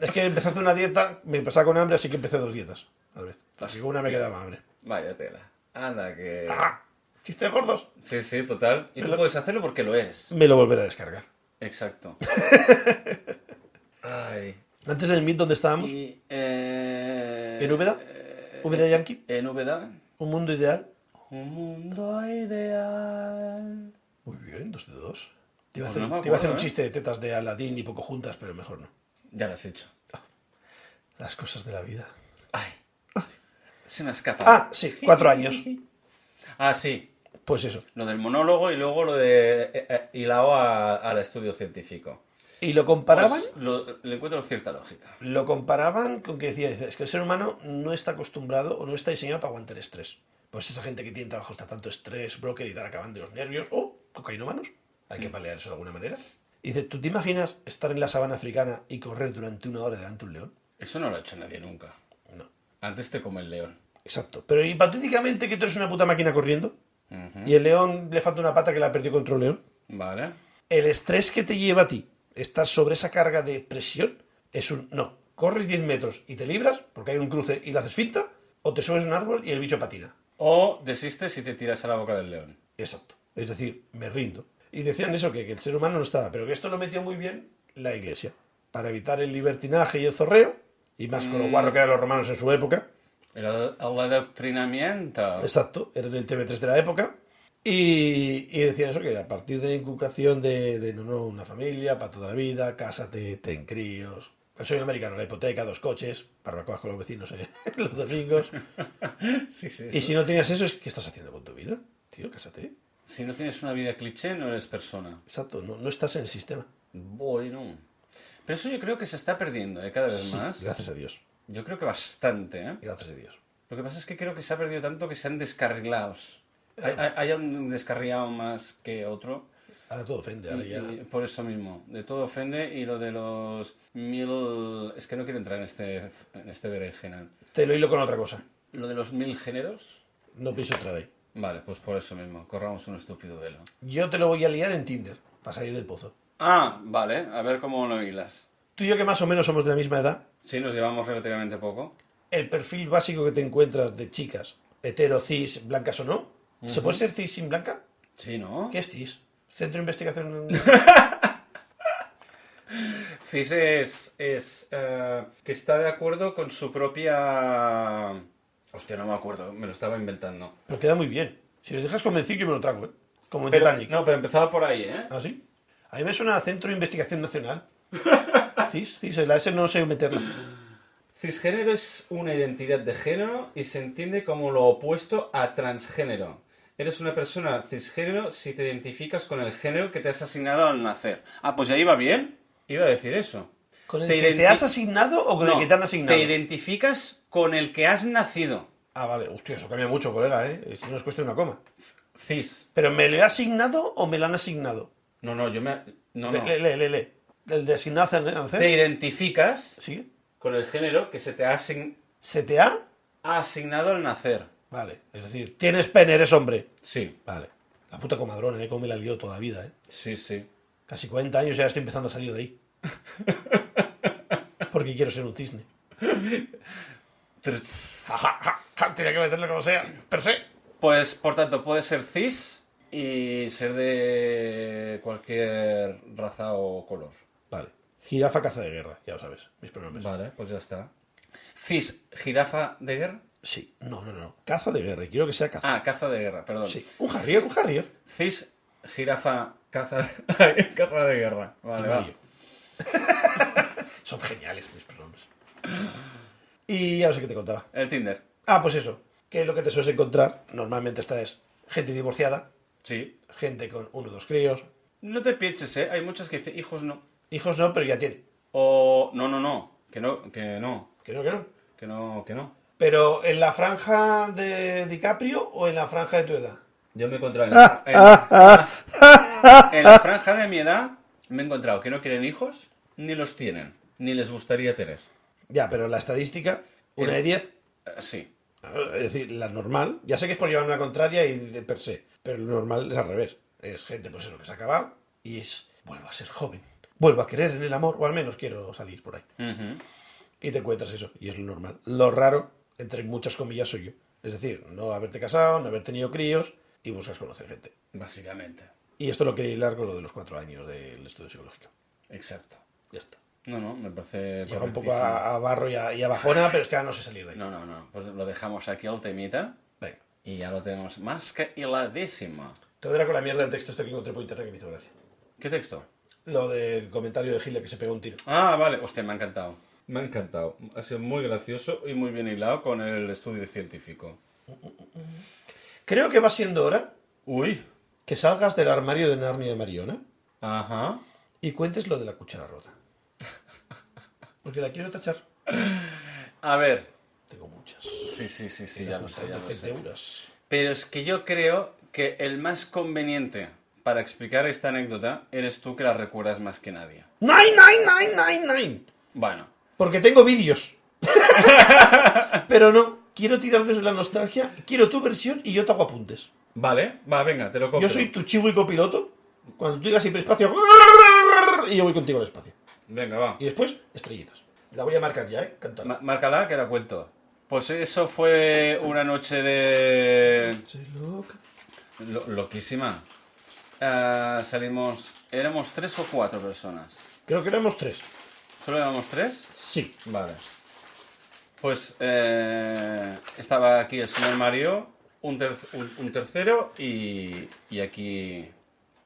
es que empecé a hacer una dieta, me empezaba con hambre, así que empecé dos dietas. A la vez. Así que una me quedaba hambre. Vaya tela. Anda, que. ¡Ah! ¡Chistes gordos! Sí, sí, total. Y tú puedes hacerlo porque lo eres. Me lo volveré a descargar. Exacto. Ay. Antes del MIT, ¿dónde estábamos? Y, eh, ¿En Úbeda? eh, ¿Úbeda Yankee? En Úbeda. ¿Un mundo ideal? Un mundo ideal. Muy bien, dos de dos. Te iba a Pues hacer, no me te iba a hacer acuerdo, un ¿eh? chiste de tetas de Aladín y poco juntas, pero mejor no. Ya lo has hecho. Las cosas de la vida. Ay. Se me ha escapado. Ah, sí, cuatro años. [LAUGHS] Ah, sí. Pues eso. Lo del monólogo. Luego y luego lo de eh, eh, hilado a- al estudio científico. Y lo comparaban, Pues, lo- le encuentro cierta lógica. lo comparaban con que decía, dice, es que el ser humano no está acostumbrado o no está diseñado para aguantar estrés. Pues esa gente que tiene trabajo está tanto estrés, broker y tal, acaban de los nervios, o cocainómanos. Hay que palear eso de alguna manera. Y dice, ¿tú te imaginas estar en la sabana africana y correr durante una hora delante de un león? Eso no lo ha hecho nadie nunca. No. Antes te come el león. Exacto. Pero hipotéticamente que tú eres una puta máquina corriendo Ujú. y el león le falta una pata que la perdió contra un león. Vale. El estrés que te lleva a ti estar sobre esa carga de presión es un no. Corres 10 metros y te libras porque hay un cruce y la haces finta, o te subes a un árbol y el bicho patina. O desistes y te tiras a la boca del león. Exacto. Es decir, me rindo. Y decían eso, que, que el ser humano no estaba, pero que esto lo metió muy bien la iglesia para evitar el libertinaje y el zorreo, y más con lo guarro que eran los romanos en su época. El, el adoctrinamiento. [LAUGHS] Exacto, eran el TV3 de la época. Y, y decían eso, que a partir de la inculcación de, de, no, no, una familia para toda la vida, cásate, ten críos. El sueño americano, la hipoteca, dos coches, barbacoas con los vecinos eh, [LAUGHS] los [LAUGHS] domingos. Sí, sí. Y si no tenías eso, es ¿qué estás haciendo con tu vida? Tío, cásate. Si no tienes una vida cliché, no eres persona. Exacto, no, no estás en el sistema. Bueno. Pero eso yo creo que se está perdiendo ¿eh? cada vez Sí, más. gracias a Dios, Yo creo que bastante. ¿eh? gracias a Dios. Lo que pasa es que creo que se ha perdido tanto que se han descarrilado. Hay, hay- hay un descarrilado más que otro. Ahora todo ofende. Ahora Y- ya. y por eso mismo, de todo ofende y lo de los mil... Es que no quiero entrar en este, en este berenjenal. Te lo hilo con otra cosa. Lo de los mil géneros, No pienso entrar ahí. vale, pues por eso mismo, corramos un estúpido velo. Yo te lo voy a liar en Tinder, para salir del pozo. Ah, vale, a ver cómo lo hilas. Tú y yo que más o menos somos de la misma edad, Sí, nos llevamos relativamente poco. el perfil básico que te encuentras de chicas, hetero, cis, blancas o no, ¿se puede ser cis sin blanca? Sí, ¿no? ¿Qué es cis? Centro de investigación... [LAUGHS] Cis es, es eh, que está de acuerdo con su propia... Hostia, no me acuerdo, me lo estaba inventando. Pero queda muy bien. Si lo dejas convencido yo me lo trago, ¿eh? Como en Pero, Titanic. no, pero empezaba por ahí, ¿eh? ¿Ah, sí? A mí me suena a Centro de Investigación [LAUGHS] Nacional. cis, cis, la S no sé meterla. Cisgénero es una identidad de género y se entiende como lo opuesto a transgénero. Eres una persona cisgénero si te identificas con el género que que te has asignado al nacer. Ah, pues ya iba bien. Iba a decir eso. ¿Con el Te que te identi- has asignado o con el No, que te han asignado? Te identificas con el que has nacido. Ah, vale. Hostia, eso cambia mucho, colega, ¿eh? Si no es cuestión de una coma. Cis. ¿Pero me lo he asignado o me lo han asignado? No, no, yo me... No, Le, no. le, le, le, le. ¿El de asignado hace- hace? Te identificas ¿Sí? con el género que se te ha, asign- ¿CTA? ha asignado al nacer. Vale. Es decir, tienes pene, eres hombre. Sí, Vale. La puta comadrona, ¿eh? Cómo me la lió toda la vida, ¿eh? sí, sí. Casi 40 años y ya estoy empezando a salir de [LAUGHS] ahí. Porque quiero ser un cisne. Tiene que meterlo como sea, per se. Pues, por tanto, puedes ser cis y ser de cualquier raza o color. Vale. Jirafa caza de guerra, ya lo sabes, mis pronombres. Vale, pues ya está. Cis, jirafa de guerra. Sí, no, no, no. Caza de guerra, y quiero que sea caza. Ah, caza de guerra, perdón. sí. Un harrier, un harrier. Cis, jirafa, caza, caza de [LAUGHS] guerra. Vale, Mario. vale. [LAUGHS] Son geniales mis pronombres. Y ya no sé qué te contaba. El Tinder. Ah, pues eso. Que lo que te sueles encontrar, normalmente esta es gente divorciada, Sí. gente con uno o dos críos. No te pienses, ¿eh? Hay muchas que dicen, hijos no. Hijos no, pero ya tiene. O, no, no, no. Que no, que no. Que no, que no. Que no, que no. Pero en la franja de DiCaprio o en la franja de tu edad. Yo me encontré en En, en la franja de mi edad me he encontrado que no quieren hijos, ni los tienen, ni les gustaría tener. Ya, pero la estadística, una Es- de diez, Eh, sí. es decir, la normal, ya sé que es por llevar una contraria y de per se, pero lo normal es al revés. Es gente, pues eso, que se ha acabado y es, vuelvo a ser joven, vuelvo a querer en el amor, o al menos quiero salir por ahí. Ujú. Y te encuentras eso, y es lo normal. Lo raro, entre muchas comillas, soy yo. Es decir, no haberte casado, no haber tenido críos y buscas conocer gente. Básicamente. Y esto lo quería hilar con lo de los cuatro años del estudio psicológico. Exacto. Ya está. No, no, me parece Llega un poco correctísimo. a, a barro y a, y a bajona, pero es que ahora no sé salir de ahí. No, no, no. Pues lo dejamos aquí al temita Venga. y ya lo tenemos más que hiladísimo. Te era con la mierda del texto este que encontré por internet que me hizo gracia. ¿Qué texto? Lo del comentario de Hitler que se pegó un tiro. Ah, vale. Hostia, me ha encantado. Me ha encantado. Ha sido muy gracioso. Y muy bien hilado con el estudio científico. Creo que va siendo hora Uy. que salgas del armario de Narnia de Mariona Ajá. y cuentes lo de la cuchara [LAUGHS] rota. Porque la quiero tachar. A ver. Tengo muchas. Sí, sí, sí, sí, ya lo sé, ya lo Entonces, sé. euros. Pero es que yo creo que el más conveniente para explicar esta anécdota eres tú que la recuerdas más que nadie. ¡Nine, nine, nine, nine, nine! Bueno. Porque tengo vídeos. [LAUGHS] pero no, quiero tirar desde la nostalgia. Quiero tu versión y yo te hago apuntes. Vale, va, venga, te lo compro. Yo soy tu chivo y copiloto. Cuando tú digas hiperespacio, y yo voy contigo al espacio. Venga, va. Y después, estrellitas. La voy a marcar ya, ¿eh? Cantar. Ma- márcala que la cuento. Pues eso fue una noche de... Lo- loquísima. Ah, salimos... Éramos tres o cuatro personas. Creo que éramos tres. ¿Solo éramos tres? Sí. Vale. Pues eh, estaba aquí el señor Mario, un, ter- un- un tercero y, y aquí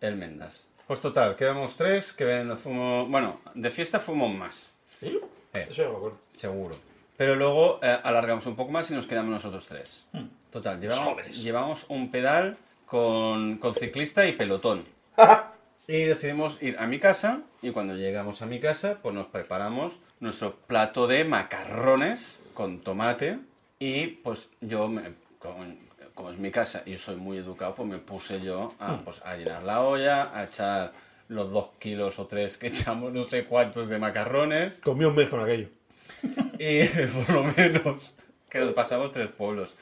el Mendas. Pues total, quedamos tres, que ven, fumo- bueno, de fiesta fuimos más, ¿Sí? Eh. Eso ya me acuerdo. seguro. Pero luego eh, alargamos un poco más y nos quedamos nosotros tres. Total, llevamos, jóvenes. llevamos un pedal con, con ciclista y pelotón. Y decidimos ir a mi casa y cuando llegamos a mi casa pues nos preparamos nuestro plato de macarrones con tomate y pues yo me- con, como es mi casa y soy muy educado, pues me puse yo a, pues, a llenar la olla, a echar los dos kilos o tres que [LAUGHS] echamos, no sé cuántos de macarrones. Comí un mes con aquello. Y [LAUGHS] por lo menos que nos pasamos tres pueblos.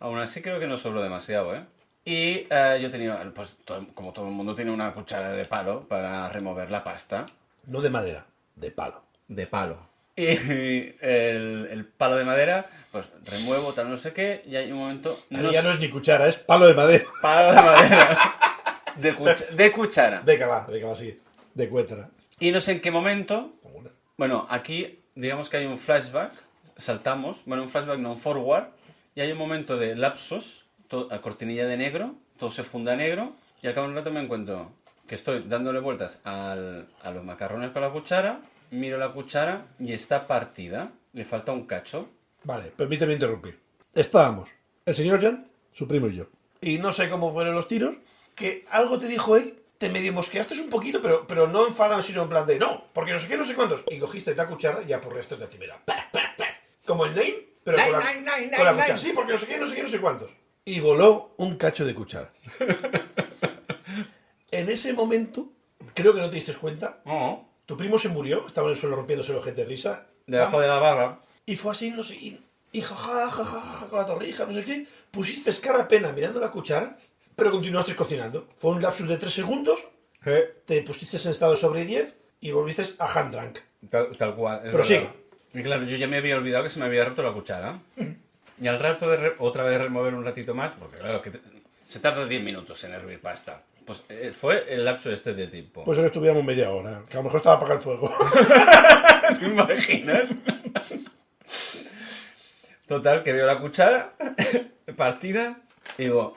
Aún así creo que no sobró demasiado, ¿eh? Y eh, yo tenía, pues todo- como todo el mundo tiene una cuchara de palo para remover la pasta. No de madera, de palo. De palo. [LAUGHS] Y el, el palo de madera, pues remuevo, tal, no sé qué, y hay un momento... Ahora No ya sé- no es ni cuchara, es palo de madera. [LAUGHS] Palo de madera. [LAUGHS] De, cuch- de cuchara. De cava, de cava, sí. De cuetra. Y no sé en qué momento. Bueno, aquí digamos que hay un flashback. Saltamos. Bueno, un flashback, no un forward. Y hay un momento de lapsos. to- a cortinilla de negro. Todo se funda a negro. Y al cabo de un rato me encuentro que estoy dándole vueltas al- a los macarrones con la cuchara. Miro la cuchara y está partida. Le falta un cacho. Vale, permíteme interrumpir. Estábamos, el señor Jan, su primo y yo. Y no sé cómo fueron los tiros, que algo te dijo él, te medio mosqueaste un poquito, pero, pero no enfadado, sino en plan de no, porque no sé qué, no sé cuántos. Y cogiste la cuchara y apurreaste en la cimera. Pa, pa, pa. Como el name, pero con la, con la cuchara. Sí, porque no sé qué, no sé qué, no sé cuántos. Y voló un cacho de cuchara. en ese momento, creo que no te diste cuenta, No. tu primo se murió, estaba en el suelo rompiéndose el ojete de risa. Debajo de la barra. Y fue así, no sé, y, y jaja, jaja, jaja, con la torrija, no sé qué. Pusiste cara pena mirando la cuchara, pero continuaste cocinando. Fue un lapsus de 3 segundos, te pusiste en estado sobre 10 y volviste a hand drunk. Tal, tal cual. es Prosiga. verdad. Y claro, yo ya me había olvidado que se me había roto la cuchara. Y al rato de re- otra vez remover un ratito más, porque claro, que te- se tarda 10 minutos en hervir pasta. Pues eh, fue el lapso este de tiempo. Pues que estuviéramos media hora, que a lo mejor estaba apagado el fuego. [LAUGHS] [LAUGHS] ¿Te imaginas? Total, que veo la cuchara [LAUGHS] partida y digo,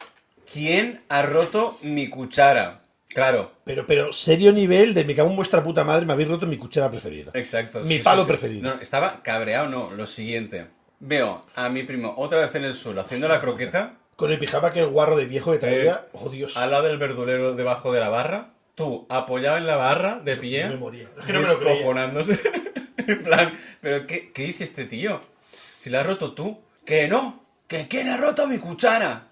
¿quién ha roto mi cuchara? Claro, pero, pero, serio nivel de me cago en vuestra puta madre, me habéis roto mi cuchara preferida. Exacto. Mi palo preferido. No, estaba cabreado, no. Lo siguiente. Veo a mi primo otra vez en el suelo haciendo la croqueta Con el pijama que el guarro de viejo que traía, oh Dios, al lado del verdulero debajo de la barra. Tú apoyado en la barra de yo pie, me moría. Es que no me lo creía. descojonándose. [LAUGHS] en plan, ¿pero qué, qué dice este tío? Si la has roto tú. ¡Que no! ¡Que quién ha roto mi cuchara!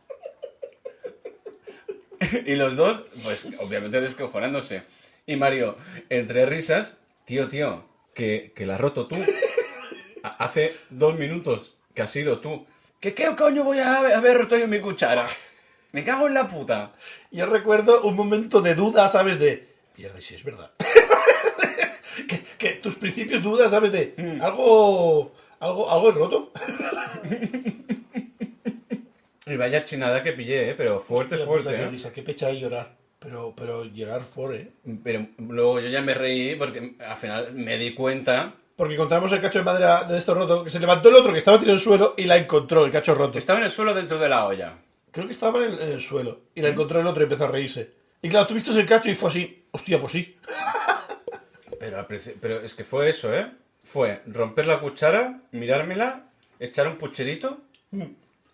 [LAUGHS] y los dos, pues obviamente descojonándose. Y Mario, entre risas, tío, tío, que, que la has roto tú. Ha- Hace dos minutos que has sido tú. ¿Que qué coño voy a haber haber roto yo mi cuchara? Me cago en la puta. Yo recuerdo un momento de duda, ¿sabes? De, mierda, y si es verdad. [LAUGHS] que, que tus principios dudas, ¿sabes? De, algo, algo, algo es roto. [LAUGHS] Y vaya chinada que pillé, ¿eh? pero fuerte, Hostia fuerte. puta, qué ¿eh? risa, qué pecha de llorar. Pero, pero llorar for, ¿eh? Pero luego yo ya me reí porque al final me di cuenta. Porque encontramos el cacho de madera de esto roto, que se levantó el otro que estaba tirado en el suelo y la encontró, el cacho roto. Estaba en el suelo dentro de la olla. Creo que estaba en, en el suelo y la encontró el otro y empezó a reírse. Y claro, tú viste ese cacho y fue así, hostia, pues sí. Pero, al principio- pero es que fue eso, ¿eh? Fue romper la cuchara, mirármela, echar un pucherito, Mm.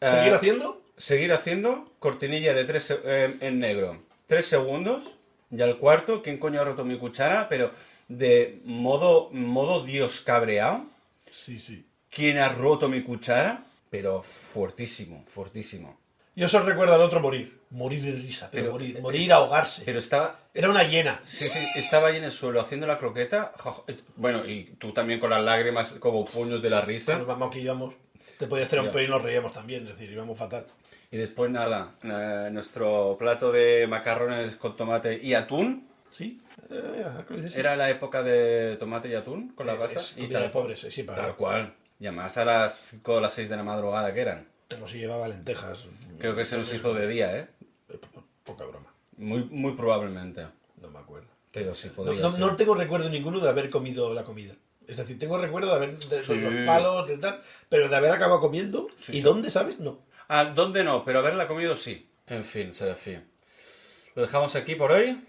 ¿Seguir Eh, haciendo? seguir haciendo cortinilla de tres se- eh, en negro. Tres segundos. Y al cuarto, ¿quién coño ha roto mi cuchara? Pero de modo, modo Dios cabreado. Sí, sí. ¿Quién ha roto mi cuchara? Pero fuertísimo, fuertísimo. Y eso recuerda al otro morir. Morir de risa, pero, Pero- morir, morir ahogarse. Pero estaba Era una hiena. Sí, sí, estaba ahí en el suelo haciendo la croqueta. Jo, jo, et- Bueno, y tú también con las lágrimas como puños de la Pero risa. mamá que íbamos. Te podías tirar un Ya. pelín y nos reíamos también, es decir, íbamos fatal. Y después nada, eh, nuestro plato de macarrones con tomate y atún. ¿Sí? Eh, ahora que lo dices, sí. Era la época de tomate y atún con la Es- basa. es y comida de pobres, eh, sí, para- Tal cual. Y además a las 5 o las 6 de la madrugada que eran. Como si llevaba lentejas. Creo que se nos hizo de día, ¿eh? Eh, po- Poca broma, Muy, muy probablemente. no me acuerdo. Pero sí No, podría no- ser. no tengo recuerdo ninguno de haber comido la comida. Es decir, tengo recuerdo de haber de, de Sí. los palos, de tal, pero de haber acabado comiendo. Sí, ¿Y sí. dónde sabes? No. Ah, ¿dónde no? Pero haberla comido sí. En fin, Serafín. Lo dejamos aquí por hoy. ¿Le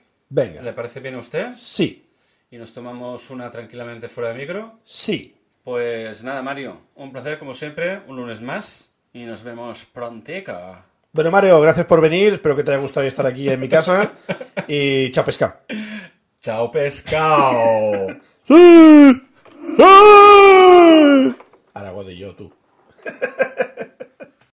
Venga. parece bien a usted? Sí, y nos tomamos una tranquilamente fuera de micro. sí. Pues nada, Mario, un placer como siempre, un lunes más y nos vemos prontica. Bueno, Mario, gracias por venir. Espero que te haya gustado estar aquí en mi [LAUGHS] casa. y chapesca. ¡Chao, pescado! [LAUGHS] Aragón y yo, tú.